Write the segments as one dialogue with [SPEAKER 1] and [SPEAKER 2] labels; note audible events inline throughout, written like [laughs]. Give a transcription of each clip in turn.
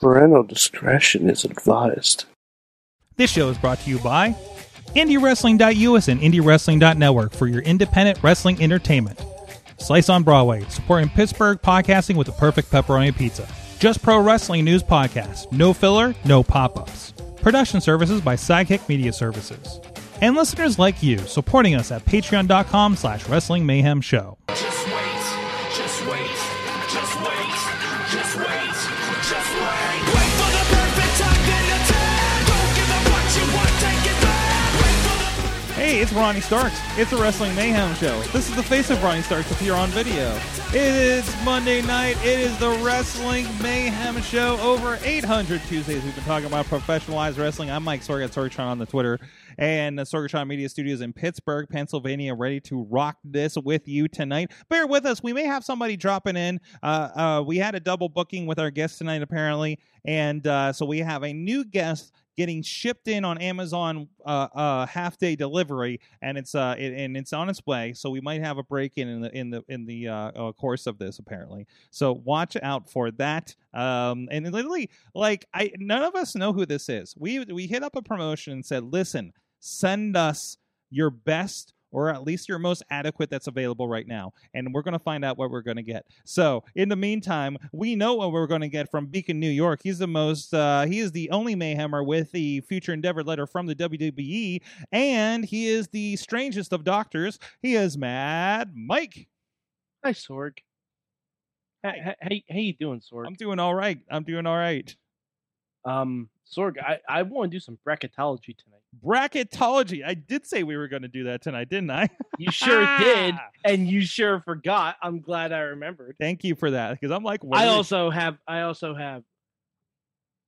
[SPEAKER 1] Parental discretion is advised.
[SPEAKER 2] This show is brought to you by IndieWrestling.us and IndieWrestling.network for your independent wrestling entertainment. Slice on Broadway, supporting Pittsburgh podcasting with the perfect pepperoni pizza. Just Pro Wrestling News Podcast. No filler, no pop ups. Production services by Sidekick Media Services. And listeners like you supporting us at patreon.com slash wrestling mayhem show.
[SPEAKER 3] Just wait, just wait, just wait, just wait, just wait. Wait for the perfect time then attack. Don't give up what you want, take it back. Wait for the perfect
[SPEAKER 2] Hey, it's Ronnie Starks. It's the Wrestling Mayhem Show. This is the face of Ronnie Starks if you're on video. It is Monday night. It is the Wrestling Mayhem Show. Over 800 Tuesdays, we've been talking about professionalized wrestling. I'm Mike Sorg at Sorgatron on the Twitter and the Sorgatron Media Studios in Pittsburgh, Pennsylvania, ready to rock this with you tonight. Bear with us. We may have somebody dropping in. Uh, uh, we had a double booking with our guest tonight, apparently. And uh, so we have a new guest getting shipped in on Amazon uh, uh, half day delivery, and it's uh it, and it's on its way. So we might have a break in in the in the in the uh, uh, course of this apparently. So watch out for that. Um, and literally, like I, none of us know who this is. We we hit up a promotion and said, listen, send us your best. Or at least your most adequate that's available right now. And we're going to find out what we're going to get. So, in the meantime, we know what we're going to get from Beacon, New York. He's the most, uh, he is the only Mayhemmer with the future endeavor letter from the WWE, and he is the strangest of doctors. He is Mad Mike.
[SPEAKER 4] Hi, Sorg. How, how, how you doing, Sorg?
[SPEAKER 2] I'm doing all right. I'm doing all right.
[SPEAKER 4] Um, Sorg, I, I want to do some bracketology tonight.
[SPEAKER 2] Bracketology. I did say we were going to do that tonight, didn't I? [laughs]
[SPEAKER 4] You sure did, and you sure forgot. I'm glad I remembered.
[SPEAKER 2] Thank you for that because I'm like,
[SPEAKER 4] I
[SPEAKER 2] where-
[SPEAKER 4] also have, I also have,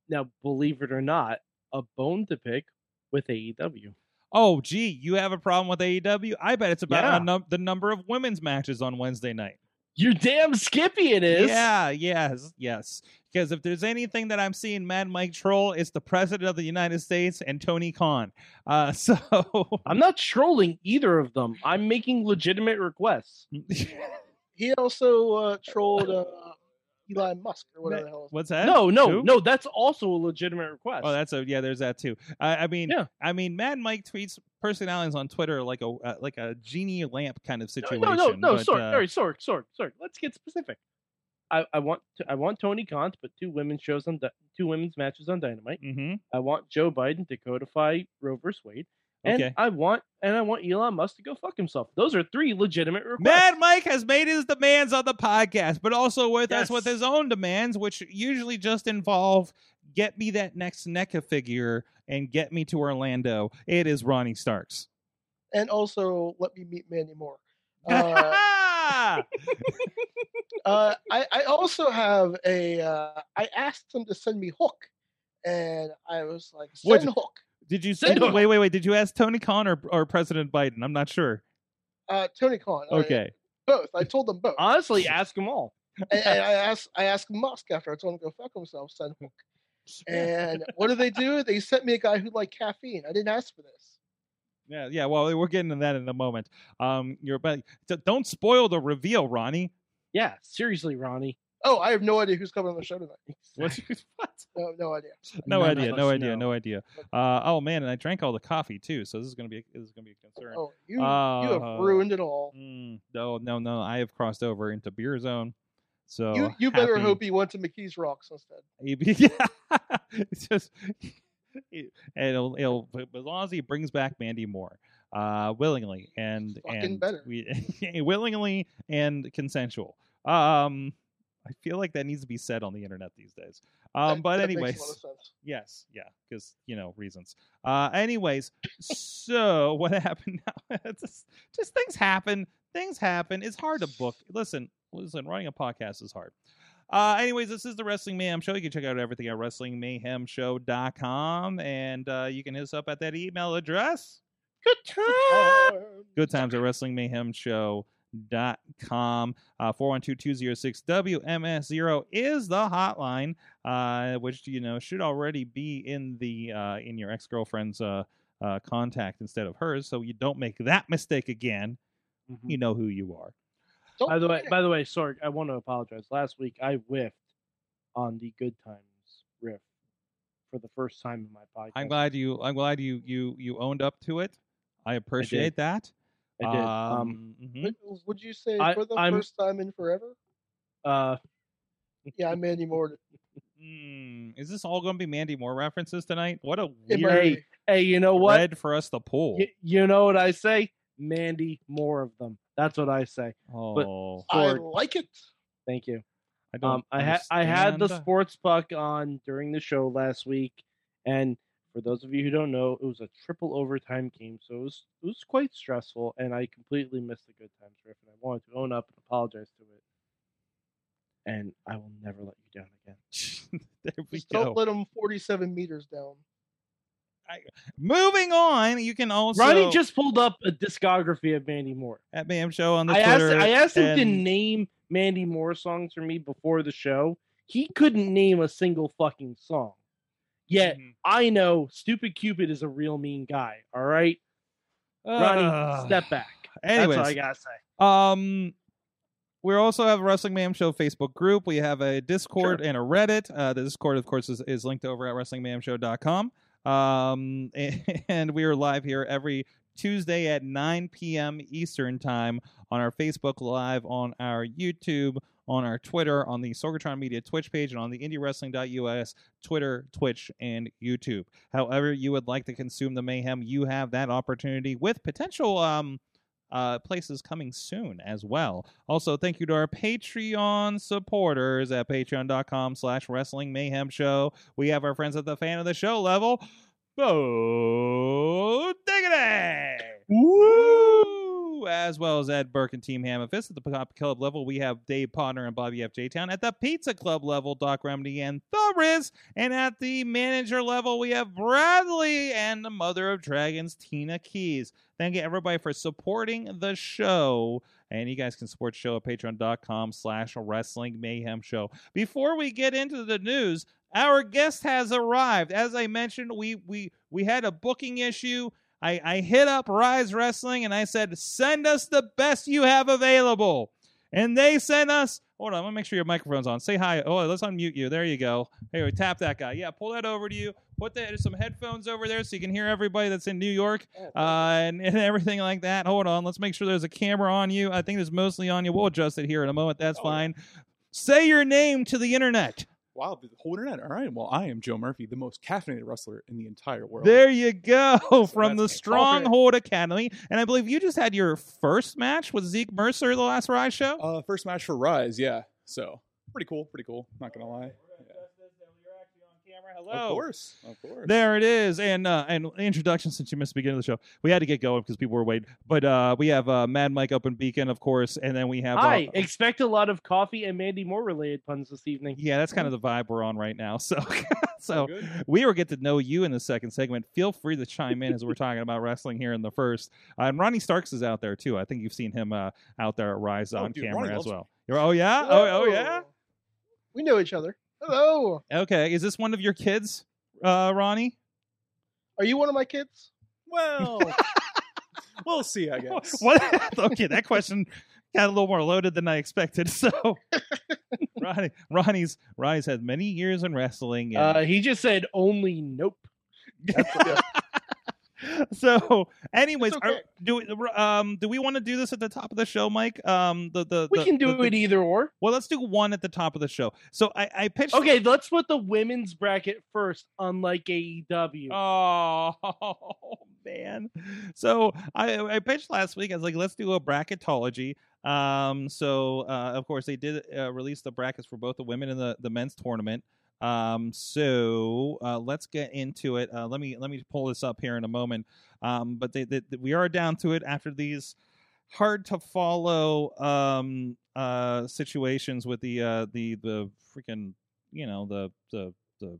[SPEAKER 4] now believe it or not, a bone to pick with E AEW.
[SPEAKER 2] oh, gee, you have a problem with AEW? I bet it's about
[SPEAKER 4] Yeah.
[SPEAKER 2] a num- the number of women's matches on Wednesday night.
[SPEAKER 4] You're damn skippy, it is.
[SPEAKER 2] Yeah, yes, yes. Because if there's anything that I'm seeing Mad Mike troll, it's the president of the United States and Tony Khan. Uh, [laughs] so
[SPEAKER 4] I'm not trolling either of them. I'm making legitimate requests.
[SPEAKER 5] He also uh, trolled uh, Elon Musk or whatever the hell. his-
[SPEAKER 2] what's that?
[SPEAKER 4] no, no,
[SPEAKER 2] Who?
[SPEAKER 4] no. That's also a legitimate request.
[SPEAKER 2] Oh, that's a yeah. There's that too. I, I mean,
[SPEAKER 4] Yeah.
[SPEAKER 2] I mean, Mad Mike tweets personalities on Twitter like a uh, like a genie lamp kind of situation.
[SPEAKER 4] No, no, no, no,
[SPEAKER 2] but,
[SPEAKER 4] sorry,
[SPEAKER 2] uh,
[SPEAKER 4] sorry, sorry, sorry, sorry. Let's get specific. I, I want to, I want Tony Khan to put two women's shows on Dy- two women's matches on Dynamite.
[SPEAKER 2] mhm.
[SPEAKER 4] I want Joe Biden to codify Roe vs. Wade, and
[SPEAKER 2] Okay.
[SPEAKER 4] I want and I want Elon Musk to go fuck himself. Those are three legitimate requests.
[SPEAKER 2] Mad Mike has made his demands on the podcast, but also with us
[SPEAKER 4] Yes.
[SPEAKER 2] with his own demands, which usually just involve get me that next NECA figure and get me to Orlando. It is Ronnie Starks.
[SPEAKER 5] And also, let me meet Mandy
[SPEAKER 2] [laughs]
[SPEAKER 5] Moore. Uh, uh, I, I also have a. Uh, I asked him to send me Hook, and I was like,
[SPEAKER 2] Would
[SPEAKER 5] "Send Hook."
[SPEAKER 2] did you say?
[SPEAKER 4] [laughs] Send him.
[SPEAKER 2] Wait, wait, wait. Did you ask Tony Khan or, or President Biden? I'm not sure.
[SPEAKER 5] Uh, Tony Khan. I-
[SPEAKER 2] Okay.
[SPEAKER 5] both. I told them both.
[SPEAKER 4] Honestly, ask them all.
[SPEAKER 5] and, and
[SPEAKER 2] [laughs]
[SPEAKER 5] I asked. I asked Musk after I told him to go fuck himself. Send Hook. And what
[SPEAKER 2] [laughs]
[SPEAKER 5] did they do? They sent me a guy who liked caffeine. I didn't ask for this.
[SPEAKER 2] Yeah, yeah. Well, we're getting to that in a moment. Um, you're about. d- Don't spoil the reveal, Ronnie.
[SPEAKER 4] Yeah, seriously, Ronnie.
[SPEAKER 5] Oh, I have no idea who's coming on the show tonight.
[SPEAKER 2] What?
[SPEAKER 4] [laughs]
[SPEAKER 2] what?
[SPEAKER 5] No, no idea.
[SPEAKER 2] No
[SPEAKER 4] None
[SPEAKER 2] idea.
[SPEAKER 4] of
[SPEAKER 2] No
[SPEAKER 4] us
[SPEAKER 2] idea.
[SPEAKER 4] know.
[SPEAKER 2] No idea. Uh, oh man, and I drank all the coffee too, so this is gonna be this is gonna be a concern.
[SPEAKER 5] Oh, you you
[SPEAKER 2] Uh,
[SPEAKER 5] have ruined it all.
[SPEAKER 2] Mm, no, no, no. I have crossed over into beer zone. So
[SPEAKER 5] you you better
[SPEAKER 2] happy- [laughs]
[SPEAKER 5] hope he went to McKee's Rocks instead.
[SPEAKER 2] yeah. it's just [laughs] it, it'll it'll but as long as he brings back Mandy Moore uh willingly and
[SPEAKER 5] Fucking
[SPEAKER 2] and
[SPEAKER 5] better.
[SPEAKER 2] we [laughs] willingly and consensual. Um I feel like that needs to be said on the internet these days. Um
[SPEAKER 5] That-
[SPEAKER 2] but
[SPEAKER 5] that makes a
[SPEAKER 2] anyways,
[SPEAKER 5] lot of sense.
[SPEAKER 2] yes, yeah, cuz you know, reasons. Uh anyways, so [laughs] what happened now? [laughs] It's just, just things happen. Things happen. It's hard to book. Listen, listen, running a podcast is hard. Uh, anyways, this is the Wrestling Mayhem Show. You can check out everything at WrestlingMayhemShow.com, and uh, you can hit us up at that email address.
[SPEAKER 4] Good time.
[SPEAKER 5] Um,
[SPEAKER 2] Good times at WrestlingMayhemShow.com. Uh, 412-206-WMS0 is the hotline, uh, which, you know, should already be in the uh, in your ex-girlfriend's uh, uh, contact instead of hers, so you don't make that mistake again. You know who you are.
[SPEAKER 5] don't
[SPEAKER 4] By the way,
[SPEAKER 5] forget-
[SPEAKER 4] by the way, Sorg, I want to apologize. Last week I whiffed on the good times riff for the first time in my podcast.
[SPEAKER 2] I'm glad you. I'm glad you you you owned up to it. I appreciate that.
[SPEAKER 4] I did.
[SPEAKER 2] Um,
[SPEAKER 4] um,
[SPEAKER 2] mhm.
[SPEAKER 5] Would- Would you say
[SPEAKER 4] I-
[SPEAKER 5] for the
[SPEAKER 4] I'm-
[SPEAKER 5] first time in forever?
[SPEAKER 4] uh,
[SPEAKER 5] Yeah, I'm Andy Moore.
[SPEAKER 2] Mm, is this all going to be Mandy Moore references tonight? What a
[SPEAKER 5] It
[SPEAKER 2] weird
[SPEAKER 5] might
[SPEAKER 4] Hey,
[SPEAKER 5] be.
[SPEAKER 4] hey, you know what?
[SPEAKER 2] thread for us to pull.
[SPEAKER 4] Y- you know what I say? Mandy, more of them. That's what I say.
[SPEAKER 2] oh,
[SPEAKER 5] I
[SPEAKER 4] Ford.
[SPEAKER 5] like it.
[SPEAKER 4] Thank you.
[SPEAKER 2] I don't.
[SPEAKER 4] Um, I had I had the
[SPEAKER 2] understand.
[SPEAKER 4] sports puck on during the show last week, and for those of you who don't know, it was a triple overtime game, so it was it was quite stressful, and I completely missed the good times riff, and I wanted to own up and apologize to it. And I will never let you down again.
[SPEAKER 2] there we
[SPEAKER 5] Just
[SPEAKER 2] go.
[SPEAKER 5] don't let him 47 meters down.
[SPEAKER 2] Moving on, you can [laughs] also
[SPEAKER 4] Ronnie just pulled up a discography of Mandy Moore.
[SPEAKER 2] at Bam Show on the
[SPEAKER 4] I asked
[SPEAKER 2] Twitter.
[SPEAKER 4] I asked him to
[SPEAKER 2] and-
[SPEAKER 4] name Mandy Moore songs for me before the show. He couldn't name a single fucking song. Yet
[SPEAKER 2] Mhm.
[SPEAKER 4] I know Stupid Cupid is a real mean guy. All right, Ronnie,
[SPEAKER 2] Ugh.
[SPEAKER 4] step back.
[SPEAKER 2] Anyways,
[SPEAKER 4] That's all I gotta say.
[SPEAKER 2] Um, we also have a Wrestling Mayhem Show Facebook group. We have a Discord and a Reddit. Uh, the Discord, of course, is, is linked over at WrestlingMayhemShow.com. Um, [laughs] and, and we are live here every Tuesday at 9 p.m. Eastern Time on our Facebook Live, on our YouTube, on our Twitter, on the Sorgatron Media Twitch page, and on the IndieWrestling.us Twitter, Twitch, and YouTube. However, you would like to consume the mayhem, you have that opportunity with potential um, uh, places coming soon as well. Also, thank you to our Patreon supporters at patreon.com slash wrestling mayhem show. We have our friends at the fan of the show level. Bo Diggity! Woo! As well as Ed Burke and Team Ham and Fist at the Pop Club level. We have Dave Podner and Bobby F. J. Town. At the Pizza Club level, Doc Remedy and The Riz. And at the manager level, we have Bradley and the Mother of Dragons, Tina Keys. Thank you everybody for supporting the show. And you guys can support the show at patreon.com slash wrestling mayhem show. Before we get into the news, our guest has arrived. As I mentioned, we we we had a booking issue. I, I hit up Rise Wrestling and I said, send us the best you have available. And they sent us hold on, I'm gonna make sure your microphone's on. Say hi. Oh, let's unmute you. There you go. Hey, we tap that guy. Yeah, pull that over to you. Put the, some headphones over there so you can hear everybody that's in New York
[SPEAKER 5] Oh,
[SPEAKER 2] uh, and, and everything like that. Hold on, let's make sure there's a camera on you. I think it's mostly on you. We'll adjust it here in a moment. That's
[SPEAKER 6] Oh.
[SPEAKER 2] fine. Say your name to the internet.
[SPEAKER 6] Wow, the whole internet. All right. Well, I am Joe Murphy, the most caffeinated wrestler in the entire world.
[SPEAKER 2] There you
[SPEAKER 6] [laughs]
[SPEAKER 2] go from
[SPEAKER 6] that's
[SPEAKER 2] the
[SPEAKER 6] me.
[SPEAKER 2] Stronghold Academy, and I believe you just had your first match with Zeke Mercer the last Rise show.
[SPEAKER 6] Uh, first match for Rise. Yeah. So pretty cool. Pretty cool. Not gonna lie. Of course. Of course.
[SPEAKER 2] There it is, and uh, and introduction since you missed the beginning of the show, we had to get going because people were waiting. But uh, we have uh, Mad Mike Open Beacon, of course, and then we have uh,
[SPEAKER 4] I expect a lot of coffee and Mandy Moore related puns this evening.
[SPEAKER 2] Yeah, that's kind
[SPEAKER 6] Mm.
[SPEAKER 2] of the vibe we're on right now. [laughs]
[SPEAKER 6] [laughs]
[SPEAKER 2] So, so
[SPEAKER 6] All good.
[SPEAKER 2] we will get to know you in the second segment. Feel free to chime in as we're talking about wrestling here in the first. Uh, and Ronnie Starks is out there too. I think you've seen him uh, out there at Rise
[SPEAKER 6] Oh,
[SPEAKER 2] on
[SPEAKER 6] dude,
[SPEAKER 2] camera
[SPEAKER 6] Ronnie
[SPEAKER 2] as
[SPEAKER 6] loves
[SPEAKER 2] well. You're- Oh yeah, oh, oh
[SPEAKER 5] Whoa.
[SPEAKER 2] yeah.
[SPEAKER 5] We know each other. Hello.
[SPEAKER 2] Okay, is this one of your kids, uh,
[SPEAKER 6] [laughs]
[SPEAKER 2] Ronnie?
[SPEAKER 5] Are you one of my kids?
[SPEAKER 6] Well,
[SPEAKER 2] [laughs]
[SPEAKER 6] we'll see. I guess.
[SPEAKER 2] What? [laughs] okay, that question got a little more loaded than I expected. [laughs] So, Ronnie, Ronnie's Ronnie's had many years in wrestling. and-
[SPEAKER 4] Uh, he just said only nope.
[SPEAKER 2] so anyways
[SPEAKER 5] It's okay.
[SPEAKER 2] are, do um do we want to do this at the top of the show mike um the the
[SPEAKER 4] We
[SPEAKER 2] the-
[SPEAKER 4] can do
[SPEAKER 2] the- the-
[SPEAKER 4] it either or.
[SPEAKER 2] well let's do one at the top of the show so i i pitched
[SPEAKER 4] Okay, let's put the women's bracket first, unlike E AEW.
[SPEAKER 2] oh [laughs] man so i i pitched last week i was like let's do a bracketology um so uh of course they did uh, release the brackets for both the women and the the men's tournament um so uh let's get into it uh let me let me pull this up here in a moment um but they, they, we are down to it after these hard to follow um uh situations with the uh the the freaking you know the the the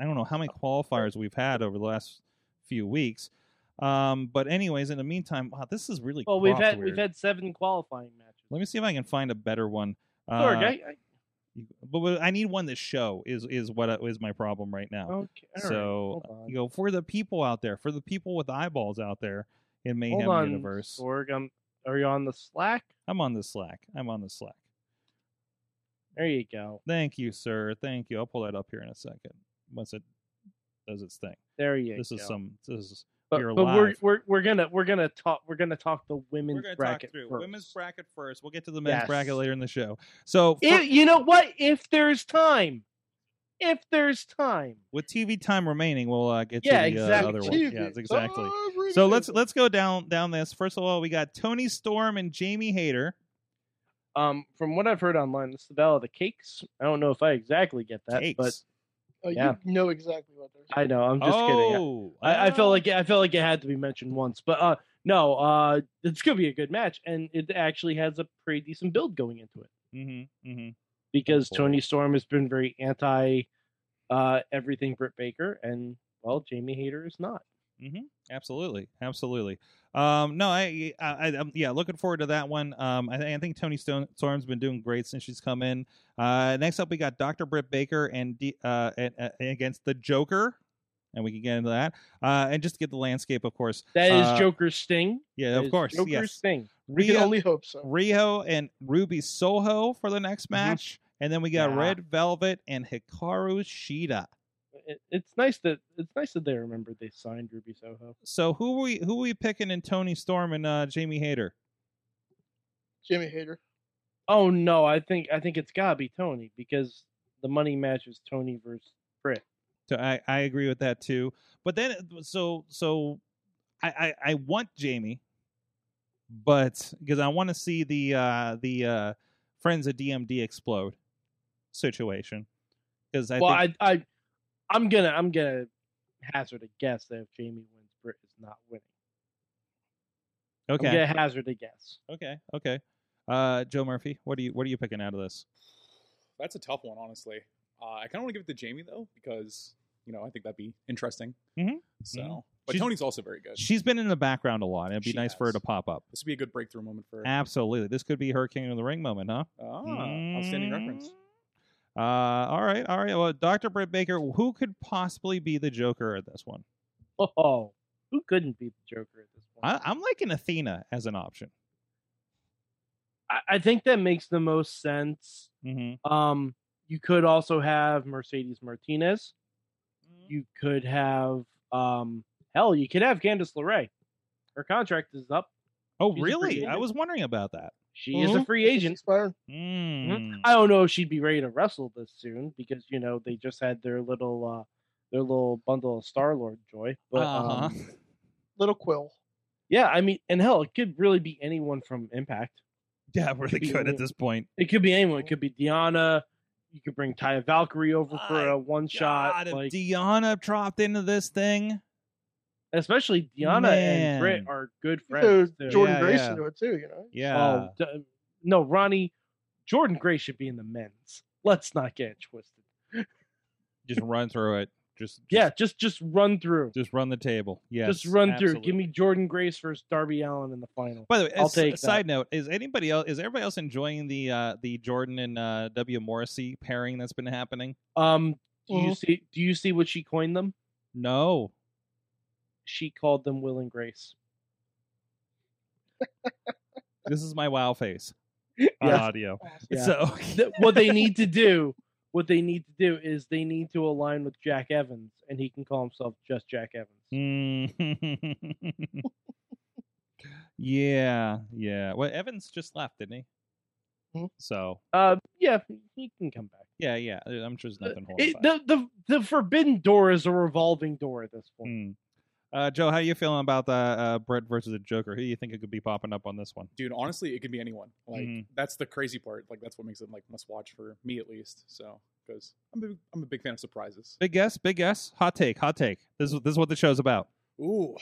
[SPEAKER 2] i don't know how many qualifiers we've had over the last few weeks um but anyways in the meantime wow this is really
[SPEAKER 4] well, we've
[SPEAKER 2] cropped
[SPEAKER 4] had
[SPEAKER 2] weird.
[SPEAKER 4] we've had seven qualifying matches.
[SPEAKER 2] Let me see if I can find a better one. Uh,
[SPEAKER 4] Sorry, I- I-
[SPEAKER 2] you- But what- I need one to show is is what I- is my problem right now.
[SPEAKER 4] okay, Oh, all right,
[SPEAKER 2] so
[SPEAKER 4] hold on.
[SPEAKER 2] you know, for the people out there, for the people with eyeballs out there in Mayhem
[SPEAKER 4] Hold on,
[SPEAKER 2] Universe,
[SPEAKER 4] Sorg, I'm- are you on the Slack?
[SPEAKER 2] I'm on the Slack. I'm on the Slack.
[SPEAKER 4] There you go.
[SPEAKER 2] Thank you, sir. Thank you. I'll pull that up here in a second once it does its thing.
[SPEAKER 4] There you
[SPEAKER 2] This
[SPEAKER 4] go.
[SPEAKER 2] is some. This is.
[SPEAKER 4] but,
[SPEAKER 2] we are
[SPEAKER 4] but we're
[SPEAKER 2] live.
[SPEAKER 4] we're we're gonna we're gonna talk we're gonna talk the women's
[SPEAKER 2] We're gonna talk
[SPEAKER 4] bracket
[SPEAKER 2] through
[SPEAKER 4] first.
[SPEAKER 2] women's bracket first. We'll get to the men's
[SPEAKER 4] Yes.
[SPEAKER 2] bracket later in the show. So fir-
[SPEAKER 4] If, you know what? If there's time, if there's time,
[SPEAKER 2] with TV time remaining, we'll uh, get
[SPEAKER 4] Yeah,
[SPEAKER 2] to the uh,
[SPEAKER 4] exactly.
[SPEAKER 2] other one.
[SPEAKER 5] TV.
[SPEAKER 2] Yeah, exactly.
[SPEAKER 5] Every
[SPEAKER 2] So let's
[SPEAKER 5] day.
[SPEAKER 2] let's go down down this. First of all, we got Tony Storm and Jamie Hayter.
[SPEAKER 4] um, from what I've heard online, it's the Battle of the Cakes. I don't know if I exactly get that, but
[SPEAKER 2] Cakes.
[SPEAKER 5] Oh,
[SPEAKER 4] yeah.
[SPEAKER 5] you know exactly what they're
[SPEAKER 4] I know I'm just kidding.
[SPEAKER 2] oh,
[SPEAKER 4] I, I
[SPEAKER 2] ah.
[SPEAKER 4] felt like I felt like it had to be mentioned once, but uh, no, uh, it's gonna be a good match, and it actually has a pretty decent build going into it
[SPEAKER 2] Mhm, mhm.
[SPEAKER 4] because
[SPEAKER 2] Cool.
[SPEAKER 4] Tony Storm has been very anti uh, everything Britt Baker, and well, Jamie Hayter is not.
[SPEAKER 2] Mm-hmm. Absolutely, absolutely. Um, no, I, I, I, I'm- yeah, looking forward to that one. Um, I, I think Tony Stone, Storm's been doing great since she's come in. Uh, next up, we got Doctor Britt Baker and D, uh, and, uh, against the Joker, and we can get into that. Uh, and just to get the landscape, of course.
[SPEAKER 4] That is
[SPEAKER 2] Uh,
[SPEAKER 4] Joker's sting.
[SPEAKER 2] Yeah,
[SPEAKER 4] That
[SPEAKER 2] of
[SPEAKER 4] is
[SPEAKER 2] course.
[SPEAKER 4] Joker's
[SPEAKER 2] yes,
[SPEAKER 4] sting.
[SPEAKER 5] We can
[SPEAKER 2] Rhea,
[SPEAKER 5] only hope so.
[SPEAKER 2] Rio and Ruby Soho for the next
[SPEAKER 4] Mhm.
[SPEAKER 2] match, and then we got
[SPEAKER 4] Yeah.
[SPEAKER 2] Red Velvet and Hikaru Shida.
[SPEAKER 4] It, it's nice that it's nice that they remember they signed Ruby Soho.
[SPEAKER 2] So who we who we picking in Tony Storm and uh, Jamie Hayter?
[SPEAKER 5] Jimmy Hater.
[SPEAKER 4] Oh no, I think I think it's gotta be Tony because the money match is Tony versus Britt.
[SPEAKER 2] So I, I agree with that too. But then uh, so so I I, I want Jamie, but because I want to see the uh the uh friends of DMD explode situation because I
[SPEAKER 4] well,
[SPEAKER 2] think
[SPEAKER 4] I I I'm gonna I'm gonna hazard a guess that if Jamie wins, Britt is not winning.
[SPEAKER 2] okay
[SPEAKER 4] I'm gonna hazard a guess.
[SPEAKER 2] okay okay uh Joe Murphy what are you what are you picking out of this
[SPEAKER 6] That's a tough one, honestly. Uh, I kind of want to give it to Jamie though, because you know I think that'd be interesting.
[SPEAKER 2] Mhm.
[SPEAKER 6] So,
[SPEAKER 2] Mhm.
[SPEAKER 6] but
[SPEAKER 2] She's-
[SPEAKER 6] Tony's also very good.
[SPEAKER 2] she's been in the background a lot and it'd be
[SPEAKER 6] She
[SPEAKER 2] nice for her
[SPEAKER 6] has.
[SPEAKER 2] to pop up
[SPEAKER 6] This would be a good breakthrough moment
[SPEAKER 2] Ah.
[SPEAKER 6] for.
[SPEAKER 2] absolutely this could be her King of the Ring moment huh
[SPEAKER 6] ah, outstanding reference.
[SPEAKER 2] Uh, all right, all right. Well, Doctor Britt Baker, who could possibly be the Joker at this one?
[SPEAKER 4] Oh, who couldn't be the Joker at this point?
[SPEAKER 2] I, I'm liking Athena as an option.
[SPEAKER 4] I, I think that makes the most sense.
[SPEAKER 2] Mm-hmm.
[SPEAKER 4] Um, you could also have Mercedes Martinez.
[SPEAKER 2] Mm-hmm.
[SPEAKER 4] You could have um, hell, you could have Candice LeRae. Her contract is up.
[SPEAKER 2] Oh,
[SPEAKER 4] She's a free
[SPEAKER 2] really? I
[SPEAKER 4] agent.
[SPEAKER 2] was wondering about that.
[SPEAKER 4] She is a
[SPEAKER 2] Mm-hmm.
[SPEAKER 5] Mhm.
[SPEAKER 4] free
[SPEAKER 2] [laughs]
[SPEAKER 4] agent.
[SPEAKER 5] Inspired.
[SPEAKER 2] Mm.
[SPEAKER 4] I don't know if she'd be ready to wrestle this soon because you know they just had their little uh their little bundle of Star Lord joy. But
[SPEAKER 2] Uh-huh.
[SPEAKER 4] um,
[SPEAKER 5] Little Quill.
[SPEAKER 4] yeah, I mean, and hell, it could really be anyone from Impact.
[SPEAKER 2] [laughs] yeah, really
[SPEAKER 4] be
[SPEAKER 2] good
[SPEAKER 4] real.
[SPEAKER 2] at this point.
[SPEAKER 4] It could be anyone. It could be Diana. You could bring Ty Valkyrie over for
[SPEAKER 2] My
[SPEAKER 4] a one shot,
[SPEAKER 2] God, if
[SPEAKER 4] like Oh.
[SPEAKER 2] Deanna dropped into this thing.
[SPEAKER 4] especially Diana and Britt
[SPEAKER 2] Man.
[SPEAKER 4] are good
[SPEAKER 5] You
[SPEAKER 4] friends.
[SPEAKER 5] throw
[SPEAKER 4] too.
[SPEAKER 5] Jordan
[SPEAKER 2] Yeah,
[SPEAKER 5] Grace
[SPEAKER 2] yeah.
[SPEAKER 5] into it too, you know.
[SPEAKER 2] Yeah,
[SPEAKER 4] Oh, d- no, Ronnie, Jordan Gray should be in the men's. Let's not get it twisted.
[SPEAKER 2] just run through it. Just, just
[SPEAKER 4] Yeah, just just run through.
[SPEAKER 2] just run the table. Yes,
[SPEAKER 4] just run through.
[SPEAKER 2] absolutely.
[SPEAKER 4] Give me Jordan Grace versus Darby Allen in the final.
[SPEAKER 2] By the way,
[SPEAKER 4] I'll
[SPEAKER 2] as-
[SPEAKER 4] take
[SPEAKER 2] a side note: is anybody else is everybody else enjoying the uh, the Jordan and uh, W Morrissey pairing that's been happening?
[SPEAKER 4] Um, do you
[SPEAKER 5] Mhm.
[SPEAKER 4] see? Do you see what she coined them?
[SPEAKER 2] No,
[SPEAKER 4] She called them Will and Grace.
[SPEAKER 2] this is my wow
[SPEAKER 4] [laughs]
[SPEAKER 2] face on
[SPEAKER 4] Yes.
[SPEAKER 2] audio.
[SPEAKER 5] Awesome.
[SPEAKER 4] Yeah.
[SPEAKER 2] So [laughs]
[SPEAKER 4] Th- what they need to do, what they need to do, is they need to align with Jack Evans, and he can call himself just Jack Evans.
[SPEAKER 2] Hmm. Mm. yeah, yeah. Well, Evans just left, didn't he?
[SPEAKER 5] Mhm.
[SPEAKER 2] So
[SPEAKER 4] Uh, yeah, he can come back.
[SPEAKER 2] yeah, yeah. I'm sure there's nothing holding.
[SPEAKER 4] Uh, It,
[SPEAKER 2] back.
[SPEAKER 4] the the the forbidden door is a revolving door at this point.
[SPEAKER 2] Mm. Uh, Joe, how you feeling about the uh, Brett versus the Joker? Who do you think it could be popping up on this one?
[SPEAKER 6] Dude, honestly, it could be anyone. Like
[SPEAKER 2] Mhm.
[SPEAKER 6] that's the crazy part. Like that's what makes it like must watch for me at least. So because I'm a, I'm a big fan of surprises.
[SPEAKER 2] Big guess, big guess, hot take, hot take. This is this is what the show's about.
[SPEAKER 6] Ooh,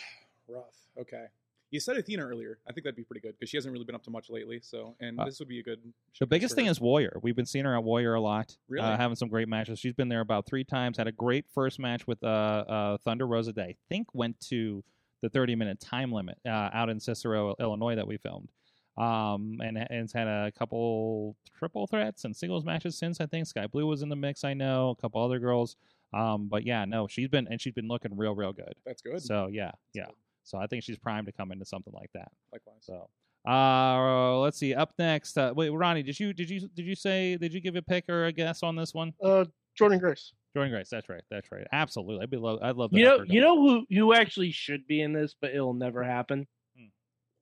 [SPEAKER 6] rough. Okay. You said Athena earlier. I think that'd be pretty good because she hasn't really been up to much lately. So, and
[SPEAKER 2] Uh,
[SPEAKER 6] this would be a good.
[SPEAKER 2] The biggest thing is Warrior. We've been seeing her at Warrior a lot.
[SPEAKER 6] Really?
[SPEAKER 2] Uh, having some great matches. She's been there about three times. Had a great first match with uh, uh, Thunder Rosa that I think went to the 30 minute time limit uh, out in Cicero, Illinois that we filmed. Um, and, and it's had a couple triple threats and singles matches since. I think Sky Blue was in the mix. I know a couple other girls. Um, but yeah, no, she's been and she's been looking real, real good.
[SPEAKER 6] that's good.
[SPEAKER 2] So yeah, yeah.
[SPEAKER 6] good.
[SPEAKER 2] So I think she's primed to come into something like that.
[SPEAKER 6] Likewise.
[SPEAKER 2] So Uh, let's see. Up next, uh, wait, Ronnie, did you did you did you say did you give a pick or a guess on this one?
[SPEAKER 5] Uh, Jordan Grace.
[SPEAKER 2] Jordan Grace. That's right. That's right. Absolutely. I'd be love. I'd love. to
[SPEAKER 4] You
[SPEAKER 2] have
[SPEAKER 4] know,
[SPEAKER 2] her do
[SPEAKER 4] you
[SPEAKER 2] it.
[SPEAKER 4] know who who actually should be in this, but it'll never happen.
[SPEAKER 2] Hmm.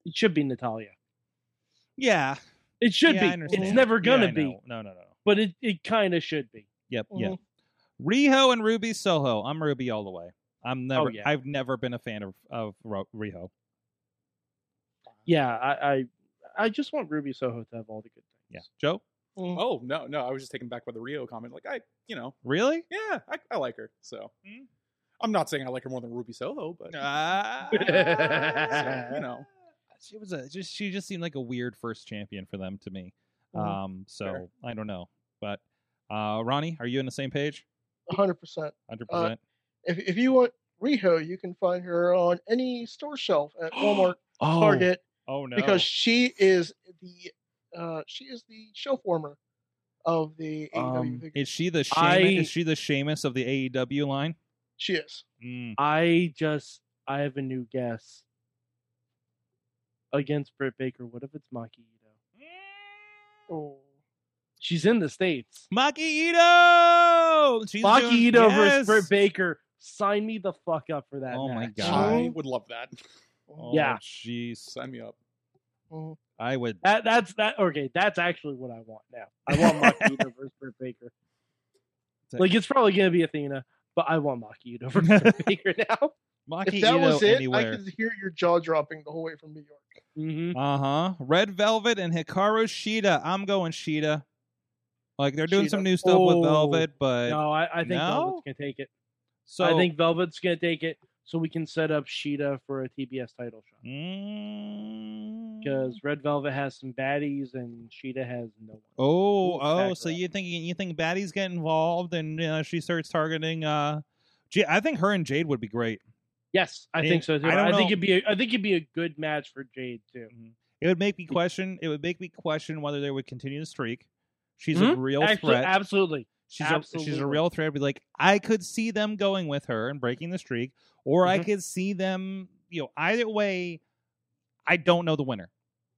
[SPEAKER 4] It should be Natalia.
[SPEAKER 2] Yeah.
[SPEAKER 4] It should
[SPEAKER 2] yeah, I
[SPEAKER 4] be.
[SPEAKER 2] understand.
[SPEAKER 4] It's never
[SPEAKER 2] Yeah,
[SPEAKER 4] gonna
[SPEAKER 2] I
[SPEAKER 4] be,
[SPEAKER 2] know. No, no, no. no.
[SPEAKER 4] but it it kind of should be.
[SPEAKER 2] Yep.
[SPEAKER 5] Mhm.
[SPEAKER 2] Yep.
[SPEAKER 4] Mm-hmm.
[SPEAKER 2] Riho and Ruby Soho. I'm Ruby all the way. I'm never.
[SPEAKER 4] Oh, yeah.
[SPEAKER 2] I've never been a fan of of Ro- Riho.
[SPEAKER 4] Yeah, I I, I just want Ruby Soho to have all the good things.
[SPEAKER 2] Yeah. Joe.
[SPEAKER 5] Mm.
[SPEAKER 6] Oh no, no, I was just taken back by the Rio comment. Like I, you know,
[SPEAKER 2] Really?
[SPEAKER 6] yeah, I, I like her. So
[SPEAKER 2] Hmm.
[SPEAKER 6] I'm not saying I like her more than Ruby Soho, but
[SPEAKER 2] Ah.
[SPEAKER 6] [laughs] So, you know.
[SPEAKER 2] she was a just she just seemed like a weird first champion for them to me.
[SPEAKER 5] Mhm.
[SPEAKER 2] Um, so
[SPEAKER 6] Fair.
[SPEAKER 2] I don't know, but uh, Ronnie, are you on the same page?
[SPEAKER 5] 100%.
[SPEAKER 2] Hundred
[SPEAKER 5] Uh,
[SPEAKER 2] percent.
[SPEAKER 5] If, if you want Riho, you can find her on any store shelf at Walmart,
[SPEAKER 2] [gasps] Oh,
[SPEAKER 5] Target,
[SPEAKER 2] Oh no,
[SPEAKER 5] because she is the uh, she is the shelf warmer of the E AEW.
[SPEAKER 4] Um,
[SPEAKER 5] figure.
[SPEAKER 2] is she the Sheamus,
[SPEAKER 4] I-
[SPEAKER 2] is she the Sheamus of the AEW line?
[SPEAKER 5] she is.
[SPEAKER 2] Mm.
[SPEAKER 4] I just I have a new guess against Britt Baker. What if it's Maki Ito?
[SPEAKER 5] Oh,
[SPEAKER 4] She's in the states.
[SPEAKER 2] Maki Ito. She's
[SPEAKER 4] Maki
[SPEAKER 2] doing-
[SPEAKER 4] Ito versus
[SPEAKER 2] yes!
[SPEAKER 4] Britt Baker. Sign me the fuck up for that.
[SPEAKER 2] Oh my
[SPEAKER 4] match.
[SPEAKER 2] God.
[SPEAKER 6] I would love that.
[SPEAKER 2] Oh,
[SPEAKER 4] Yeah.
[SPEAKER 2] jeez,
[SPEAKER 6] Sign me up.
[SPEAKER 5] mm.
[SPEAKER 2] I would.
[SPEAKER 4] That that's that okay. That's actually what I want now. I want
[SPEAKER 2] [laughs]
[SPEAKER 4] Maki Ito versus Britt Baker.
[SPEAKER 2] It's
[SPEAKER 4] Like it's probably gonna be Athena, but I want Maki
[SPEAKER 2] [laughs]
[SPEAKER 4] Ito versus Britt Baker now.
[SPEAKER 2] Maki
[SPEAKER 5] if that
[SPEAKER 2] Ito
[SPEAKER 5] was it, I
[SPEAKER 2] anywhere.
[SPEAKER 5] could hear your jaw dropping the whole way from New York.
[SPEAKER 4] Mm-hmm.
[SPEAKER 2] Uh huh. Red Velvet and Hikaru Shida. I'm going Shida. Like they're doing some
[SPEAKER 5] Shida.
[SPEAKER 2] new stuff
[SPEAKER 4] Oh,
[SPEAKER 2] with Velvet, but
[SPEAKER 4] No, I, I think
[SPEAKER 2] No?
[SPEAKER 4] Velvet's gonna take it.
[SPEAKER 2] so
[SPEAKER 4] I think Velvet's gonna take it, so we can set up Sheeta for a TBS title
[SPEAKER 2] Mm. because
[SPEAKER 4] shot. Mm. because Red Velvet has some baddies and Sheeta has no one.
[SPEAKER 2] oh
[SPEAKER 4] Ooh,
[SPEAKER 2] oh,
[SPEAKER 4] back
[SPEAKER 2] so
[SPEAKER 4] her up.
[SPEAKER 2] you think you think Batty's get involved and uh, she starts targeting? uh J- I think her and Jade would be great.
[SPEAKER 4] Yes, I
[SPEAKER 2] Yeah,
[SPEAKER 4] think so too.
[SPEAKER 2] I don't
[SPEAKER 4] I,
[SPEAKER 2] know.
[SPEAKER 4] think it'd be a, I think it'd be a good match for Jade too.
[SPEAKER 2] It would make me question. It would make me question whether they would continue the streak. She's a
[SPEAKER 4] Mhm.
[SPEAKER 2] real
[SPEAKER 4] Actually,
[SPEAKER 2] threat.
[SPEAKER 4] absolutely.
[SPEAKER 2] She's a she's a
[SPEAKER 4] Absolutely.
[SPEAKER 2] real threat. I'd Be like, I could see them going with her and breaking the streak, or
[SPEAKER 4] Mm-hmm.
[SPEAKER 2] I could see them. You know, either way, I don't know the winner.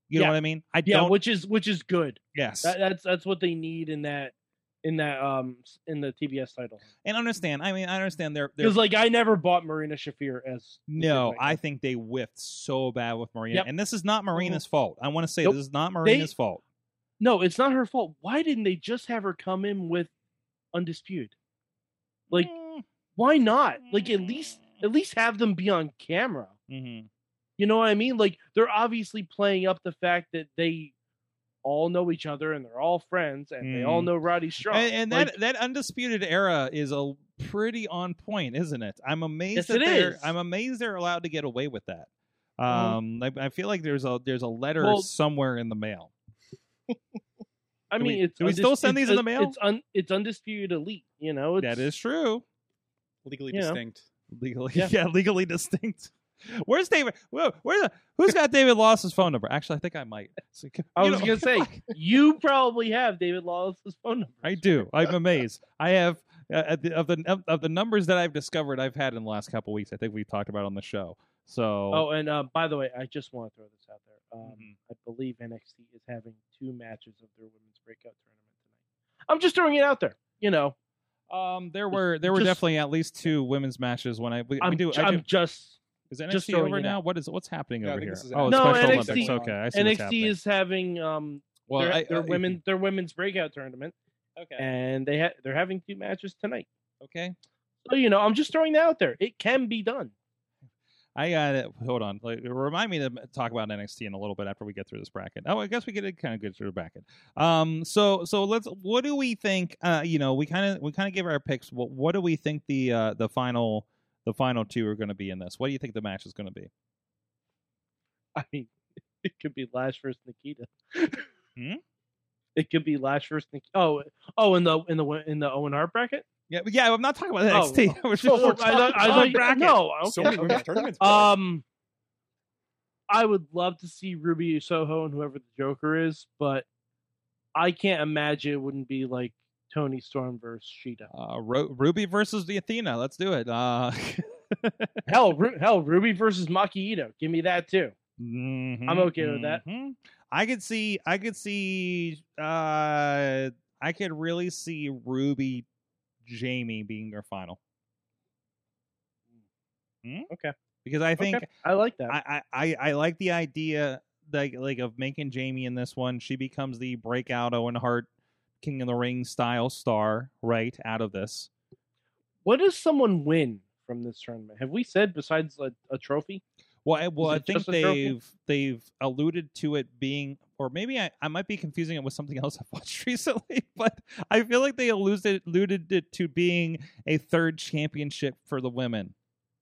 [SPEAKER 2] You know
[SPEAKER 4] Yeah.
[SPEAKER 2] what I mean? I
[SPEAKER 4] Yeah,
[SPEAKER 2] don't.
[SPEAKER 4] which is which is good.
[SPEAKER 2] yes,
[SPEAKER 4] That, that's that's what they need in that in that um s- in the TBS title.
[SPEAKER 2] and understand. I mean, I understand. They're, they're
[SPEAKER 4] Because like I never bought Marina Shafir as
[SPEAKER 2] no.
[SPEAKER 4] like
[SPEAKER 2] I
[SPEAKER 4] that.
[SPEAKER 2] think they whiffed so bad with Marina,
[SPEAKER 4] Yep. Mm-hmm.
[SPEAKER 2] and this is not Marina's fault. I want to say
[SPEAKER 4] Nope.
[SPEAKER 2] this is not Marina's fault.
[SPEAKER 4] no, it's not her fault. Why didn't they just have her come in with Undisputed? Like why not? Like at least at least have them be on camera.
[SPEAKER 2] Mhm.
[SPEAKER 4] You know what I mean? Like they're obviously playing up the fact that they all know each other and they're all friends and they all
[SPEAKER 2] Mhm.
[SPEAKER 4] know Roddy Strong.
[SPEAKER 2] And, and
[SPEAKER 4] Like,
[SPEAKER 2] that that undisputed era is a pretty on point, isn't it? I'm amazed
[SPEAKER 4] Yes,
[SPEAKER 2] that
[SPEAKER 4] it
[SPEAKER 2] they're
[SPEAKER 4] is. Mm-hmm.
[SPEAKER 2] I'm amazed they're allowed to get away with that. Um,
[SPEAKER 5] Mhm.
[SPEAKER 2] I, I feel like there's a there's a letter
[SPEAKER 4] Well-
[SPEAKER 2] somewhere in the mail.
[SPEAKER 4] I
[SPEAKER 2] do
[SPEAKER 4] mean,
[SPEAKER 2] we-
[SPEAKER 4] it's
[SPEAKER 2] do we still send
[SPEAKER 4] it's
[SPEAKER 2] these in
[SPEAKER 4] un-
[SPEAKER 2] the mail?
[SPEAKER 4] It's un, it's undisputed elite. You know, it's,
[SPEAKER 2] that is true.
[SPEAKER 6] Legally
[SPEAKER 4] You know.
[SPEAKER 6] distinct.
[SPEAKER 2] Legally, [laughs] yeah,
[SPEAKER 4] Yeah.
[SPEAKER 2] legally distinct. Where's David? Whoa, where's the, who's got David Lawson's phone number? Actually, I think I might. It's like,
[SPEAKER 4] I
[SPEAKER 2] you [laughs]
[SPEAKER 4] was
[SPEAKER 2] know,
[SPEAKER 4] gonna say you probably have David Lawless's phone number.
[SPEAKER 2] I do. I'm amazed. I have uh, at the, of the of, of the numbers that I've discovered I've had in the last couple weeks. I think we've talked about on the show. So
[SPEAKER 4] Oh, and uh, by the way, I just want to throw this out there. Um,
[SPEAKER 2] Mhm.
[SPEAKER 4] I believe NXT is having two matches of their women's breakout tournament tonight. I'm just throwing it out there. You know,
[SPEAKER 2] Um, there were there were
[SPEAKER 4] Oh, just-
[SPEAKER 2] definitely at least two women's matches when I we, we
[SPEAKER 4] I'm,
[SPEAKER 2] do.
[SPEAKER 4] ju-
[SPEAKER 2] I do
[SPEAKER 4] I'm just
[SPEAKER 2] is NXT
[SPEAKER 4] just throwing
[SPEAKER 2] over
[SPEAKER 4] it
[SPEAKER 2] now?
[SPEAKER 4] out.
[SPEAKER 2] What is what's happening
[SPEAKER 6] Yeah, I
[SPEAKER 2] over
[SPEAKER 6] think
[SPEAKER 2] here?
[SPEAKER 6] this is
[SPEAKER 2] oh,
[SPEAKER 6] NXT.
[SPEAKER 2] it's
[SPEAKER 4] No,
[SPEAKER 2] Special
[SPEAKER 4] NXT
[SPEAKER 2] Olympics. Okay, I see what's happening.
[SPEAKER 4] NXT is having um
[SPEAKER 2] well,
[SPEAKER 4] their,
[SPEAKER 2] I-
[SPEAKER 4] their
[SPEAKER 2] uh,
[SPEAKER 4] women their women's breakout tournament,
[SPEAKER 2] Okay,
[SPEAKER 4] and they ha- they're having two matches tonight.
[SPEAKER 2] okay.
[SPEAKER 4] So you know, I'm just throwing that out there. It can be done.
[SPEAKER 2] I got it. Hold on. Like, remind me to talk about NXT in a little bit after we get through this bracket. Oh, I guess we get kind of good through the bracket. Um, so so let's. What do we think? Uh, you know, we kind of we kind of give our picks. What what do we think the uh the final the final two are going to be in this? What do you think the match is going to be?
[SPEAKER 4] [laughs] I mean, it could be Lash versus Nikita.
[SPEAKER 2] Hmm?
[SPEAKER 4] It could be Lash versus Nikita. Oh, oh, in the in the wo- in the Owen Hart bracket.
[SPEAKER 2] Yeah, but yeah. I'm not talking about
[SPEAKER 4] Oh,
[SPEAKER 2] NXT. [laughs] We're just-
[SPEAKER 4] Oh,
[SPEAKER 2] we're
[SPEAKER 4] I thought,
[SPEAKER 2] talking
[SPEAKER 4] I
[SPEAKER 2] about
[SPEAKER 4] thought,
[SPEAKER 2] bracket.
[SPEAKER 4] no,
[SPEAKER 6] So
[SPEAKER 4] okay,
[SPEAKER 6] many women's
[SPEAKER 4] okay.
[SPEAKER 6] tournaments. bro.
[SPEAKER 4] [laughs] Um, I would love to see Ruby Soho and whoever the Joker is, but I can't imagine it wouldn't be like Tony Storm
[SPEAKER 2] [laughs]
[SPEAKER 4] versus Sheeta.
[SPEAKER 2] Uh, Ro- Ruby versus the Athena. Let's do it. Uh, [laughs]
[SPEAKER 4] Hell, Ru- hell, Ruby versus Maki Ito. Give me that too.
[SPEAKER 2] Mhm,
[SPEAKER 4] I'm okay with that.
[SPEAKER 2] mhm. I could see. I could see. Uh, I could really see Ruby, Jamie being their final. Hmm?
[SPEAKER 4] Okay.
[SPEAKER 2] Because I think
[SPEAKER 4] okay. I like that.
[SPEAKER 2] I, I I- I like the idea like like of making Jamie in this one. She becomes the breakout Owen Hart King of the Ring style star right out of this.
[SPEAKER 4] what does someone win from this tournament? Have we said besides a, a trophy?
[SPEAKER 2] Well, I, well,
[SPEAKER 4] Is
[SPEAKER 2] I
[SPEAKER 4] it
[SPEAKER 2] think
[SPEAKER 4] just a trophy?
[SPEAKER 2] they've they've alluded to it being, or maybe I, I might be confusing it with something else [laughs] I've watched recently, [laughs] but I feel like they alluded alluded it to being a third championship for the women,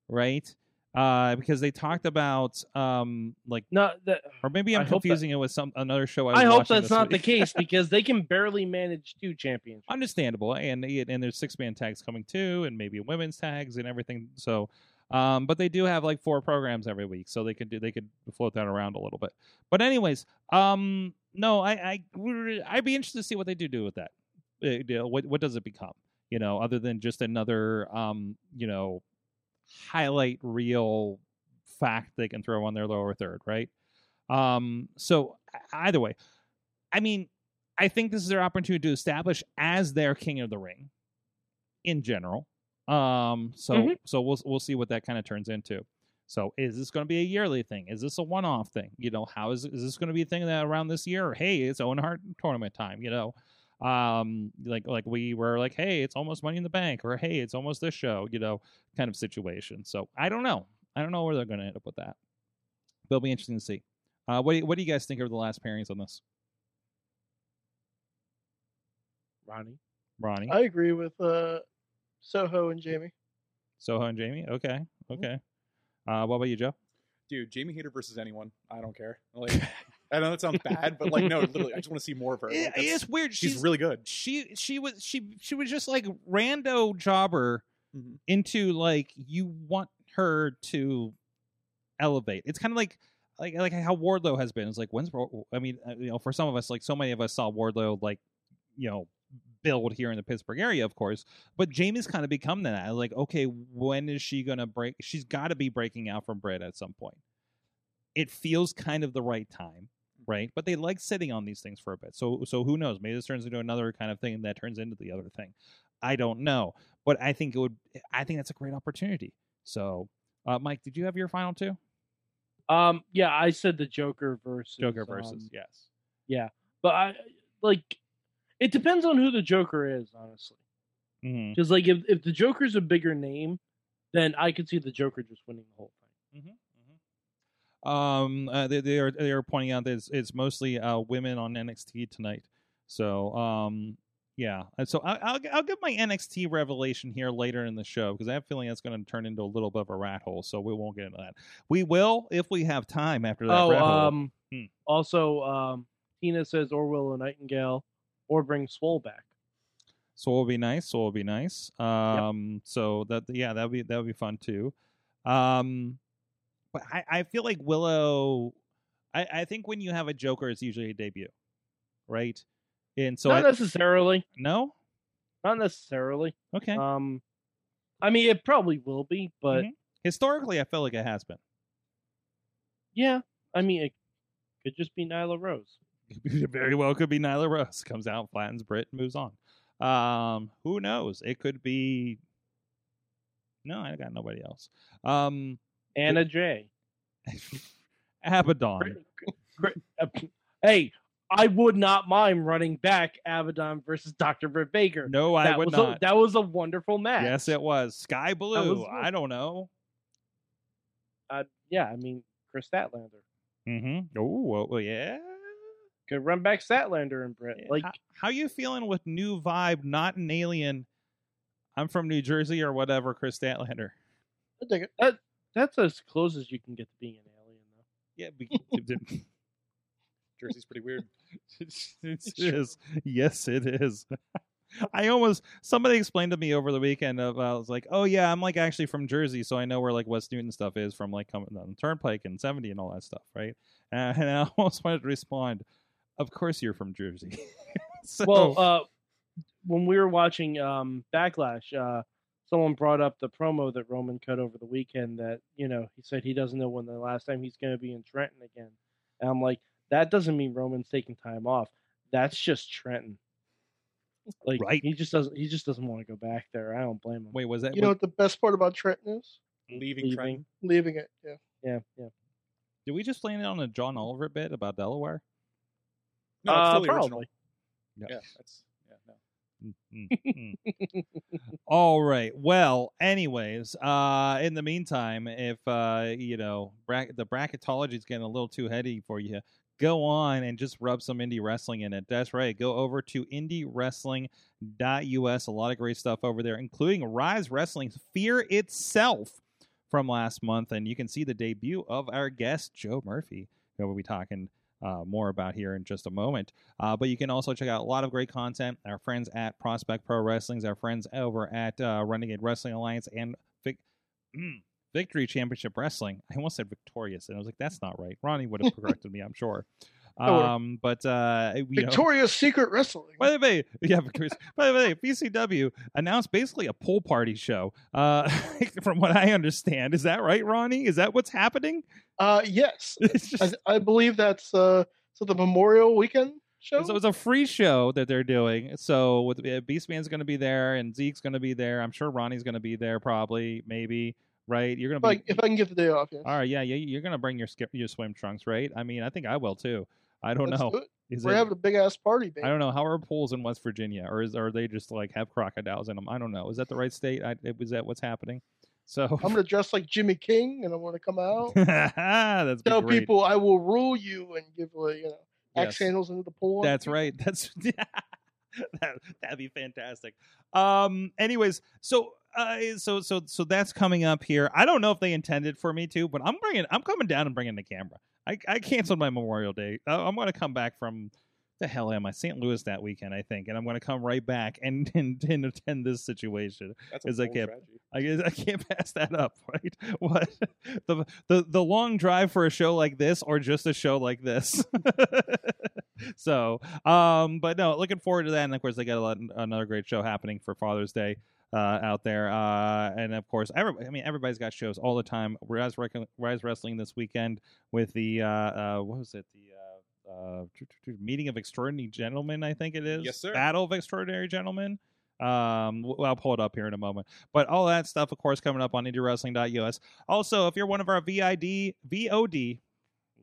[SPEAKER 2] right? Uh, because they talked about um like,
[SPEAKER 4] No, that,
[SPEAKER 2] or maybe I'm
[SPEAKER 4] I hope that-
[SPEAKER 2] confusing it with some another show. I, was
[SPEAKER 4] I hope
[SPEAKER 2] watching
[SPEAKER 4] that's
[SPEAKER 2] this
[SPEAKER 4] not
[SPEAKER 2] week.
[SPEAKER 4] the
[SPEAKER 2] [laughs]
[SPEAKER 4] case because they can barely manage two championships.
[SPEAKER 2] understandable and and there's six man tags coming too and maybe women's tags and everything so um but they do have like four programs every week so they could do they could float that around a little bit but anyways um no i i i'd be interested to see what they do do with that Uh, you know, what what does it become you know other than just another um you know highlight reel fact they can throw on their lower third right um so either way i mean I think this is their opportunity to establish as their king of the ring in general. Um, so
[SPEAKER 4] Mhm.
[SPEAKER 2] so we'll we'll see what that kind of turns into. So is this going to be a yearly thing? Is this a one-off thing? You know, how is is this going to be a thing that around this year? Or, hey, it's Owen Hart tournament time. You know, um, like like we were like, hey, it's almost Money in the Bank, or hey, it's almost this show. You know, kind of situation. So I don't know. I don't know where they're going to end up with that. But it'll be interesting to see. Uh, what do you, what do you guys think of the last pairings on this,
[SPEAKER 4] Ronnie,
[SPEAKER 2] Ronnie?
[SPEAKER 5] I agree with uh, Soho and Jamie.
[SPEAKER 2] Soho and Jamie. Okay, okay. Uh, what about you, Joe?
[SPEAKER 6] Dude, Jamie Hater versus anyone. I don't care. Like, I know that sounds bad, but like, no, literally, I just want to see more of her. Like, that's-
[SPEAKER 2] weird.
[SPEAKER 6] she's, really good.
[SPEAKER 2] she she was she she was just like rando jobber
[SPEAKER 6] Mhm.
[SPEAKER 2] into like you want her to elevate. It's kind of like like like how Wardlow has been. It's like when's War- I mean uh, you know for some of us like so many of us saw Wardlow like you know build here in the Pittsburgh area of course, but Jamie's kind of become that. Like okay, when is she gonna break? She's got to be breaking out from Brit at some point. It feels kind of the right time right? But they like sitting on these things for a bit. So so who knows? Maybe this turns into another kind of thing and that turns into the other thing. I don't know, but I think it would. I think that's a great opportunity. So, uh, Mike, did you have your final two?
[SPEAKER 4] um, yeah, I said the Joker versus
[SPEAKER 2] Joker versus
[SPEAKER 4] um,
[SPEAKER 2] yes.
[SPEAKER 4] but I like it depends on who the Joker is, honestly.
[SPEAKER 2] hmm
[SPEAKER 4] Because like if if the Joker's a bigger name, then I could see the Joker just winning the whole thing.
[SPEAKER 2] Um, uh, they, they are they are pointing out that it's, it's mostly uh, women on NXT tonight. So, um, yeah. And So I, I'll I'll give my NXT revelation here later in the show because I have a feeling that's going to turn into a little bit of a rat hole. So we won't get into that. We will if we have time after that.
[SPEAKER 4] Oh,
[SPEAKER 2] rat hole.
[SPEAKER 4] um,
[SPEAKER 2] Hmm.
[SPEAKER 4] also, um, Tina says Orwell and Nightingale, or bring Swole back.
[SPEAKER 2] So will be nice. So will be nice. Um, so that yeah, that'll be that'll be fun too. Um, but I, I feel like Willow. I, I think when you have a Joker, it's usually a debut, right? And so
[SPEAKER 4] not
[SPEAKER 2] I,
[SPEAKER 4] necessarily,
[SPEAKER 2] no,
[SPEAKER 4] not necessarily.
[SPEAKER 2] okay.
[SPEAKER 4] Um, I mean, it probably will be, but
[SPEAKER 2] Mhm. Historically, I felt like it has been. [laughs]
[SPEAKER 4] yeah, I mean, it could just be Nyla Rose.
[SPEAKER 2] It very well could be Nyla Rose [laughs] comes out, flattens Brit, and moves on. Um, who knows? It could be. No, I got nobody else. Um,
[SPEAKER 4] Anna Jay.
[SPEAKER 2] Abaddon.
[SPEAKER 4] Brit- Brit- uh, hey, I would not mind running back Abaddon versus Dr. Britt Baker.
[SPEAKER 2] No, I
[SPEAKER 4] that
[SPEAKER 2] would
[SPEAKER 4] was
[SPEAKER 2] not.
[SPEAKER 4] A, that was a wonderful match.
[SPEAKER 2] Yes, it was sky blue.
[SPEAKER 4] was it.
[SPEAKER 2] I don't know.
[SPEAKER 4] Uh, yeah, I mean, Chris Statlander.
[SPEAKER 2] Mm-hmm. Oh, well, yeah.
[SPEAKER 4] Could run back Statlander and Britt.
[SPEAKER 2] Yeah.
[SPEAKER 4] Like,
[SPEAKER 2] how, how you feeling with new vibe? Not an alien. I'm from New Jersey or whatever. Chris Statlander.
[SPEAKER 5] I dig it.
[SPEAKER 4] that's as close as you can get to being an alien, though.
[SPEAKER 2] Yeah, be-
[SPEAKER 6] Jersey's pretty weird.
[SPEAKER 2] [laughs] it is. Yes, it is. [laughs] I almost somebody explained to me over the weekend of I was like, oh yeah, I'm like actually from Jersey, so I know where like West Newton stuff is from like coming on the Turnpike and 70 and all that stuff, right? [laughs] And, and I almost wanted to respond, of course you're from Jersey. [laughs] so,
[SPEAKER 4] Well, uh, when we were watching um, Backlash, uh, someone brought up the promo that Roman cut over the weekend that, you know, he said he doesn't know when the last time he's going to be in Trenton again. And I'm like, that doesn't mean Roman's taking time off. That's just Trenton. Like
[SPEAKER 2] Right.
[SPEAKER 4] he just doesn't he just doesn't want to go back there. I don't blame him.
[SPEAKER 2] Wait, was that?
[SPEAKER 5] You know
[SPEAKER 2] was-
[SPEAKER 5] what the best part about Trenton is?
[SPEAKER 6] leaving,
[SPEAKER 4] Leaving.
[SPEAKER 6] Trenton.
[SPEAKER 5] Leaving it. Yeah.
[SPEAKER 4] Yeah, yeah.
[SPEAKER 2] did we just land on a John Oliver bit about Delaware?
[SPEAKER 6] No, it's
[SPEAKER 4] Uh,
[SPEAKER 6] still the original.
[SPEAKER 4] probably.
[SPEAKER 2] No.
[SPEAKER 6] Yeah, that's yeah. No.
[SPEAKER 2] Mm, mm,
[SPEAKER 5] [laughs]
[SPEAKER 2] mm. All right. Well, anyways, uh, in the meantime, if uh, you know bra- the bracketology is getting a little too heady for you, go on and just rub some indie wrestling in it. That's right. Go over to indiewrestling.us. A lot of great stuff over there, including Rise Wrestling's Fear Itself from last month, and you can see the debut of our guest Joe Murphy, who we'll be talking uh, more about here in just a moment. Uh, but you can also check out a lot of great content. Our friends at Prospect Pro Wrestling's, our friends over at uh, Renegade Wrestling Alliance, and Vic- mm, Victory Championship Wrestling. I almost said Victorious, and I was like, that's not right. Ronnie would have corrected me, I'm sure.
[SPEAKER 5] would've.
[SPEAKER 2] Um, but uh, you know-
[SPEAKER 5] Victoria's Secret Wrestling.
[SPEAKER 2] by the way, [laughs] yeah, because by the way, BCW announced basically a pool party show. Uh, [laughs] from what I understand, is that right, Ronnie? Is that what's happening? [laughs]
[SPEAKER 5] Uh, yes.
[SPEAKER 2] It's just,
[SPEAKER 5] I, I believe that's uh, so the Memorial Weekend show.
[SPEAKER 2] It's, it's a free show that they're doing. So with uh, Beastman's going to be there, and Zeke's going to be there. I'm sure Ronnie's going to be there, probably, maybe. Right? You're going to be.
[SPEAKER 5] like if I can get the day off. Yeah.
[SPEAKER 2] all right, yeah, yeah. You're going to bring your skip, your swim trunks, right? I mean, I think I will too. I don't
[SPEAKER 5] Let's
[SPEAKER 2] know.
[SPEAKER 5] do it.
[SPEAKER 2] Is
[SPEAKER 5] We're
[SPEAKER 2] it-
[SPEAKER 5] having a big ass party,
[SPEAKER 2] I
[SPEAKER 5] baby.
[SPEAKER 2] don't know. How are pools in West Virginia, or is are they just like have crocodiles in them? I don't know. Is that the right state? I, was that what's happening? So
[SPEAKER 5] I'm gonna dress like Jimmy King, and I'm
[SPEAKER 2] [laughs]
[SPEAKER 5] gonna come out,
[SPEAKER 2] that's
[SPEAKER 5] tell
[SPEAKER 2] great.
[SPEAKER 5] people I will rule you, and give like you know
[SPEAKER 2] Yes.
[SPEAKER 5] axe handles into the pool.
[SPEAKER 2] That's right. That's [laughs] that, that'd be fantastic. Um. Anyways, so uh, so so so that's coming up here. I don't know if they intended for me to, but I'm bringing. I'm coming down and bringing the camera. I I canceled my Memorial Day. I, I'm going to come back from. The hell am I? St. Louis that weekend, I think, and I'm going to come right back and [laughs] and, and attend this situation.
[SPEAKER 6] That's a
[SPEAKER 2] It's like
[SPEAKER 6] bold
[SPEAKER 2] a-
[SPEAKER 6] strategy.
[SPEAKER 2] I guess I can't [laughs] pass that up, right? [laughs] What the the the long drive for a show like this, or just a show like this? [laughs] so, um, but no, looking forward to that, and of course, they got a lot, another great show happening for Father's Day. Uh, out there, uh, and of course, everybody, I mean, everybody's got shows all the time. Rise, Rec- Rise Wrestling this weekend with the uh, uh, what was it? The uh, uh, meeting of extraordinary gentlemen, I think it is.
[SPEAKER 6] Yes, sir.
[SPEAKER 2] Battle of extraordinary gentlemen. Um, w- I'll pull it up here in a moment. But all that stuff, of course, coming up on IndieWrestling.us. Also, if you're one of our VID, VOD,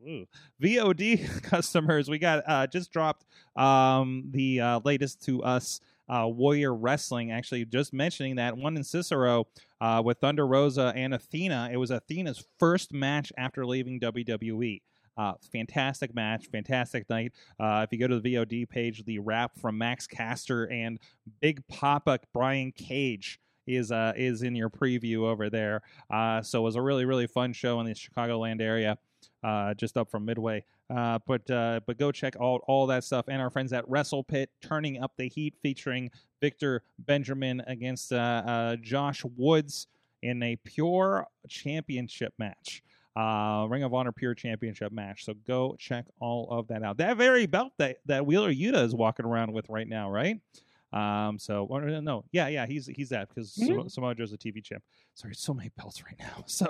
[SPEAKER 2] ooh, VOD [laughs] customers, we got uh, just dropped um, the uh, latest to us. Uh, Warrior Wrestling, actually, just mentioning that one in Cicero uh, with Thunder Rosa and Athena. It was Athena's first match after leaving WWE. Uh, fantastic match, fantastic night. Uh, if you go to the VOD page, the wrap from Max Caster and Big Papa Brian Cage is uh is in your preview over there. Uh, so it was a really really fun show in the Chicagoland area, uh, just up from Midway. Uh, but uh, but go check all all that stuff and our friends at Wrestle Pit turning up the heat featuring Victor Benjamin against uh, uh, Josh Woods in a pure championship match. Uh, Ring of Honor Pure Championship match. So go check all of that out. That very belt that, that Wheeler Yuta is walking around with right now, right? Um. So or, no, no, yeah, yeah, he's he's that because
[SPEAKER 5] Mhm.
[SPEAKER 2] Samoa Joe's a TV champ. Sorry, so many belts right now. [laughs] So,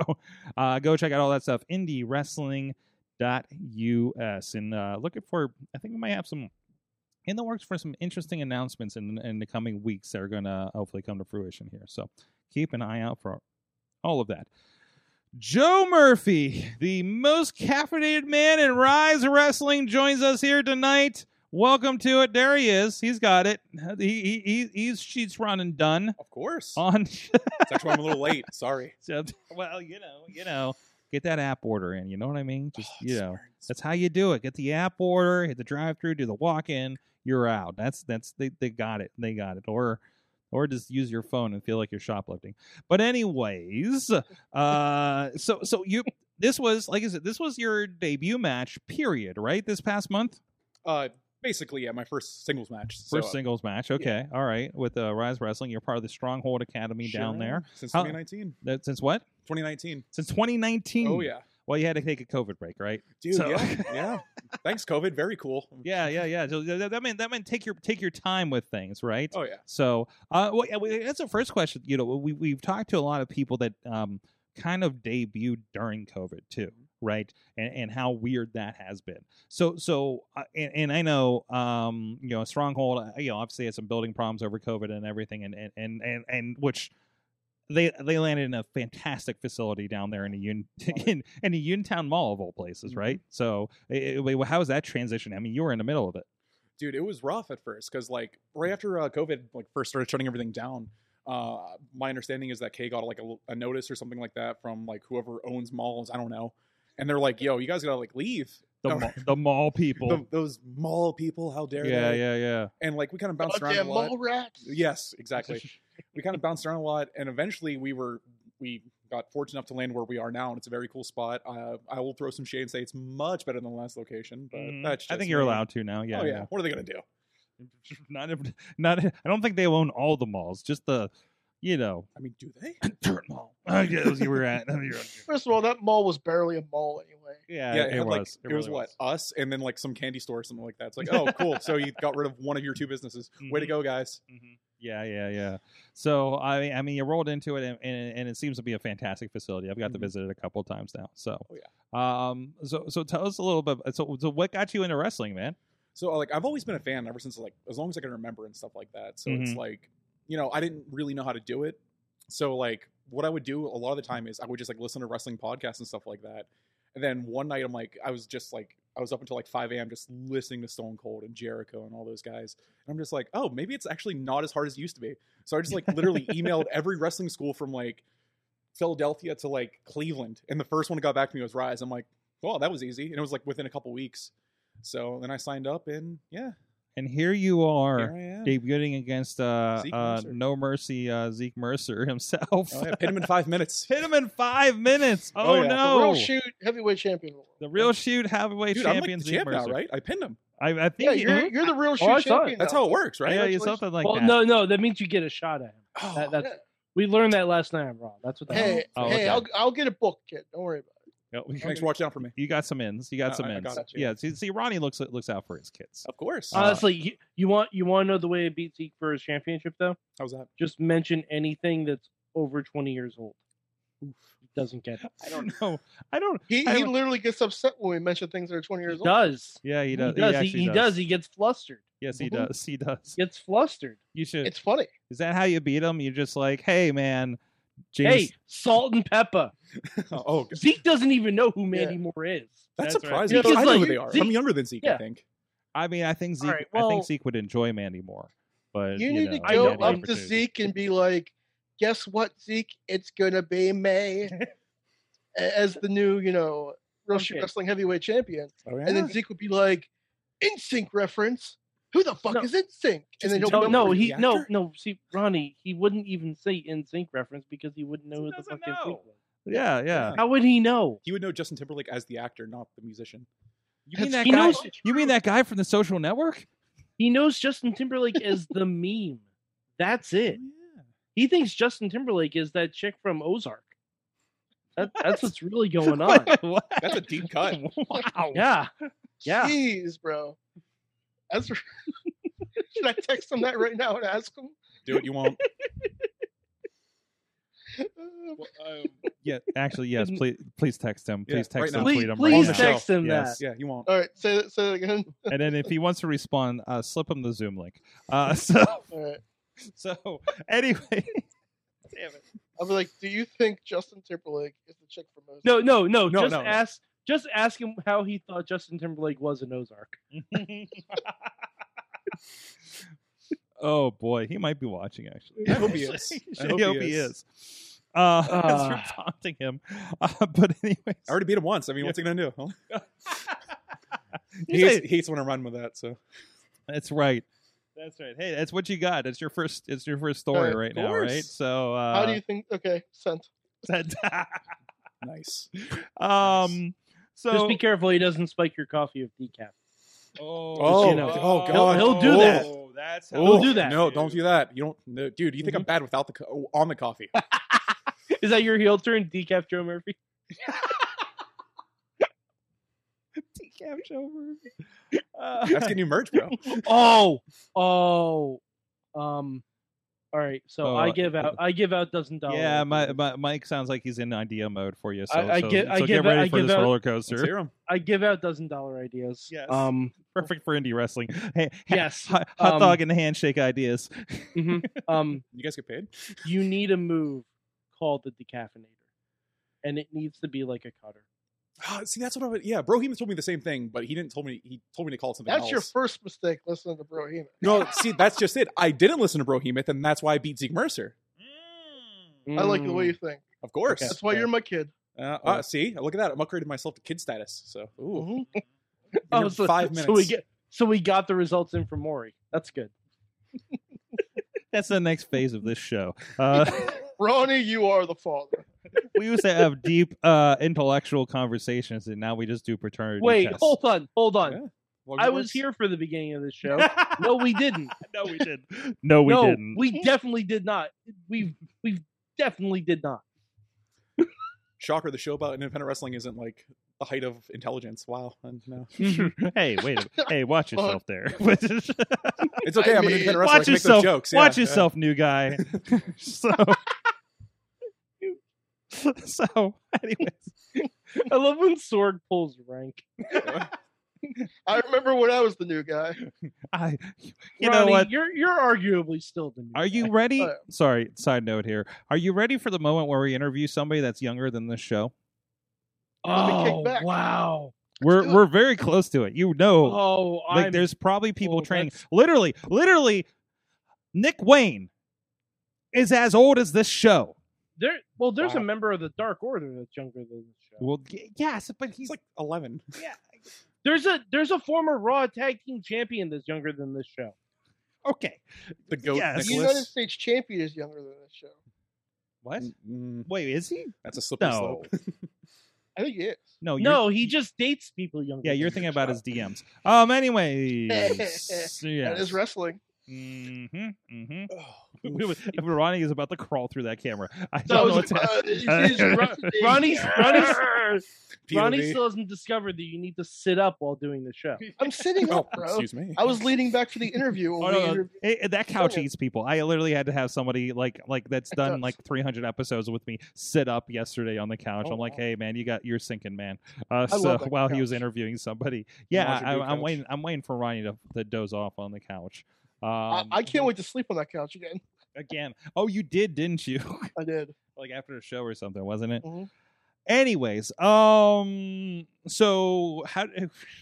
[SPEAKER 2] uh, go check out all that stuff. Indie Wrestling dot us and uh looking for i think we might have some in the works for some interesting announcements in in the coming weeks that are gonna uh, hopefully come to fruition here so keep an eye out for all of that Joe Murphy, the most caffeinated man in Rise Wrestling, joins us here tonight. Welcome to it. There he is. He's got it. He, he, he he's sheets running done
[SPEAKER 6] Of course.
[SPEAKER 2] on. [laughs]
[SPEAKER 6] That's why I'm a little late. Sorry.
[SPEAKER 2] well, you know, you know, get that app order in. You know what I mean? [laughs] Just
[SPEAKER 6] Oh,
[SPEAKER 2] you know,
[SPEAKER 6] sorry.
[SPEAKER 2] that's how you do it. Get the app order, hit the drive-through, do the walk-in. You're out. That's that's they they got it. They got it. Or or just use your phone and feel like you're shoplifting. But anyways, uh, so so you this was like I said, this was your debut match. Period. Right? This past month,
[SPEAKER 6] Uh, basically, yeah, my first singles match. So,
[SPEAKER 2] first
[SPEAKER 6] uh,
[SPEAKER 2] singles match. Okay, all right. With uh, Rise Wrestling, you're part of the Stronghold Academy down
[SPEAKER 6] sure.
[SPEAKER 2] there.
[SPEAKER 6] since
[SPEAKER 2] How-
[SPEAKER 6] 2019.
[SPEAKER 2] That since what?
[SPEAKER 6] 2019.
[SPEAKER 2] Since 2019.
[SPEAKER 6] Oh yeah.
[SPEAKER 2] Well, you had to take a COVID break, right?
[SPEAKER 6] Dude,
[SPEAKER 2] So-
[SPEAKER 6] yeah,
[SPEAKER 2] [laughs]
[SPEAKER 6] yeah. Thanks, COVID. Very cool.
[SPEAKER 2] Yeah, yeah, yeah. So that, that meant that meant take your take your time with things, right?
[SPEAKER 6] Oh yeah.
[SPEAKER 2] So, uh, well, yeah, we- that's the first question. You know, we we've talked to a lot of people that um kind of debuted during COVID too, right? And and how weird that has been. So so uh, and, and I know um you know Stronghold uh, you know obviously had some building problems over COVID and everything and and and and, and which. They, they landed in a fantastic facility down there in a [laughs] Yun, in, in a Yuntown Mall of all places,
[SPEAKER 6] Mhm.
[SPEAKER 2] right? So, eh, eh, how was that transition? I mean, you were in the middle of it.
[SPEAKER 6] dude, it was rough at first because like right after uh, COVID like first started shutting everything down, uh, my understanding is that K got like a, a notice or something like that from like whoever owns malls. I don't know, and they're like, "Yo, you guys gotta like leave."
[SPEAKER 2] The,
[SPEAKER 6] Oh.
[SPEAKER 2] mall, the mall people.
[SPEAKER 6] Th- those mall people, how dare
[SPEAKER 2] yeah,
[SPEAKER 6] they?
[SPEAKER 2] yeah, yeah.
[SPEAKER 6] And like we kind of bounced around a
[SPEAKER 5] Goddamn
[SPEAKER 6] lot.
[SPEAKER 5] mole rats.
[SPEAKER 6] Yes,
[SPEAKER 2] [laughs]
[SPEAKER 6] exactly. we kind of bounced around a lot, and eventually we were we got fortunate enough to land where we are now, and it's a very cool spot. Uh, I will throw some shade and say it's much better than the last location, but
[SPEAKER 2] Mm,
[SPEAKER 6] that's just
[SPEAKER 2] I think you're
[SPEAKER 6] me.
[SPEAKER 2] allowed to now. Yeah, [laughs]
[SPEAKER 6] oh yeah. What are they gonna do?
[SPEAKER 2] yeah. Not, if, not. I don't think they own all the malls. Just the, you know, [clears throat]
[SPEAKER 6] I mean, do they?
[SPEAKER 2] dirt mall. I guess you were at. [laughs] you were at-
[SPEAKER 5] First of all, that mall was barely a mall anyway.
[SPEAKER 2] yeah,
[SPEAKER 6] yeah,
[SPEAKER 2] it,
[SPEAKER 6] had,
[SPEAKER 2] was.
[SPEAKER 6] Like, it, was
[SPEAKER 2] really
[SPEAKER 6] what us, and then like some candy store or something like that. It's like, oh, cool. So you got rid of one of your two businesses. Way to
[SPEAKER 2] Mhm.
[SPEAKER 6] go, guys!
[SPEAKER 2] Mhm. Yeah, yeah, yeah. So I, mean- I mean, you rolled into it, and, and, and it seems to be a fantastic facility. I've got to
[SPEAKER 6] Mhm.
[SPEAKER 2] visit it a couple times now. So,
[SPEAKER 6] Oh,
[SPEAKER 2] yeah. Um, so, so tell us a little bit. So, so what got you into wrestling, man?
[SPEAKER 6] So uh, like, I've always been a fan ever since like as long as I can remember and stuff like that. So it's
[SPEAKER 2] Mhm.
[SPEAKER 6] like, you know, I didn't really know how to do it. So like, what I would do a lot of the time is I would just like listen to wrestling podcasts and stuff like that. And then one night I'm like, I was just like, I was up until like 5 a.m. just listening to Stone Cold and Jericho and all those guys. And I'm just like, oh, maybe it's actually not as hard as it used to be. So I just like literally emailed every wrestling school from like Philadelphia to like Cleveland. And the first one that got back to me was Rise. I'm like, well, that was easy. And it was like within a couple weeks. So then I signed up and yeah,
[SPEAKER 2] And here you are.
[SPEAKER 6] here I am.
[SPEAKER 2] debuting against uh,
[SPEAKER 6] Zeke
[SPEAKER 2] uh
[SPEAKER 6] Mercer.
[SPEAKER 2] no mercy uh Zeke Mercer [laughs] himself.
[SPEAKER 6] Oh, yeah, pin him in
[SPEAKER 2] [laughs]
[SPEAKER 6] five minutes.
[SPEAKER 2] Hit him in five minutes.
[SPEAKER 6] Oh,
[SPEAKER 2] Oh,
[SPEAKER 6] yeah. The
[SPEAKER 5] The real
[SPEAKER 2] no.
[SPEAKER 5] shoot heavyweight champion. of the world.
[SPEAKER 2] The real shoot heavyweight
[SPEAKER 6] Dude, I'm like
[SPEAKER 2] champion
[SPEAKER 6] the
[SPEAKER 2] Zeke
[SPEAKER 6] champ now,
[SPEAKER 2] Mercer.
[SPEAKER 6] right? I pinned him.
[SPEAKER 2] I, I think
[SPEAKER 5] Yeah,
[SPEAKER 2] you-
[SPEAKER 5] you're you're the real shoot
[SPEAKER 4] I saw it.
[SPEAKER 5] champion.
[SPEAKER 6] That's
[SPEAKER 5] now.
[SPEAKER 6] how it works, right?
[SPEAKER 2] yeah, you
[SPEAKER 5] Congratulations.
[SPEAKER 2] something like
[SPEAKER 4] well,
[SPEAKER 2] that.
[SPEAKER 4] no, no, that means you get a shot at him.
[SPEAKER 6] Oh,
[SPEAKER 4] That, that's
[SPEAKER 5] Yeah.
[SPEAKER 4] we learned that last night on Raw. That's what that
[SPEAKER 5] Hey,
[SPEAKER 2] Oh,
[SPEAKER 5] hey,
[SPEAKER 2] okay.
[SPEAKER 5] I'll, I'll get a book, kid. Don't worry about it.
[SPEAKER 2] No, you-
[SPEAKER 6] thanks for watching out for me.
[SPEAKER 2] You got some ins. You got
[SPEAKER 6] Uh,
[SPEAKER 2] some
[SPEAKER 6] I- I
[SPEAKER 2] ins.
[SPEAKER 6] got it, yeah.
[SPEAKER 2] yeah. See, see, Ronnie looks looks out for his kids.
[SPEAKER 6] Of course.
[SPEAKER 2] Uh,
[SPEAKER 4] Honestly, you, you want you want to know the way to beat Zeke for his championship though?
[SPEAKER 6] [laughs] How's that? [laughs]
[SPEAKER 4] Just mention anything that's over twenty years old. He doesn't get it.
[SPEAKER 2] I [laughs] don't know. I don't.
[SPEAKER 5] He,
[SPEAKER 2] I
[SPEAKER 5] he
[SPEAKER 2] don't-
[SPEAKER 5] literally gets upset when we mention things that are 20 years
[SPEAKER 4] He
[SPEAKER 5] old.
[SPEAKER 4] does.
[SPEAKER 2] Yeah, he does.
[SPEAKER 4] He does. He,
[SPEAKER 2] actually
[SPEAKER 4] he does. He gets flustered.
[SPEAKER 2] Yes, he
[SPEAKER 5] Mhm.
[SPEAKER 2] does. He does.
[SPEAKER 4] Gets flustered.
[SPEAKER 2] You should.
[SPEAKER 5] It's funny.
[SPEAKER 2] Is that how you beat him? You're just like, hey, man, James.
[SPEAKER 4] Hey, salt and pepper.
[SPEAKER 6] Oh, oh, that's,
[SPEAKER 4] Zeke doesn't even know who Mandy Moore is.
[SPEAKER 2] That's right.
[SPEAKER 6] surprising.
[SPEAKER 4] You know,
[SPEAKER 6] I
[SPEAKER 4] it's
[SPEAKER 6] know who
[SPEAKER 4] like-
[SPEAKER 6] they are.
[SPEAKER 4] Zeke-
[SPEAKER 6] I'm younger than Zeke, I
[SPEAKER 4] Yeah.
[SPEAKER 6] think.
[SPEAKER 2] I mean, I think Zeke.
[SPEAKER 4] right,
[SPEAKER 2] I
[SPEAKER 4] well-
[SPEAKER 2] think Zeke would enjoy Mandy more. But
[SPEAKER 5] You,
[SPEAKER 2] you,
[SPEAKER 5] need
[SPEAKER 2] know,
[SPEAKER 5] to go
[SPEAKER 2] he had the
[SPEAKER 5] up to
[SPEAKER 2] opportunity.
[SPEAKER 5] Zeke and be like, guess what, Zeke? It's going to be me a- as the new, you know, real shoot
[SPEAKER 4] Okay.
[SPEAKER 5] wrestling heavyweight champion.
[SPEAKER 6] Oh, yeah.
[SPEAKER 5] And then Zeke would be like, in sync reference? Who the fuck
[SPEAKER 4] No.
[SPEAKER 5] is in sync? And
[SPEAKER 6] Just
[SPEAKER 5] then he'll
[SPEAKER 4] No,
[SPEAKER 5] be
[SPEAKER 4] no,
[SPEAKER 5] like,
[SPEAKER 4] he
[SPEAKER 6] Reactor?
[SPEAKER 4] no, no. See, Ronnie, he wouldn't even say in sync reference because he wouldn't know
[SPEAKER 2] He
[SPEAKER 4] who the
[SPEAKER 2] doesn't
[SPEAKER 4] fuck in
[SPEAKER 2] know.
[SPEAKER 4] sync was.
[SPEAKER 2] Yeah, yeah.
[SPEAKER 4] How would he know?
[SPEAKER 6] he would know Justin Timberlake as the actor, not the musician.
[SPEAKER 2] You mean that
[SPEAKER 4] He
[SPEAKER 2] guy?
[SPEAKER 4] knows-
[SPEAKER 2] you mean that guy from the Social Network?
[SPEAKER 4] He knows Justin Timberlake is the meme. That's it. He thinks Justin Timberlake is that chick from Ozark. That, that's what's really going on.
[SPEAKER 2] What?
[SPEAKER 6] That's a deep cut.
[SPEAKER 5] [laughs]
[SPEAKER 2] wow.
[SPEAKER 4] Yeah, yeah.
[SPEAKER 5] Jeez, bro. That's, [laughs] should I text him that right now and ask him? [laughs]
[SPEAKER 6] Do it. You won't.
[SPEAKER 2] Yeah. Actually, yes. Please, please text him.
[SPEAKER 6] Yeah,
[SPEAKER 2] Please text
[SPEAKER 6] right
[SPEAKER 2] him.
[SPEAKER 6] now.
[SPEAKER 2] Tweet
[SPEAKER 4] Please-
[SPEAKER 2] him.
[SPEAKER 4] please
[SPEAKER 2] right now.
[SPEAKER 4] text him that.
[SPEAKER 2] Yes.
[SPEAKER 6] Yeah, you
[SPEAKER 5] [laughs]
[SPEAKER 6] won't.
[SPEAKER 5] All right, say that, say that again. [laughs]
[SPEAKER 2] And then if he wants to respond, uh, slip him the Zoom link. Uh, [laughs] so,
[SPEAKER 5] All right.
[SPEAKER 2] so anyway,
[SPEAKER 5] I'll be like, do you think Justin Timberlake is the chick from Ozark?
[SPEAKER 4] No,
[SPEAKER 5] [laughs]
[SPEAKER 4] no, no.
[SPEAKER 6] No,
[SPEAKER 4] just
[SPEAKER 6] no, no.
[SPEAKER 4] ask. Just ask him how he thought Justin Timberlake was in Ozark.
[SPEAKER 2] oh boy, he might be watching actually.
[SPEAKER 6] I hope he is.
[SPEAKER 2] [laughs]
[SPEAKER 6] I hope,
[SPEAKER 2] he, is. Uh, [laughs] that's
[SPEAKER 4] Ah.
[SPEAKER 2] for taunting him. [laughs] Uh, but anyways,
[SPEAKER 6] I already beat him once. I mean, what's he gonna do? he,
[SPEAKER 2] He's
[SPEAKER 6] hates, he hates when I run with that. So
[SPEAKER 2] That's right. That's right. Hey, that's what you got. It's your first. It's your first story
[SPEAKER 5] Uh,
[SPEAKER 2] right now,
[SPEAKER 6] course.
[SPEAKER 2] right? So, uh,
[SPEAKER 5] How do you think? Okay, sent.
[SPEAKER 6] [laughs] nice.
[SPEAKER 2] [laughs] um, so
[SPEAKER 4] just be careful he doesn't spike your coffee with decaf.
[SPEAKER 2] Oh,
[SPEAKER 6] Oh,
[SPEAKER 4] you know.
[SPEAKER 6] oh, God.
[SPEAKER 4] He'll- he'll do that.
[SPEAKER 2] Oh, That's how
[SPEAKER 4] He'll do that.
[SPEAKER 6] No, don't do that. You don't, no, dude. You think I'm bad without the co- oh, on the coffee?
[SPEAKER 4] Is that your heel turn, decaf Joe Murphy?
[SPEAKER 2] Cam
[SPEAKER 4] [laughs]
[SPEAKER 2] Shover. Uh,
[SPEAKER 6] That's getting you merch, bro.
[SPEAKER 4] oh, oh, um, all right. So
[SPEAKER 2] Oh,
[SPEAKER 4] I give out. I give out dozen dollars.
[SPEAKER 2] yeah, my, my, Mike sounds like he's in idea mode for you. So,
[SPEAKER 4] I- I
[SPEAKER 2] so,
[SPEAKER 4] gi- I
[SPEAKER 2] so get
[SPEAKER 4] give-
[SPEAKER 2] ready
[SPEAKER 4] I
[SPEAKER 2] for
[SPEAKER 4] give
[SPEAKER 2] this
[SPEAKER 4] out-
[SPEAKER 2] roller
[SPEAKER 6] Let's hear
[SPEAKER 2] coaster.
[SPEAKER 6] 'em.
[SPEAKER 4] I give out dozen dollar ideas.
[SPEAKER 2] Yes.
[SPEAKER 4] Um.
[SPEAKER 2] [laughs] Perfect for indie wrestling. Hey, ha-
[SPEAKER 4] [laughs] Yes.
[SPEAKER 2] hot, hot dog
[SPEAKER 4] um,
[SPEAKER 2] and handshake ideas.
[SPEAKER 4] mhm. Um.
[SPEAKER 6] You guys get paid?
[SPEAKER 4] You need a move called the decaffeinator, and it needs to be like a cutter.
[SPEAKER 6] Ah, see, that's what I would. Yeah, Brohima told me the same thing, but he didn't told me. He told me to call it something
[SPEAKER 5] That's
[SPEAKER 6] else.
[SPEAKER 5] your first mistake listening to Brohima.
[SPEAKER 6] no, see, that's just it. I didn't listen to Brohemoth, and that's why I beat Zeke Mercer.
[SPEAKER 5] I like the way
[SPEAKER 2] Mm.
[SPEAKER 5] you think.
[SPEAKER 6] Of course.
[SPEAKER 5] That's why you're my kid.
[SPEAKER 6] Uh, uh, see, look at that. I'm upgrading myself to kid status. So,
[SPEAKER 2] Mm.
[SPEAKER 6] ooh, Been
[SPEAKER 4] Mm-hmm. Oh,
[SPEAKER 6] here
[SPEAKER 4] so,
[SPEAKER 6] five
[SPEAKER 4] So we
[SPEAKER 6] minutes.
[SPEAKER 4] get. So we got the results in from Maury. That's good.
[SPEAKER 2] That's the next phase of this
[SPEAKER 4] [laughs]
[SPEAKER 2] show. Uh,
[SPEAKER 5] [laughs] Ronnie, you are the father.
[SPEAKER 2] we used to have deep uh, intellectual conversations, and now we just do paternity
[SPEAKER 4] Wait, oh,
[SPEAKER 2] tests.
[SPEAKER 4] hold on, hold on.
[SPEAKER 6] Yeah. Well,
[SPEAKER 4] I
[SPEAKER 6] it
[SPEAKER 4] was
[SPEAKER 6] works.
[SPEAKER 4] here for the beginning of this show. no, we didn't.
[SPEAKER 2] no, we didn't. [laughs] No, we
[SPEAKER 4] no,
[SPEAKER 2] didn't.
[SPEAKER 4] we definitely did not. We we definitely did not.
[SPEAKER 6] Shocker, the show about independent wrestling isn't like the height of intelligence. Wow, and no,
[SPEAKER 4] [laughs]
[SPEAKER 2] [laughs] hey, wait. a- Hey,
[SPEAKER 4] Uh,
[SPEAKER 2] watch yourself there. [laughs]
[SPEAKER 6] it's okay. I
[SPEAKER 5] I
[SPEAKER 6] am an
[SPEAKER 5] mean-
[SPEAKER 6] independent wrestler. I
[SPEAKER 2] watch
[SPEAKER 6] can make
[SPEAKER 2] yourself.
[SPEAKER 6] those jokes.
[SPEAKER 2] watch
[SPEAKER 6] yeah, Uh,
[SPEAKER 2] yourself, new guy. so, [laughs] so, anyways,
[SPEAKER 4] I love when Sword pulls rank.
[SPEAKER 5] I remember when I was the new guy.
[SPEAKER 2] I, you know
[SPEAKER 4] Ronnie,
[SPEAKER 2] what?
[SPEAKER 4] You're you're arguably still the new
[SPEAKER 2] Are
[SPEAKER 4] guy.
[SPEAKER 2] you ready?
[SPEAKER 5] Uh,
[SPEAKER 2] Sorry, side note here. Are you ready for the moment where we interview somebody that's younger than this show?
[SPEAKER 5] Let me kick
[SPEAKER 4] Oh
[SPEAKER 5] back.
[SPEAKER 4] wow!
[SPEAKER 2] We're
[SPEAKER 5] do it.
[SPEAKER 2] we're very close to it. You know,
[SPEAKER 4] Oh,
[SPEAKER 2] like
[SPEAKER 4] I'm,
[SPEAKER 2] there's probably people
[SPEAKER 4] oh,
[SPEAKER 2] training.
[SPEAKER 4] that's-
[SPEAKER 2] Literally, literally, Nick Wayne is as old as this show.
[SPEAKER 4] there. Well, there's
[SPEAKER 6] Wow.
[SPEAKER 4] a member of the Dark Order that's younger than this show.
[SPEAKER 2] Well, y- yes, but
[SPEAKER 6] He's
[SPEAKER 2] he's
[SPEAKER 6] like 11.
[SPEAKER 4] there's a there's a former Raw Tag Team Champion that's younger than this show.
[SPEAKER 2] okay.
[SPEAKER 6] [laughs] The goat
[SPEAKER 2] Yes.
[SPEAKER 5] The United
[SPEAKER 6] Nicholas.
[SPEAKER 5] States champion is younger than this show.
[SPEAKER 2] What?
[SPEAKER 6] Mm,
[SPEAKER 2] Wait, is he?
[SPEAKER 6] that's a slippery
[SPEAKER 2] No,
[SPEAKER 6] slope.
[SPEAKER 5] I think he is.
[SPEAKER 6] Oh,
[SPEAKER 2] no, you're-
[SPEAKER 4] no, he just dates people younger.
[SPEAKER 2] Yeah,
[SPEAKER 4] than
[SPEAKER 2] you're
[SPEAKER 4] this
[SPEAKER 2] thinking about
[SPEAKER 4] show.
[SPEAKER 2] his
[SPEAKER 5] [laughs]
[SPEAKER 2] DMs. Um. Anyway, yeah,
[SPEAKER 5] That is wrestling.
[SPEAKER 2] hmm hmm
[SPEAKER 6] [laughs] Oof.
[SPEAKER 2] [laughs] Ronnie is about to crawl through that camera. I don't
[SPEAKER 4] No,
[SPEAKER 2] know what's
[SPEAKER 4] it's-
[SPEAKER 2] happening. [laughs]
[SPEAKER 5] Uh,
[SPEAKER 2] Uh,
[SPEAKER 5] he's- he's wrestling.
[SPEAKER 4] Ronnie's Ronnie's
[SPEAKER 6] [laughs]
[SPEAKER 4] Ronnie
[SPEAKER 6] POV.
[SPEAKER 4] still hasn't discovered that you need to sit up while doing the show.
[SPEAKER 5] I'm sitting
[SPEAKER 6] Oh,
[SPEAKER 5] up, [laughs] bro.
[SPEAKER 6] excuse me.
[SPEAKER 5] I was leaning back for the interview.
[SPEAKER 2] Oh,
[SPEAKER 5] When we
[SPEAKER 2] no, no.
[SPEAKER 5] interviewed-
[SPEAKER 2] It- it- that couch
[SPEAKER 5] Sure.
[SPEAKER 2] eats people. I literally had to have somebody like like that's
[SPEAKER 5] It
[SPEAKER 2] done
[SPEAKER 5] does.
[SPEAKER 2] like 300 episodes with me sit up yesterday on the couch.
[SPEAKER 6] Oh,
[SPEAKER 2] I'm like,
[SPEAKER 6] wow.
[SPEAKER 2] hey man, you got you're sinking, man. Uh,
[SPEAKER 5] I love
[SPEAKER 2] so
[SPEAKER 5] that
[SPEAKER 2] while he was
[SPEAKER 5] couch.
[SPEAKER 2] interviewing somebody, yeah,
[SPEAKER 6] Nausea
[SPEAKER 2] I,
[SPEAKER 6] blue
[SPEAKER 2] I'm
[SPEAKER 6] couch.
[SPEAKER 2] waiting. I'm waiting for Ronnie to, to doze off on the couch.
[SPEAKER 5] I,
[SPEAKER 2] Um,
[SPEAKER 5] I can't wait to sleep on that couch again.
[SPEAKER 2] again. Oh, you did, didn't you? [laughs]
[SPEAKER 5] I did. [laughs]
[SPEAKER 2] like after a show or something, wasn't it?
[SPEAKER 5] Mhm.
[SPEAKER 2] Anyways, um, so how [laughs]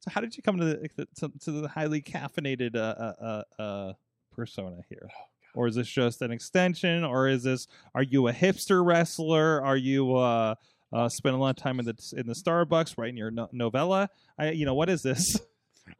[SPEAKER 2] so how did you come to the to, to the highly caffeinated uh, uh, uh, uh, persona here? Or is this just an extension? Or is this are you a hipster wrestler? Are you uh, uh spend a lot of time in the in the Starbucks writing your no- novella? I you know what is this?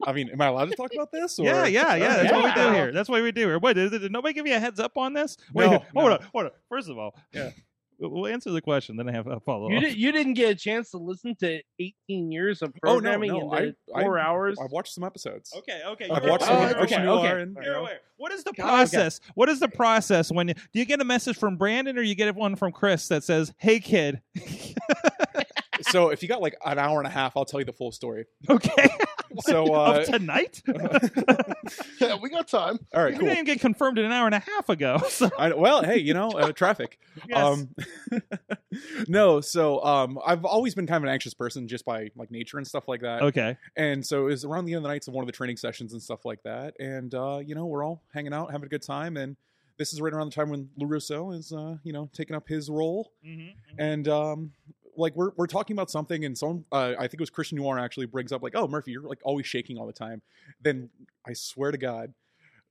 [SPEAKER 6] I mean, am I allowed to talk about this? Or?
[SPEAKER 2] Yeah, yeah, yeah. That's what we do
[SPEAKER 4] Yeah.
[SPEAKER 2] here. That's what we do here. Wait, did, did nobody give you a heads up on this? Wait,
[SPEAKER 6] No,
[SPEAKER 2] hold
[SPEAKER 6] no.
[SPEAKER 2] on, hold on. First of all,
[SPEAKER 6] Yeah.
[SPEAKER 2] we'll we'll answer the question. Then I have a follow
[SPEAKER 4] You,
[SPEAKER 2] up.
[SPEAKER 4] did, you didn't get a chance to listen to 18 years of
[SPEAKER 6] Oh, no,
[SPEAKER 4] programming
[SPEAKER 6] no,
[SPEAKER 4] in the
[SPEAKER 6] I-
[SPEAKER 4] four
[SPEAKER 6] I-
[SPEAKER 4] hours.
[SPEAKER 6] I watched some episodes.
[SPEAKER 2] Okay, okay.
[SPEAKER 6] I've
[SPEAKER 2] you're
[SPEAKER 6] watched
[SPEAKER 2] aware.
[SPEAKER 6] some
[SPEAKER 4] Oh,
[SPEAKER 6] of the first
[SPEAKER 4] okay,
[SPEAKER 6] you
[SPEAKER 4] okay.
[SPEAKER 6] are
[SPEAKER 4] [laughs]
[SPEAKER 6] and-
[SPEAKER 2] You're aware. What is the
[SPEAKER 5] God, okay.
[SPEAKER 2] process? What is the process when do you get a message from Brandon or you get one from Chris that says, "Hey, kid"? [laughs]
[SPEAKER 6] so if you got like an hour and a half, I'll tell you the full story.
[SPEAKER 2] okay.
[SPEAKER 6] So,
[SPEAKER 2] [laughs] Of
[SPEAKER 6] uh, [laughs]
[SPEAKER 2] tonight,
[SPEAKER 5] Yeah, we got time.
[SPEAKER 6] All
[SPEAKER 2] you
[SPEAKER 6] right, cool.
[SPEAKER 2] didn't get confirmed in an hour and a half ago. [laughs] So,
[SPEAKER 6] I, well, hey, you know, uh, traffic.
[SPEAKER 2] [laughs] yes.
[SPEAKER 6] Um, [laughs] no, so um, I've always been kind of an anxious person just by like nature and stuff like that.
[SPEAKER 2] okay.
[SPEAKER 6] And so it was around the end of the nights of one of the training sessions and stuff like that. And uh, you know, we're all hanging out, having a good time. And this is right around the time when Larusso is, uh, you know, taking up his role. And um, like we're we're talking about something, and someone uh, I think it was Christian Noir actually brings up like, "Oh, Murphy, you're like always shaking all the time." Then I swear to God,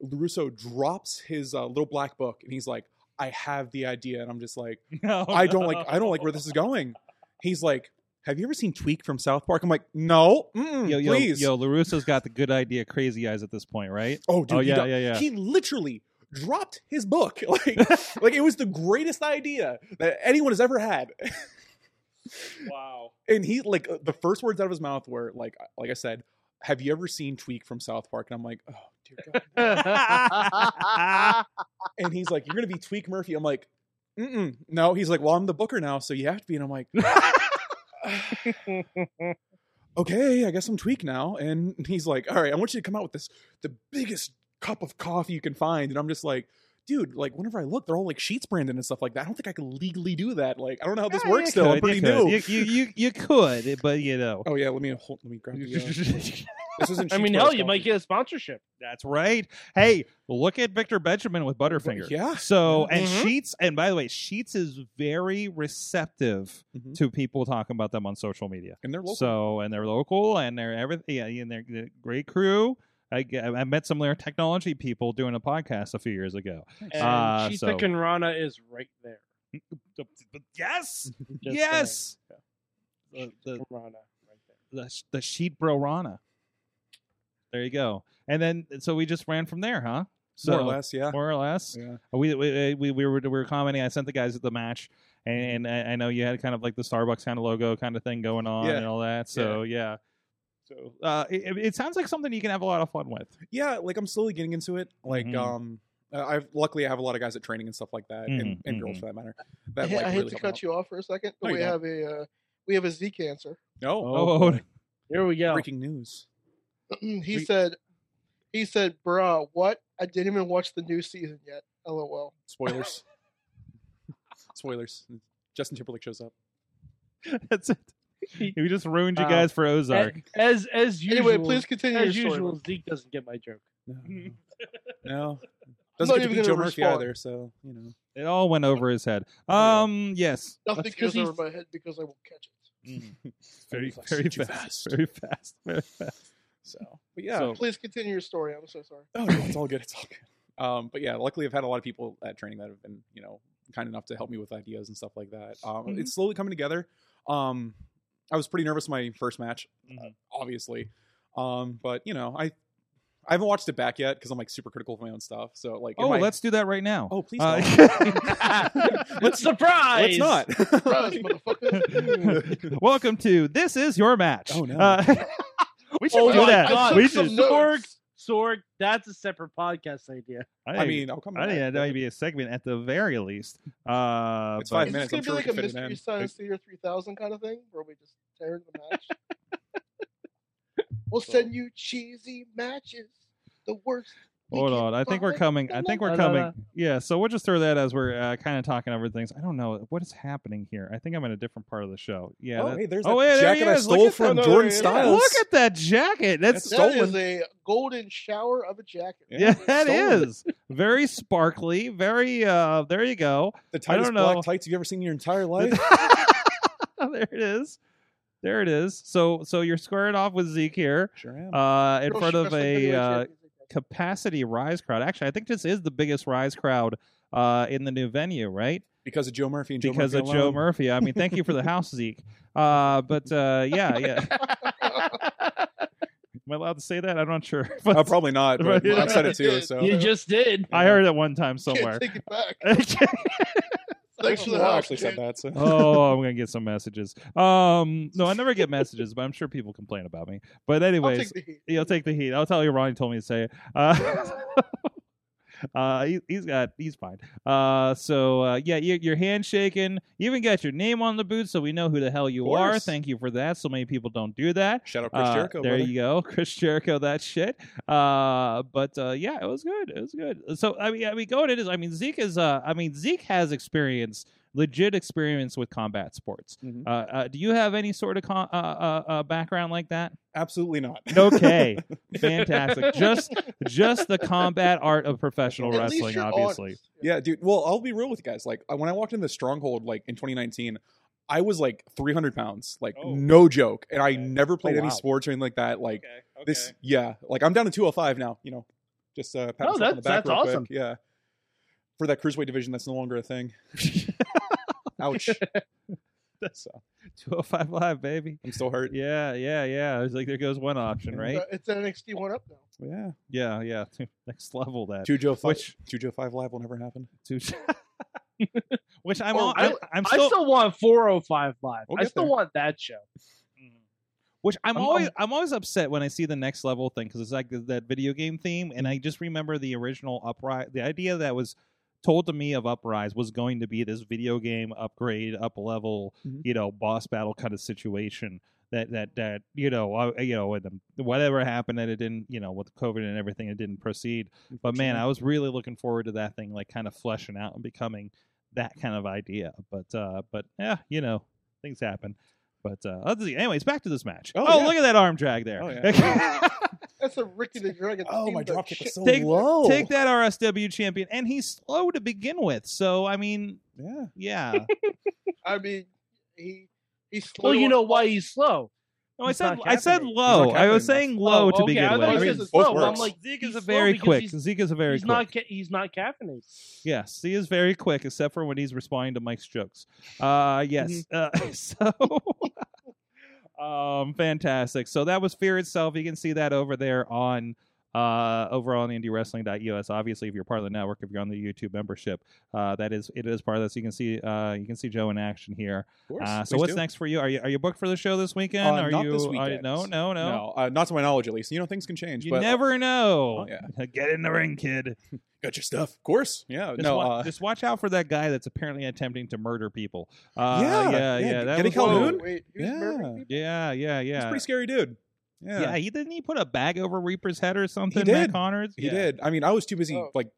[SPEAKER 6] Larusso drops his uh, little black book, and he's like, "I have the idea," and I'm just like.
[SPEAKER 2] [laughs] No,
[SPEAKER 6] mm-hmm. I don't like I don't like where this is going. He's like, Have you ever seen Tweak from South Park? I'm like, No, mm,
[SPEAKER 2] Yo, yo,
[SPEAKER 6] please.
[SPEAKER 2] yo, Larusso's got the good idea, crazy eyes at this point, right?
[SPEAKER 6] Oh, dude,
[SPEAKER 2] oh
[SPEAKER 6] he
[SPEAKER 2] yeah,
[SPEAKER 6] done-
[SPEAKER 2] yeah, yeah.
[SPEAKER 6] He literally dropped his book. [laughs] Like, like it was the greatest idea that anyone has ever had. [laughs]
[SPEAKER 2] wow.
[SPEAKER 6] And he like uh, the first words out of his mouth were like, like I said, have you ever seen Tweak from South Park? And I'm like, oh dear God. And he's like, you're gonna be Tweak Murphy. I'm like, Mm-mm. no. He's like, well, I'm the Booker now, so you have to be. And I'm like, okay, I guess I'm tweaked now. And he's like, all right, I want you to come out with this the biggest cup of coffee you can find. And I'm just like, dude, like whenever I look, they're all like sheets branded and stuff like that. I don't think I can legally do that. Like, I don't know how this
[SPEAKER 2] Yeah,
[SPEAKER 6] works
[SPEAKER 2] you
[SPEAKER 6] still.
[SPEAKER 2] could,
[SPEAKER 6] I'm pretty
[SPEAKER 2] you could.
[SPEAKER 6] new.
[SPEAKER 2] You, you, you, you could, but you know.
[SPEAKER 6] Oh yeah, let me hold, let me
[SPEAKER 2] [laughs]
[SPEAKER 6] grab the. Uh, this isn't.
[SPEAKER 4] I mean,
[SPEAKER 6] Sheets
[SPEAKER 4] hell,
[SPEAKER 6] brand
[SPEAKER 4] you might
[SPEAKER 6] coffee.
[SPEAKER 4] get a sponsorship.
[SPEAKER 2] That's right. Hey, look at Victor Benjamin with Butterfinger.
[SPEAKER 6] Yeah. Mm-hmm.
[SPEAKER 2] So and
[SPEAKER 5] Mhm.
[SPEAKER 2] Sheets, and by the way, Sheets is very receptive
[SPEAKER 6] Mhm.
[SPEAKER 2] to people talking about them on social media.
[SPEAKER 6] and they're local.
[SPEAKER 2] So and they're local and they're everything. Yeah, and they're, they're a great crew. I, g- I met some of their technology people doing a podcast a few years ago.
[SPEAKER 4] And
[SPEAKER 2] Ah,
[SPEAKER 4] Sheeta
[SPEAKER 2] so-
[SPEAKER 4] Rana is right there.
[SPEAKER 6] [laughs]
[SPEAKER 2] Yes,
[SPEAKER 4] I'm just
[SPEAKER 2] yes.
[SPEAKER 4] saying.
[SPEAKER 2] The-
[SPEAKER 4] Sheeta Rana, right there.
[SPEAKER 2] the sh- the sheet bro Rana. There you go. And then so we just ran from there, huh? So,
[SPEAKER 6] more or less, yeah.
[SPEAKER 2] More or less. Uh,
[SPEAKER 6] yeah.
[SPEAKER 2] We we, we we were we were commenting. I sent the guys at the match, and, and I, I know you had kind of like the Starbucks kind of logo kind of thing going on
[SPEAKER 6] Yeah.
[SPEAKER 2] and all that. So yeah. So uh, it, it sounds like something you can have a lot of fun with.
[SPEAKER 6] yeah like i'm slowly getting into it like
[SPEAKER 2] Mhm.
[SPEAKER 6] um uh, i've luckily i have a lot of guys at training and stuff like that and,
[SPEAKER 2] Mhm,
[SPEAKER 6] and girls
[SPEAKER 2] mhm.
[SPEAKER 6] for that matter
[SPEAKER 5] I,
[SPEAKER 6] that
[SPEAKER 5] hate-
[SPEAKER 6] like
[SPEAKER 5] I hate
[SPEAKER 6] really
[SPEAKER 5] to
[SPEAKER 6] help
[SPEAKER 5] cut you off for a second, but
[SPEAKER 6] No, you
[SPEAKER 5] we have a uh, we have a Z cancer. [clears throat]
[SPEAKER 2] [laughs]
[SPEAKER 6] no
[SPEAKER 4] Oh,
[SPEAKER 2] boy.
[SPEAKER 4] Here we go.
[SPEAKER 6] breaking news
[SPEAKER 5] he
[SPEAKER 4] We-
[SPEAKER 5] said, he said, bruh, what? I didn't even watch the new season yet. LOL.
[SPEAKER 6] spoilers spoilers justin timberlake shows up [laughs]
[SPEAKER 2] that's it. We just ruined you
[SPEAKER 4] Wow.
[SPEAKER 2] guys for Ozark.
[SPEAKER 4] As as usual.
[SPEAKER 5] Anyway, please continue
[SPEAKER 4] as
[SPEAKER 5] your
[SPEAKER 4] usual,
[SPEAKER 5] story.
[SPEAKER 4] Zeke doesn't get my joke.
[SPEAKER 6] no,
[SPEAKER 4] Mm-hmm.
[SPEAKER 2] Mhm.
[SPEAKER 6] no. doesn't
[SPEAKER 5] not
[SPEAKER 6] get
[SPEAKER 5] even
[SPEAKER 6] to be
[SPEAKER 5] gonna
[SPEAKER 6] joe murphy
[SPEAKER 5] respond.
[SPEAKER 6] either so you know
[SPEAKER 2] It all went over his head.
[SPEAKER 6] Yeah.
[SPEAKER 2] Um. Yes.
[SPEAKER 5] Nothing
[SPEAKER 2] That's 'cause
[SPEAKER 5] goes over
[SPEAKER 2] he's
[SPEAKER 5] my head because I will catch it.
[SPEAKER 6] Mm-hmm.
[SPEAKER 2] [laughs] Very
[SPEAKER 6] If I
[SPEAKER 2] very
[SPEAKER 6] said you
[SPEAKER 2] fast, Very fast. [laughs] Very fast.
[SPEAKER 6] so but yeah
[SPEAKER 2] So-
[SPEAKER 5] Please continue your story. I'm
[SPEAKER 2] [laughs]
[SPEAKER 5] so sorry.
[SPEAKER 6] Oh no, it's all good. It's all good. Um, but yeah, luckily I've had a lot of people at training that have been, you know, kind enough to help me with ideas and stuff like that. Um,
[SPEAKER 2] Mhm.
[SPEAKER 6] It's slowly coming together. Um, I was pretty nervous my first match, uh,
[SPEAKER 2] Mhm.
[SPEAKER 6] obviously, um, but you know, I I haven't watched it back yet because I'm like super critical of my own stuff. So like, in
[SPEAKER 2] Oh,
[SPEAKER 6] my-
[SPEAKER 2] let's do that right now.
[SPEAKER 6] oh please
[SPEAKER 2] Uh,
[SPEAKER 6] don't.
[SPEAKER 4] Let's
[SPEAKER 2] [laughs]
[SPEAKER 6] let's
[SPEAKER 4] surprise.
[SPEAKER 6] let's not.
[SPEAKER 5] Surprise,
[SPEAKER 6] [laughs]
[SPEAKER 5] motherfucker.
[SPEAKER 2] Welcome to this is your match.
[SPEAKER 6] Oh, no.
[SPEAKER 2] Uh, [laughs] [laughs] we should
[SPEAKER 4] Oh,
[SPEAKER 2] do
[SPEAKER 4] my
[SPEAKER 2] that.
[SPEAKER 4] God.
[SPEAKER 2] We
[SPEAKER 4] Took
[SPEAKER 2] should.
[SPEAKER 4] some Sorg, Sorg, that's a separate podcast idea.
[SPEAKER 6] I mean, I'll come.
[SPEAKER 2] I
[SPEAKER 6] back.
[SPEAKER 2] think that might be a segment at the very least. Uh, but-
[SPEAKER 6] It's five
[SPEAKER 5] Is this
[SPEAKER 6] minutes,
[SPEAKER 5] gonna
[SPEAKER 6] I'm
[SPEAKER 5] be
[SPEAKER 6] sure we
[SPEAKER 5] like
[SPEAKER 6] can
[SPEAKER 5] a
[SPEAKER 6] fit it in.
[SPEAKER 5] mystery science theater 3000 kind of thing where we just tear the match? we'll send you cheesy matches. The worst. we
[SPEAKER 2] Hold
[SPEAKER 5] can
[SPEAKER 2] on, I think we're
[SPEAKER 5] find.
[SPEAKER 2] coming. I think we're
[SPEAKER 4] No, no,
[SPEAKER 2] coming.
[SPEAKER 4] no.
[SPEAKER 2] Yeah, so we'll just throw that as we're uh, kind of talking over things. I don't know what is happening here. I think I'm in a different part of the show. Yeah.
[SPEAKER 6] oh,
[SPEAKER 2] that-
[SPEAKER 6] hey, there's
[SPEAKER 2] Oh,
[SPEAKER 6] that
[SPEAKER 2] yeah, there
[SPEAKER 6] jacket
[SPEAKER 2] he
[SPEAKER 6] I
[SPEAKER 2] is. Look
[SPEAKER 6] stole
[SPEAKER 2] at
[SPEAKER 6] from
[SPEAKER 5] that. Oh, there
[SPEAKER 6] Jordan
[SPEAKER 5] he is.
[SPEAKER 2] Yeah,
[SPEAKER 6] Styles.
[SPEAKER 2] look at that jacket. That's,
[SPEAKER 6] That's-
[SPEAKER 5] That
[SPEAKER 6] stolen.
[SPEAKER 5] is a golden shower of a jacket.
[SPEAKER 2] yeah, [laughs] that
[SPEAKER 6] stolen.
[SPEAKER 2] is very sparkly. Very. uh There you go.
[SPEAKER 6] the
[SPEAKER 2] I don't
[SPEAKER 6] tightest
[SPEAKER 2] know.
[SPEAKER 6] black tights you've ever seen in your entire life.
[SPEAKER 2] [laughs] there it is. There it is. So so you're squaring off with Zeke here
[SPEAKER 6] sure am.
[SPEAKER 2] uh, in
[SPEAKER 5] Girl
[SPEAKER 2] front of
[SPEAKER 5] wrestling
[SPEAKER 2] a
[SPEAKER 5] heavyweight
[SPEAKER 2] uh,
[SPEAKER 5] champions. [laughs]
[SPEAKER 2] capacity rise crowd. Actually, I think this is the biggest rise crowd uh, in the new venue, right?
[SPEAKER 6] because of Joe Murphy and Joe
[SPEAKER 2] because
[SPEAKER 6] Murphy
[SPEAKER 2] of Joe
[SPEAKER 6] alone.
[SPEAKER 2] Murphy. I mean, thank you for
[SPEAKER 5] [laughs]
[SPEAKER 2] the house, Zeke. Uh, but uh, yeah, yeah. Am I allowed to say that? I'm not sure. [laughs] But
[SPEAKER 6] Uh, probably not,
[SPEAKER 2] [laughs]
[SPEAKER 6] but
[SPEAKER 2] Right.
[SPEAKER 6] I've said it too. So
[SPEAKER 4] You just did.
[SPEAKER 2] I heard it one time
[SPEAKER 5] [laughs] Can't
[SPEAKER 2] somewhere. [laughs]
[SPEAKER 5] take it back. Thanks for the
[SPEAKER 6] Well, I
[SPEAKER 5] help,
[SPEAKER 6] actually said
[SPEAKER 5] dude.
[SPEAKER 6] that. So.
[SPEAKER 2] oh, I'm gonna get some messages. Um, no, I never
[SPEAKER 5] [laughs]
[SPEAKER 2] get messages, but I'm sure people complain about me. But
[SPEAKER 5] I'll
[SPEAKER 2] anyways,
[SPEAKER 5] take the heat.
[SPEAKER 2] You'll take the heat. I'll tell you. Ronnie told me to say it. Uh, uh, he, he's got. He's fine. Uh, so uh, yeah, you, your handshaking. You even got your name on the boot, so we know who the hell you are.
[SPEAKER 6] course.
[SPEAKER 2] Thank you for that. So many people don't do that.
[SPEAKER 6] Shout out Chris
[SPEAKER 2] Uh,
[SPEAKER 6] Jericho.
[SPEAKER 2] there
[SPEAKER 6] brother.
[SPEAKER 2] you go, [laughs] Chris Jericho. That shit. Uh, but uh, yeah, it was good. It was good. So I mean, I mean, going into, I mean, Zeke is. Uh, I mean, Zeke has experience, legit experience with combat sports.
[SPEAKER 6] Mhm.
[SPEAKER 2] Uh, uh, do you have any sort of con- uh, uh, uh, background like that?
[SPEAKER 6] Absolutely not.
[SPEAKER 2] [laughs] Okay, fantastic. just just the combat art of professional
[SPEAKER 5] At least
[SPEAKER 2] wrestling,
[SPEAKER 5] you're
[SPEAKER 2] obviously.
[SPEAKER 5] honest.
[SPEAKER 6] yeah, dude. Well, I'll be real with you guys. Like I- when I walked in the Stronghold, like in 2019, I was like 300 pounds, like
[SPEAKER 2] Oh.
[SPEAKER 6] no joke, and I
[SPEAKER 2] Okay.
[SPEAKER 6] never played
[SPEAKER 2] Oh,
[SPEAKER 6] any
[SPEAKER 2] wow.
[SPEAKER 6] sports or anything like that. Like this, yeah. Like I'm down to 205 now. You know, just uh, pat
[SPEAKER 4] No,
[SPEAKER 6] myself on the
[SPEAKER 4] that's-
[SPEAKER 6] back
[SPEAKER 4] that's
[SPEAKER 6] real quick.
[SPEAKER 4] awesome.
[SPEAKER 6] Yeah, for that cruiserweight division, that's no longer
[SPEAKER 2] [laughs]
[SPEAKER 6] a thing. Ouch. so,
[SPEAKER 2] [laughs] 205 Live, baby.
[SPEAKER 6] I'm still hurt.
[SPEAKER 2] Yeah, yeah, yeah. It's like there goes one option, right?
[SPEAKER 5] Uh, It's NXT one up now.
[SPEAKER 6] yeah.
[SPEAKER 2] Yeah, yeah. [laughs] Next level that.
[SPEAKER 6] Two Joe five.
[SPEAKER 2] Which-
[SPEAKER 6] Two Joe five live will never happen.
[SPEAKER 2] Two- [laughs] Which I'm
[SPEAKER 5] Oh,
[SPEAKER 2] all, I'm, I'm
[SPEAKER 4] I
[SPEAKER 2] still,
[SPEAKER 4] still want 405 live.
[SPEAKER 6] We'll
[SPEAKER 4] I
[SPEAKER 6] get
[SPEAKER 4] still
[SPEAKER 6] there.
[SPEAKER 4] want that show. Mm.
[SPEAKER 2] which I'm,
[SPEAKER 6] I'm-
[SPEAKER 2] always I'm always upset when I see the next level thing because it's like th- that video game theme, and I just remember the original uprise. The idea that was told to me of uprise was going to be this video game upgrade, up level,
[SPEAKER 6] Mhm.
[SPEAKER 2] you know, boss battle kind of situation. that that that you know I, you know with them whatever happened that it didn't you know with COVID and everything it didn't proceed. But man, I was really looking forward to that thing like kind of fleshing out and becoming that kind of idea. But uh but yeah, you know things happen. But uh, other than- anyways, back to this match.
[SPEAKER 6] Oh,
[SPEAKER 2] Oh,
[SPEAKER 6] yeah.
[SPEAKER 2] look at that arm drag there.
[SPEAKER 6] Oh, yeah.
[SPEAKER 5] That's a Ricky the Dragon.
[SPEAKER 6] oh my
[SPEAKER 5] Steamboat
[SPEAKER 6] drop kick
[SPEAKER 5] shit.
[SPEAKER 6] was so
[SPEAKER 2] Take- [laughs]
[SPEAKER 6] low.
[SPEAKER 4] Oh.
[SPEAKER 2] Take that RSW champion, and he's slow to begin with. So I mean,
[SPEAKER 6] Yeah.
[SPEAKER 4] [laughs]
[SPEAKER 2] yeah.
[SPEAKER 5] I mean, he he's
[SPEAKER 4] Well, you
[SPEAKER 5] slow
[SPEAKER 4] know
[SPEAKER 5] on-
[SPEAKER 4] why he's slow.
[SPEAKER 2] No, I
[SPEAKER 4] He's
[SPEAKER 2] said
[SPEAKER 4] not
[SPEAKER 2] I said
[SPEAKER 4] Kaepernick.
[SPEAKER 2] low.
[SPEAKER 6] He's not
[SPEAKER 2] I was
[SPEAKER 6] Kaepernick.
[SPEAKER 2] saying low
[SPEAKER 4] Oh,
[SPEAKER 2] to
[SPEAKER 4] okay,
[SPEAKER 2] begin
[SPEAKER 4] I
[SPEAKER 2] with.
[SPEAKER 4] thought
[SPEAKER 6] I
[SPEAKER 4] you
[SPEAKER 6] mean,
[SPEAKER 4] said
[SPEAKER 6] both
[SPEAKER 4] slow. I'm
[SPEAKER 6] works.
[SPEAKER 4] like,
[SPEAKER 2] Zeke
[SPEAKER 4] he's
[SPEAKER 2] is a
[SPEAKER 4] slow
[SPEAKER 2] very
[SPEAKER 4] because
[SPEAKER 2] quick.
[SPEAKER 4] He's,
[SPEAKER 2] Zeke is a very
[SPEAKER 4] he's
[SPEAKER 2] quick.
[SPEAKER 4] not. ca- He's not caffeinated.
[SPEAKER 2] Yes, he is very quick, except for when he's responding to Mike's jokes. Uh, yes.
[SPEAKER 6] Mm-hmm.
[SPEAKER 2] Uh, [laughs] so, um, fantastic. So that was Fear itself. You can see that over there on uh over on indiewrestling.us obviously if you're part of the network if you're on the youtube membership uh that is it is part of this you can see uh you can see joe in action here
[SPEAKER 6] Of course.
[SPEAKER 2] uh so
[SPEAKER 6] Please
[SPEAKER 2] what's
[SPEAKER 6] do.
[SPEAKER 2] next for you are you are you booked for the show this weekend
[SPEAKER 6] Uh,
[SPEAKER 2] are
[SPEAKER 6] not
[SPEAKER 2] you
[SPEAKER 6] this
[SPEAKER 2] are you-
[SPEAKER 6] weekend.
[SPEAKER 2] no no no,
[SPEAKER 6] No, uh, not to my knowledge, at least. You know, things can change.
[SPEAKER 2] you
[SPEAKER 6] but
[SPEAKER 2] never know
[SPEAKER 6] Oh,
[SPEAKER 2] [laughs]
[SPEAKER 6] yeah.
[SPEAKER 2] get in the ring kid
[SPEAKER 6] got your stuff, of course. Yeah,
[SPEAKER 2] Just,
[SPEAKER 6] no,
[SPEAKER 2] wa-
[SPEAKER 6] uh,
[SPEAKER 2] just watch out for that guy that's apparently attempting to murder people. Uh,
[SPEAKER 6] Yeah,
[SPEAKER 2] yeah,
[SPEAKER 6] yeah,
[SPEAKER 2] yeah. That
[SPEAKER 6] Getty
[SPEAKER 2] was,
[SPEAKER 6] Calhoun?
[SPEAKER 5] Whoa, wait, who's
[SPEAKER 6] Yeah.
[SPEAKER 5] murdering people?
[SPEAKER 2] Yeah, yeah,
[SPEAKER 6] he's a
[SPEAKER 2] yeah.
[SPEAKER 6] pretty scary dude. Yeah,
[SPEAKER 2] yeah. he didn't he put a bag over Reaper's head or something. Matt
[SPEAKER 6] did.
[SPEAKER 2] Connors.
[SPEAKER 6] he
[SPEAKER 2] Yeah.
[SPEAKER 6] did. I mean, I was too busy
[SPEAKER 5] Oh.
[SPEAKER 6] like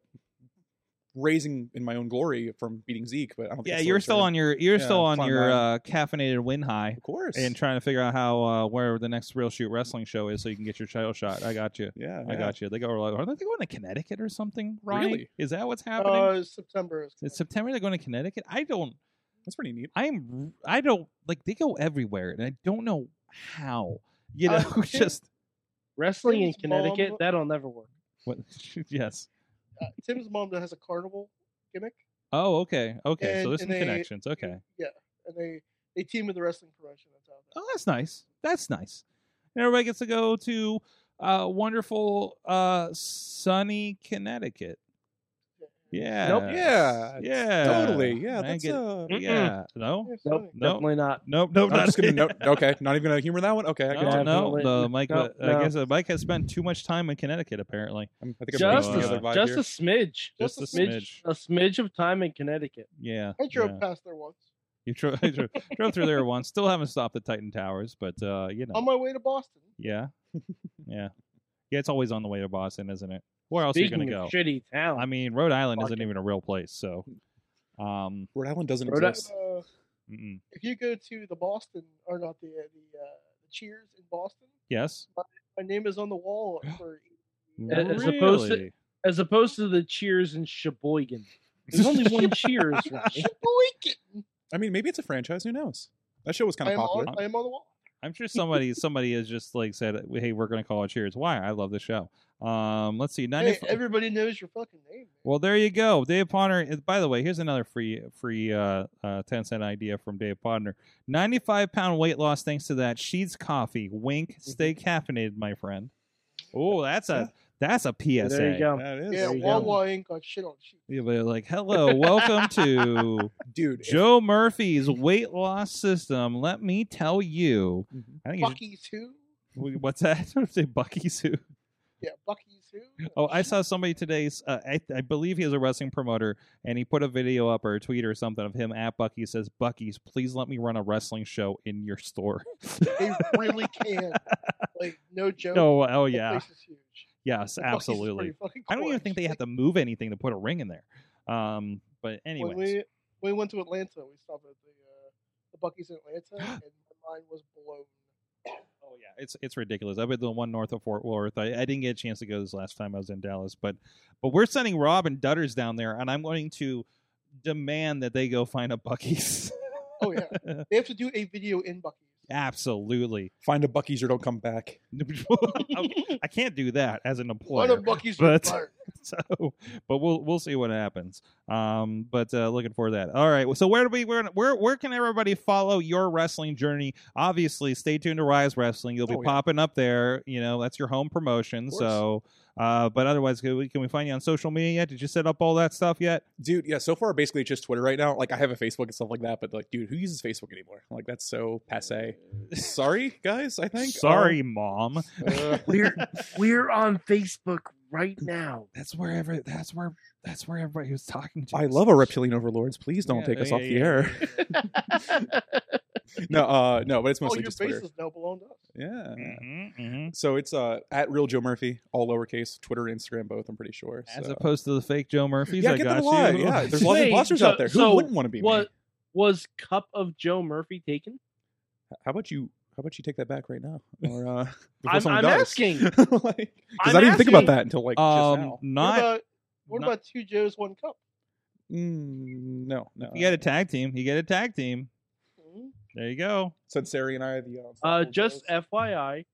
[SPEAKER 6] raising in my own glory from beating Zeke, but I don't. Think
[SPEAKER 2] Yeah,
[SPEAKER 6] that's the
[SPEAKER 2] you're
[SPEAKER 6] right
[SPEAKER 2] still
[SPEAKER 6] term.
[SPEAKER 2] on your you're
[SPEAKER 6] Yeah,
[SPEAKER 2] still on
[SPEAKER 6] climb
[SPEAKER 2] your
[SPEAKER 6] line.
[SPEAKER 2] uh, caffeinated win high
[SPEAKER 6] Of course.
[SPEAKER 2] and trying to figure out how uh, where the next real shoot wrestling show is so you can get your title shot. I got you.
[SPEAKER 6] yeah,
[SPEAKER 2] I
[SPEAKER 6] yeah.
[SPEAKER 2] got you. They go. Are they going to Connecticut or something? Ryan?
[SPEAKER 6] Really?
[SPEAKER 2] Is that what's happening?
[SPEAKER 5] Uh, September is
[SPEAKER 2] in September they're going to Connecticut. I don't.
[SPEAKER 6] That's pretty neat.
[SPEAKER 2] I'm I don't like they go everywhere, and I don't know how. You know, [laughs]
[SPEAKER 5] Uh, Tim-
[SPEAKER 2] just
[SPEAKER 4] Wrestling in
[SPEAKER 5] Tim's
[SPEAKER 4] Connecticut,
[SPEAKER 5] mom-
[SPEAKER 4] that'll never work.
[SPEAKER 2] what? [laughs] yes.
[SPEAKER 5] uh, Tim's mom that has a carnival gimmick,
[SPEAKER 2] Oh, okay, okay. so
[SPEAKER 5] And-
[SPEAKER 2] there's some
[SPEAKER 5] and they-
[SPEAKER 2] connections. Okay.
[SPEAKER 5] and they they team with the wrestling promotion. That's out
[SPEAKER 2] Oh, that's nice. That's nice. And everybody gets to go to uh, wonderful uh, sunny Connecticut. Yeah.
[SPEAKER 6] Yeah.
[SPEAKER 2] Yeah.
[SPEAKER 6] Totally. Yeah.
[SPEAKER 2] I
[SPEAKER 6] That's
[SPEAKER 2] get-
[SPEAKER 6] uh,
[SPEAKER 4] Mm-mm.
[SPEAKER 2] yeah. No.
[SPEAKER 5] [laughs] there. Yeah,
[SPEAKER 4] Nope,
[SPEAKER 2] Nope.
[SPEAKER 4] definitely not.
[SPEAKER 2] Nope. Nope.
[SPEAKER 6] I'm
[SPEAKER 2] Not
[SPEAKER 6] [laughs] just gonna no, okay. Not even gonna humor that one. Okay,
[SPEAKER 2] No,
[SPEAKER 6] I, got you.
[SPEAKER 4] Yeah.
[SPEAKER 2] no,
[SPEAKER 4] Definitely.
[SPEAKER 2] no, Mike.
[SPEAKER 4] Nope,
[SPEAKER 2] I
[SPEAKER 4] no.
[SPEAKER 2] guess uh, Mike has spent too much time in Connecticut. Apparently,
[SPEAKER 6] I'm, I think I'm
[SPEAKER 4] Just,
[SPEAKER 6] mixing
[SPEAKER 2] the
[SPEAKER 6] together
[SPEAKER 4] a,
[SPEAKER 6] vibe
[SPEAKER 4] just
[SPEAKER 6] here.
[SPEAKER 4] a smidge.
[SPEAKER 2] just,
[SPEAKER 5] Just
[SPEAKER 2] a
[SPEAKER 5] a
[SPEAKER 2] smidge.
[SPEAKER 4] A smidge of time in Connecticut.
[SPEAKER 2] Yeah.
[SPEAKER 5] I drove
[SPEAKER 2] yeah.
[SPEAKER 5] past there once
[SPEAKER 2] You drove, [laughs] I drove, drove through there once. Still haven't stopped at Titan Towers, but uh, you
[SPEAKER 4] Um,
[SPEAKER 2] know,
[SPEAKER 5] on my way to Boston.
[SPEAKER 2] yeah, yeah, yeah. It's always on the way to Boston, isn't it? Where else are
[SPEAKER 4] Speaking
[SPEAKER 2] you gonna go?
[SPEAKER 4] of shitty town,
[SPEAKER 2] I mean, Rhode Island isn't
[SPEAKER 4] Fucking-
[SPEAKER 2] even a real place, so um,
[SPEAKER 6] Rhode Island doesn't
[SPEAKER 4] Rhode I-
[SPEAKER 6] exist.
[SPEAKER 5] Uh,
[SPEAKER 2] mm-mm.
[SPEAKER 5] if you go to the Boston, or not the uh, the uh, the Cheers in Boston,
[SPEAKER 2] yes,
[SPEAKER 5] my name is on the
[SPEAKER 6] [gasps]
[SPEAKER 5] wall for
[SPEAKER 4] Uh, As opposed to- [laughs] as opposed to the Cheers in Sheboygan. There's only
[SPEAKER 2] [laughs]
[SPEAKER 4] one Cheers, right?
[SPEAKER 5] [laughs] Sheboygan.
[SPEAKER 6] I mean, maybe it's a franchise. Who knows? That show was kind
[SPEAKER 5] I
[SPEAKER 6] of
[SPEAKER 5] am
[SPEAKER 6] popular.
[SPEAKER 5] on I am on the wall.
[SPEAKER 2] I'm sure somebody somebody has just like said, "Hey, we're gonna call it Cheers." Why? I love the show. Um, let's see, ninety.
[SPEAKER 5] Hey, everybody knows your fucking name.
[SPEAKER 2] Well, there you go, Dave Ponder. and By the way, here's another free free uh, uh, ten cent idea from Dave Ponder. Ninety five pound weight loss thanks to that Sheets coffee. Wink,
[SPEAKER 4] Mm-hmm.
[SPEAKER 2] stay caffeinated, my friend. Oh, that's a that's a PSA.
[SPEAKER 4] There you go.
[SPEAKER 6] That is.
[SPEAKER 5] Yeah,
[SPEAKER 4] There you go.
[SPEAKER 5] Wawa ain't got shit on shit.
[SPEAKER 2] Yeah, but like, hello, welcome
[SPEAKER 4] [laughs]
[SPEAKER 2] to
[SPEAKER 6] Dude, if-
[SPEAKER 2] Joe Murphy's weight loss system. Let me tell you.
[SPEAKER 4] Mm-hmm.
[SPEAKER 6] Mhm.
[SPEAKER 2] I think you should-
[SPEAKER 5] Bucky's who?
[SPEAKER 2] what's that? [laughs] I say Bucky's who?
[SPEAKER 5] Yeah, Bucky's who?
[SPEAKER 2] Oh, I saw somebody today's. Uh, I, I believe he is a wrestling promoter, and he put a video up or a tweet or something of him at Bucky. Says, "Bucky's, please let me run a wrestling show in your store."
[SPEAKER 5] [laughs] They really
[SPEAKER 2] [laughs]
[SPEAKER 5] can. Like no joke.
[SPEAKER 2] no, oh
[SPEAKER 5] that
[SPEAKER 2] yeah,
[SPEAKER 5] place is huge.
[SPEAKER 2] yes,
[SPEAKER 5] Buc-ee's is
[SPEAKER 2] absolutely.
[SPEAKER 5] pretty fucking
[SPEAKER 2] I don't even
[SPEAKER 5] cool,
[SPEAKER 2] think they
[SPEAKER 5] actually.
[SPEAKER 2] had to move anything to put a ring in there. Um, but
[SPEAKER 5] When
[SPEAKER 2] anyways,
[SPEAKER 5] we when we went to Atlanta, we stopped at the uh, the Bucky's in
[SPEAKER 2] [gasps]
[SPEAKER 5] Atlanta, and my mind was blown.
[SPEAKER 2] oh yeah, it's it's ridiculous. I've been to the one north of Fort Worth. I, I didn't get a chance to go this last time I was in Dallas, but but we're sending Rob and Dutters down there, and I'm going to demand that they go find a Bucky's. [laughs]
[SPEAKER 5] Oh yeah, they have to do a video in Bucky's.
[SPEAKER 2] Absolutely.
[SPEAKER 6] find a Bucky's or don't come back.
[SPEAKER 2] [laughs] I
[SPEAKER 5] [laughs]
[SPEAKER 2] I can't do that as an employer.
[SPEAKER 5] What a Bucky's
[SPEAKER 2] Oh, but-
[SPEAKER 5] fire.
[SPEAKER 2] [laughs] So, but we'll we'll see what happens. Um, but uh, looking forward to that. All right. So where do we where where where can everybody follow your wrestling journey? Obviously, stay tuned to Rise Wrestling. You'll be
[SPEAKER 6] Oh, yeah.
[SPEAKER 2] popping up there. You know that's your home promotion.
[SPEAKER 6] Of course.
[SPEAKER 2] So, uh, but otherwise, can we, can we find you on social media yet? Did you set up all that stuff yet?
[SPEAKER 6] Dude, yeah, so far basically it's just Twitter right now. Like I have a Facebook and stuff like that, but like, dude, who uses Facebook anymore? Like that's so passe. Sorry, guys, I think.
[SPEAKER 2] Sorry, mom.
[SPEAKER 6] Um, uh, [laughs]
[SPEAKER 2] [laughs]
[SPEAKER 4] We're we're on Facebook right now.
[SPEAKER 2] That's where every that's where that's where everybody was talking to.
[SPEAKER 6] I
[SPEAKER 2] us.
[SPEAKER 6] love our reptilian overlords. Please
[SPEAKER 5] [laughs]
[SPEAKER 6] don't
[SPEAKER 2] Yeah,
[SPEAKER 6] take us
[SPEAKER 2] yeah,
[SPEAKER 6] off the
[SPEAKER 2] yeah,
[SPEAKER 6] air. no, uh, no, but it's
[SPEAKER 5] Oh,
[SPEAKER 6] mostly
[SPEAKER 5] your
[SPEAKER 6] just
[SPEAKER 5] face
[SPEAKER 6] Twitter.
[SPEAKER 5] is now belonged to us.
[SPEAKER 6] Yeah.
[SPEAKER 2] Mhm, mhm.
[SPEAKER 6] So it's uh at real Joe Murphy, all lowercase, Twitter and Instagram both. I'm pretty sure.
[SPEAKER 2] As
[SPEAKER 6] so.
[SPEAKER 2] opposed to the fake Joe Murphy's,
[SPEAKER 6] yeah,
[SPEAKER 2] I
[SPEAKER 6] get
[SPEAKER 2] got
[SPEAKER 6] them alive.
[SPEAKER 2] you. [laughs]
[SPEAKER 6] Yeah, there's lots of
[SPEAKER 4] Wait,
[SPEAKER 6] imposters
[SPEAKER 4] so-
[SPEAKER 6] out there. Who
[SPEAKER 4] so
[SPEAKER 6] wouldn't want to be
[SPEAKER 4] [laughs]
[SPEAKER 6] me?
[SPEAKER 4] What was Cup of Joe Murphy taken?
[SPEAKER 6] How about you? How about you take that back right
[SPEAKER 4] [laughs]
[SPEAKER 6] now? Or uh, [laughs] before
[SPEAKER 4] I'm-
[SPEAKER 6] someone
[SPEAKER 4] I'm
[SPEAKER 2] [laughs]
[SPEAKER 6] does.
[SPEAKER 4] asking.
[SPEAKER 6] [laughs]
[SPEAKER 4] Uh,
[SPEAKER 6] Like, 'cause
[SPEAKER 4] I'm
[SPEAKER 6] I didn't think about
[SPEAKER 4] asking.
[SPEAKER 6] that until like just
[SPEAKER 2] um,
[SPEAKER 6] now.
[SPEAKER 5] What
[SPEAKER 2] not
[SPEAKER 5] about, what
[SPEAKER 2] not-
[SPEAKER 5] about two Joes, one cup?
[SPEAKER 6] Mm, no, no.
[SPEAKER 2] you get a tag team. You get a tag team.
[SPEAKER 5] Mhm.
[SPEAKER 2] There you go.
[SPEAKER 6] Since Sari and I are the uh,
[SPEAKER 4] Uh,
[SPEAKER 6] Joes.
[SPEAKER 4] just FYI,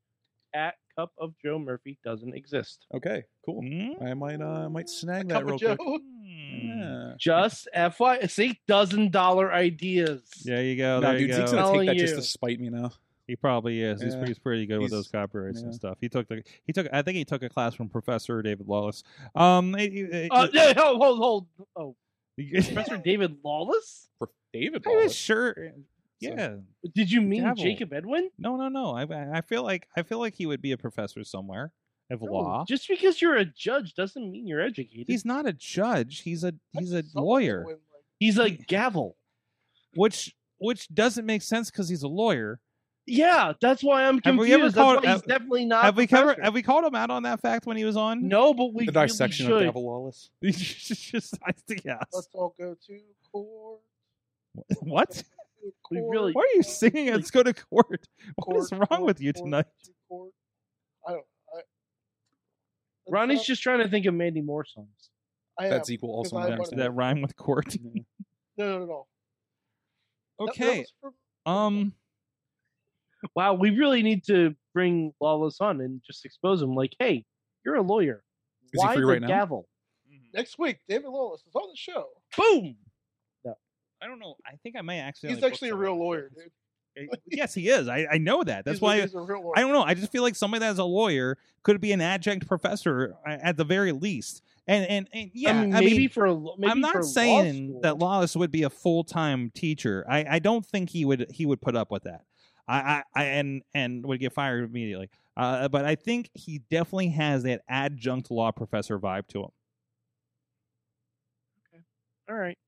[SPEAKER 4] at Cup of Joe Murphy
[SPEAKER 2] [laughs]
[SPEAKER 4] doesn't exist.
[SPEAKER 6] okay, cool.
[SPEAKER 2] Mm.
[SPEAKER 6] I might uh might snag that
[SPEAKER 5] Cup
[SPEAKER 6] real
[SPEAKER 5] of Joe. [laughs]
[SPEAKER 6] quick.
[SPEAKER 4] Hmm.
[SPEAKER 2] Hmm.
[SPEAKER 6] Yeah.
[SPEAKER 4] Just FYI, see dozen dollar ideas.
[SPEAKER 2] There you go.
[SPEAKER 6] Nah,
[SPEAKER 2] There you
[SPEAKER 6] dude, Zeke's
[SPEAKER 2] go.
[SPEAKER 6] gonna take
[SPEAKER 4] Telling
[SPEAKER 6] that just
[SPEAKER 4] you.
[SPEAKER 6] to spite me now.
[SPEAKER 2] He probably is. He's,
[SPEAKER 6] Yeah.
[SPEAKER 2] he's pretty good with
[SPEAKER 6] He's-
[SPEAKER 2] those copyrights
[SPEAKER 6] yeah.
[SPEAKER 2] and stuff. He took the he took. I think he took a class from Professor David Lawless. Um, it- it-
[SPEAKER 4] Uh,
[SPEAKER 2] it-
[SPEAKER 4] no, no, hold, hold. Oh,
[SPEAKER 2] [laughs] you-
[SPEAKER 4] Professor David Lawless?
[SPEAKER 6] For David,
[SPEAKER 2] I was
[SPEAKER 6] Wallace.
[SPEAKER 2] sure. Yeah.
[SPEAKER 4] Did you mean
[SPEAKER 2] Dabble.
[SPEAKER 4] Jacob Edwin?
[SPEAKER 2] No, no, no. I- I I feel like I feel like he would be a professor somewhere of
[SPEAKER 4] No,
[SPEAKER 2] law.
[SPEAKER 4] Just because you're a judge doesn't mean you're educated.
[SPEAKER 2] He's not a judge. He's a he's a
[SPEAKER 5] Someone's gonna
[SPEAKER 2] lawyer,
[SPEAKER 5] win, like,
[SPEAKER 4] He's a
[SPEAKER 2] he-
[SPEAKER 4] gavel.
[SPEAKER 2] which which doesn't make sense because he's a lawyer.
[SPEAKER 4] Yeah, that's why I'm
[SPEAKER 2] Have
[SPEAKER 4] confused.
[SPEAKER 2] we ever called-
[SPEAKER 4] that's why he's
[SPEAKER 2] have-
[SPEAKER 4] definitely not.
[SPEAKER 2] Have we
[SPEAKER 4] covered?
[SPEAKER 2] covered? Have we called him out on that fact when he was on?
[SPEAKER 4] No, but we
[SPEAKER 6] the
[SPEAKER 4] really
[SPEAKER 6] dissection
[SPEAKER 4] should.
[SPEAKER 6] of David Lawless.
[SPEAKER 2] [laughs] just I think yes.
[SPEAKER 5] Let's all go to court.
[SPEAKER 2] [laughs] What?
[SPEAKER 4] We
[SPEAKER 5] court,
[SPEAKER 4] really-
[SPEAKER 2] Why are you singing? Let's go to court. [laughs] What is
[SPEAKER 5] court,
[SPEAKER 2] wrong
[SPEAKER 5] court,
[SPEAKER 2] with you
[SPEAKER 5] court,
[SPEAKER 2] tonight?
[SPEAKER 5] to court. I don't. I, Let's
[SPEAKER 4] Ronnie's
[SPEAKER 5] not-
[SPEAKER 4] just trying to think of Mandy Moore songs.
[SPEAKER 5] I am.
[SPEAKER 6] That's e equal also.
[SPEAKER 5] because I
[SPEAKER 6] my
[SPEAKER 5] wanna-
[SPEAKER 6] next
[SPEAKER 2] Did
[SPEAKER 4] [laughs]
[SPEAKER 2] that rhyme with court?
[SPEAKER 5] No, no, no, no. That- that
[SPEAKER 2] Okay.
[SPEAKER 5] was for-
[SPEAKER 2] Um.
[SPEAKER 4] Wow, we really need to bring Lawless on and just expose him. Like, hey, you're a lawyer.
[SPEAKER 6] he
[SPEAKER 4] Why
[SPEAKER 6] free
[SPEAKER 4] the
[SPEAKER 6] right now?
[SPEAKER 4] gavel?
[SPEAKER 2] Mm-hmm.
[SPEAKER 5] next week, David Lawless is on the show.
[SPEAKER 4] Boom.
[SPEAKER 2] I don't know. I think I may actually.
[SPEAKER 5] He's actually a real lawyer, dude.
[SPEAKER 2] Yes, he is. I, I know that. That's
[SPEAKER 5] He's a-
[SPEAKER 2] why
[SPEAKER 5] he's a real lawyer.
[SPEAKER 2] I don't know. I just feel like somebody that's a lawyer could be an adjunct professor uh, at the very least. And and, and yeah,
[SPEAKER 4] I mean,
[SPEAKER 2] I
[SPEAKER 4] maybe
[SPEAKER 2] mean,
[SPEAKER 4] for a lo- maybe
[SPEAKER 2] I'm
[SPEAKER 4] for
[SPEAKER 2] not
[SPEAKER 4] law
[SPEAKER 2] saying
[SPEAKER 4] school.
[SPEAKER 2] that Lawless would be a full time teacher. I, I don't think he would he would put up with that. I, I, I and and would get fired immediately. Uh, but I think he definitely has that adjunct law professor vibe to him.
[SPEAKER 4] All right,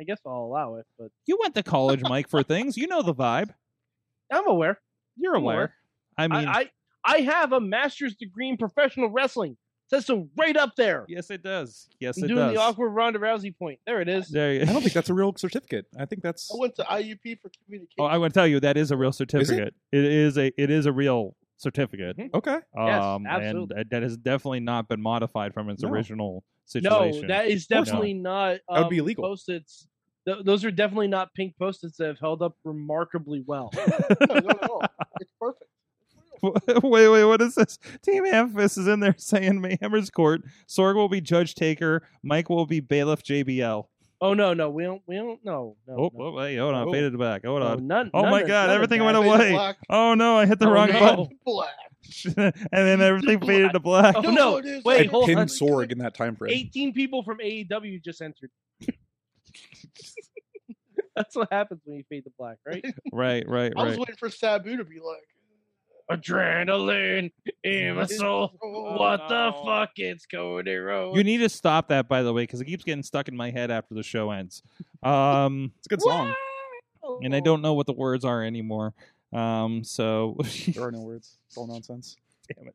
[SPEAKER 4] I guess I'll allow it, but
[SPEAKER 2] You went to
[SPEAKER 4] [laughs]
[SPEAKER 2] college, Mike, for things. You know the vibe.
[SPEAKER 4] I'm aware.
[SPEAKER 2] You're
[SPEAKER 4] I'm aware.
[SPEAKER 2] aware. I
[SPEAKER 4] I,
[SPEAKER 2] mean,
[SPEAKER 4] I I have a master's degree in professional wrestling. Says so right up there.
[SPEAKER 2] yes, it does. Yes,
[SPEAKER 4] I'm
[SPEAKER 2] it
[SPEAKER 4] doing
[SPEAKER 2] does.
[SPEAKER 4] the awkward Ronda Rousey point. There it is.
[SPEAKER 2] There you-
[SPEAKER 6] I don't think that's a real certificate. I think that's
[SPEAKER 5] I went to IUP for communication.
[SPEAKER 2] [laughs] Oh, I want to tell you that is a real certificate. it is a it is a real certificate.
[SPEAKER 6] okay.
[SPEAKER 4] Mm-hmm. Yes,
[SPEAKER 2] Um, and
[SPEAKER 4] absolutely.
[SPEAKER 2] uh, that has definitely not been modified from its
[SPEAKER 6] No.
[SPEAKER 2] original
[SPEAKER 4] No,
[SPEAKER 2] situation.
[SPEAKER 4] that is
[SPEAKER 2] course
[SPEAKER 4] definitely not. Um,
[SPEAKER 6] That would be illegal.
[SPEAKER 4] Post-its. Th- those are definitely not pink post-its that have held up remarkably
[SPEAKER 2] [laughs]
[SPEAKER 4] well.
[SPEAKER 5] [laughs] no, no, no. It's perfect.
[SPEAKER 2] wait, wait, what is this? Team Amphis is in there [laughs] saying Mayhemmer's court. Sorg will be judge taker. Mike will be bailiff JBL.
[SPEAKER 4] oh no, no, we don't, we don't, no, no.
[SPEAKER 2] Oh,
[SPEAKER 4] no.
[SPEAKER 2] oh, hey, hold on,
[SPEAKER 6] Oh.
[SPEAKER 2] faded back. Hold
[SPEAKER 4] No,
[SPEAKER 2] on.
[SPEAKER 4] none-
[SPEAKER 2] Oh
[SPEAKER 4] none
[SPEAKER 2] my
[SPEAKER 4] of-
[SPEAKER 2] God,
[SPEAKER 4] none of
[SPEAKER 2] everything
[SPEAKER 4] that.
[SPEAKER 2] went
[SPEAKER 5] Faded
[SPEAKER 2] away.
[SPEAKER 5] black.
[SPEAKER 2] Oh no, I hit the
[SPEAKER 4] Oh,
[SPEAKER 2] wrong
[SPEAKER 4] no.
[SPEAKER 2] button,
[SPEAKER 5] Black.
[SPEAKER 2] [laughs] and then everything faded to black.
[SPEAKER 4] Oh,
[SPEAKER 5] No,
[SPEAKER 4] no.
[SPEAKER 5] it is.
[SPEAKER 4] Wait,
[SPEAKER 6] I
[SPEAKER 5] It
[SPEAKER 4] hold
[SPEAKER 5] is.
[SPEAKER 6] pinned
[SPEAKER 4] on.
[SPEAKER 6] Sorg in that
[SPEAKER 4] [laughs]
[SPEAKER 6] time frame.
[SPEAKER 4] 18 people from AEW
[SPEAKER 2] [laughs]
[SPEAKER 4] just entered. [laughs] That's what happens when you fade to black,
[SPEAKER 2] [laughs]
[SPEAKER 4] right?
[SPEAKER 2] [laughs] Right, right,
[SPEAKER 5] I was
[SPEAKER 2] right.
[SPEAKER 5] waiting for Sabu to be like,
[SPEAKER 4] Adrenaline in [laughs] my
[SPEAKER 5] "It's
[SPEAKER 4] soul.
[SPEAKER 5] all
[SPEAKER 4] What the
[SPEAKER 2] no.
[SPEAKER 4] fuck? It's Cody Rhodes.
[SPEAKER 2] You need to stop that, by the way, because it keeps getting stuck in my head after the show ends. Um,
[SPEAKER 6] It's a good song.
[SPEAKER 4] Oh.
[SPEAKER 2] and I don't know what the words are anymore. Um, so [laughs]
[SPEAKER 6] There are no words. It's all nonsense.
[SPEAKER 2] damn it.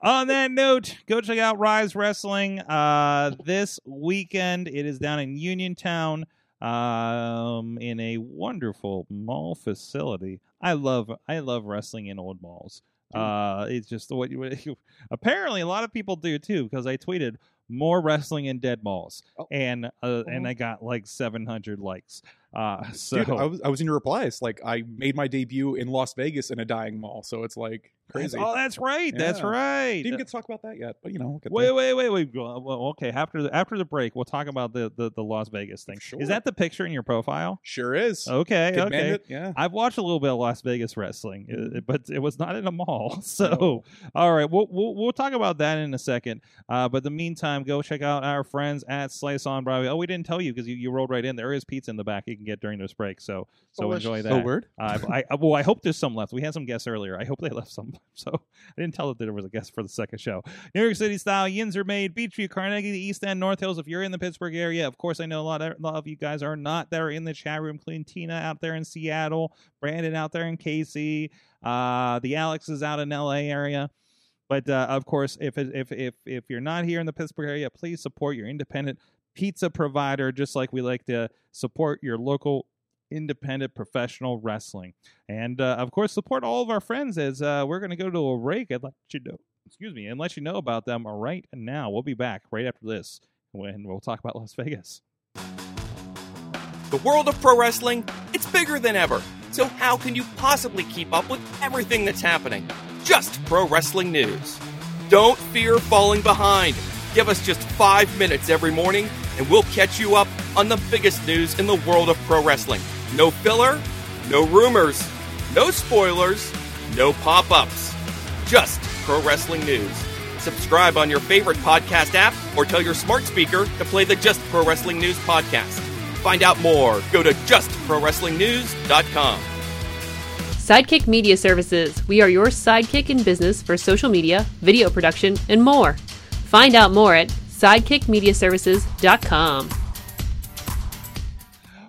[SPEAKER 2] On that note, go check out Rise Wrestling uh, this weekend. It is down in Uniontown um, in a wonderful mall facility. I love I love wrestling in old malls. Uh, it's just what you [laughs] apparently a lot of people do too because I tweeted more wrestling in dead malls
[SPEAKER 6] Oh.
[SPEAKER 2] and uh, and I got like 700 likes. Uh, so
[SPEAKER 6] Dude, I was I was in your replies. Like I made my debut in Las Vegas in a dying mall, so it's like crazy.
[SPEAKER 2] Oh, that's right. That's
[SPEAKER 6] Yeah.
[SPEAKER 2] right.
[SPEAKER 6] Didn't get to talk about that yet, but you know, we'll get
[SPEAKER 2] Wait,
[SPEAKER 6] there.
[SPEAKER 2] wait, wait, wait. Well, well, okay, after the, after the break, we'll talk about the, the, the Las Vegas thing.
[SPEAKER 6] Sure.
[SPEAKER 2] Is that the picture in your profile?
[SPEAKER 6] sure is.
[SPEAKER 2] Okay,
[SPEAKER 6] Kid
[SPEAKER 2] okay.
[SPEAKER 6] Bandit, yeah.
[SPEAKER 2] I've watched a little bit of Las Vegas wrestling, uh, but it was not in a mall. [laughs] So,
[SPEAKER 6] Oh.
[SPEAKER 2] all right, we'll, we'll we'll talk about that in a second. Uh, but the meantime, go check out our friends at Slice on Broadway. Oh, we didn't tell you because you, you rolled right in. There is pizza in the back. You can get during this break. So so
[SPEAKER 5] Delicious.
[SPEAKER 2] enjoy that.
[SPEAKER 6] Oh, word.
[SPEAKER 2] Uh, I, I- well, I hope there's some left. We had some guests earlier. I hope they left some. [laughs] So I didn't tell that there was a guest for the second show. New York City style yins are made. Beachview, Carnegie, the East End, North Hills. If you're in the Pittsburgh area, of course, I know a lot of, lot of you guys are not. That are in the chat room. Clintina out there in Seattle. Brandon out there in KC. Uh, the Alex is out in LA area. But uh, of course, if if if if you're not here in the Pittsburgh area, please support your independent pizza provider, just like we like to support your local independent professional wrestling. And uh, of course, support all of our friends as uh, we're going to go to a break and let you know. Excuse me, and let you know about them right now. We'll be back right after this when we'll talk about Las Vegas.
[SPEAKER 7] The world of pro wrestling, it's bigger than ever. So how can you possibly keep up with everything that's happening? Just pro wrestling news. Don't fear falling behind. Give us just 5 minutes every morning and we'll catch you up on the biggest news in the world of pro wrestling. No filler, no rumors, no spoilers, no pop-ups. Just pro wrestling news. Subscribe on your favorite podcast app or tell your smart speaker to play the Just Pro Wrestling News podcast. Find out more. Go to justprowrestlingnews.com.
[SPEAKER 8] Sidekick Media Services. We are your sidekick in business for social media, video production, and more. Find out more at sidekickmediaservices.com.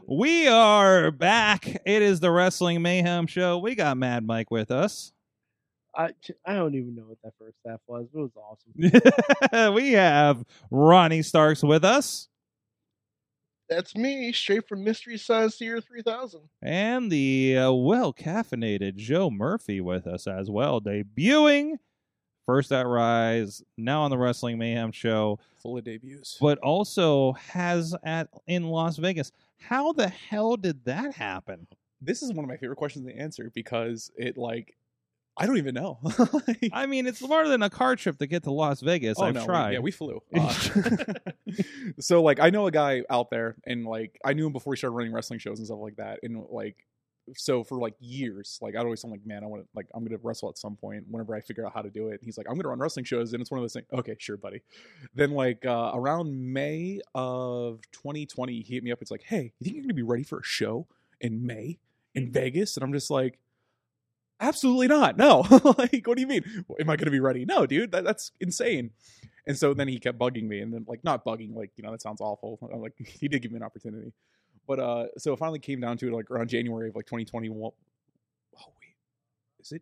[SPEAKER 2] We are back. It is the Wrestling Mayhem Show. We got Mad Mike with us. [laughs]
[SPEAKER 4] I, I don't even know what that first half was. But it was
[SPEAKER 2] [laughs]
[SPEAKER 4] awesome.
[SPEAKER 2] we have Ronnie Starks with us.
[SPEAKER 5] That's me, straight from Mystery Science Theater 3000.
[SPEAKER 2] and the uh, well caffeinated Joe Murphy with us as well, debuting first at Rise, now on the Wrestling Mayhem show,
[SPEAKER 6] Full of debuts.
[SPEAKER 2] but also has at in Las Vegas. How the hell did that [laughs] happen?
[SPEAKER 6] this is one of my favorite questions to answer because it like I don't even know. [laughs] Like-
[SPEAKER 2] I mean, it's more than a car trip to get to Las Vegas.
[SPEAKER 6] Oh,
[SPEAKER 2] I've
[SPEAKER 6] no, we-
[SPEAKER 2] tried.
[SPEAKER 6] [laughs] yeah,
[SPEAKER 2] [laughs]
[SPEAKER 6] we flew. Uh, so like I know a guy out there and like I knew him before he started running wrestling shows and stuff like that. And like so for like years, like I'd always am like, man, I want to like I'm gonna wrestle at some point whenever I figure out how to do it. And he's like, I'm gonna run wrestling shows, and it's one of those things, okay, sure, buddy. Then like uh around May of twenty twenty, he hit me up, it's like, Hey, you think you're gonna be ready for a show in May in Vegas? And I'm just like Absolutely not. No. [laughs] like, what do you mean? Am I going to be ready? No, dude. That, that's insane. And so then he kept bugging me, and then like not bugging, like you know that sounds awful. [laughs] I'm like he did give me an opportunity, but uh, so it finally came down to it, like around January of like 2021. Oh wait, is it?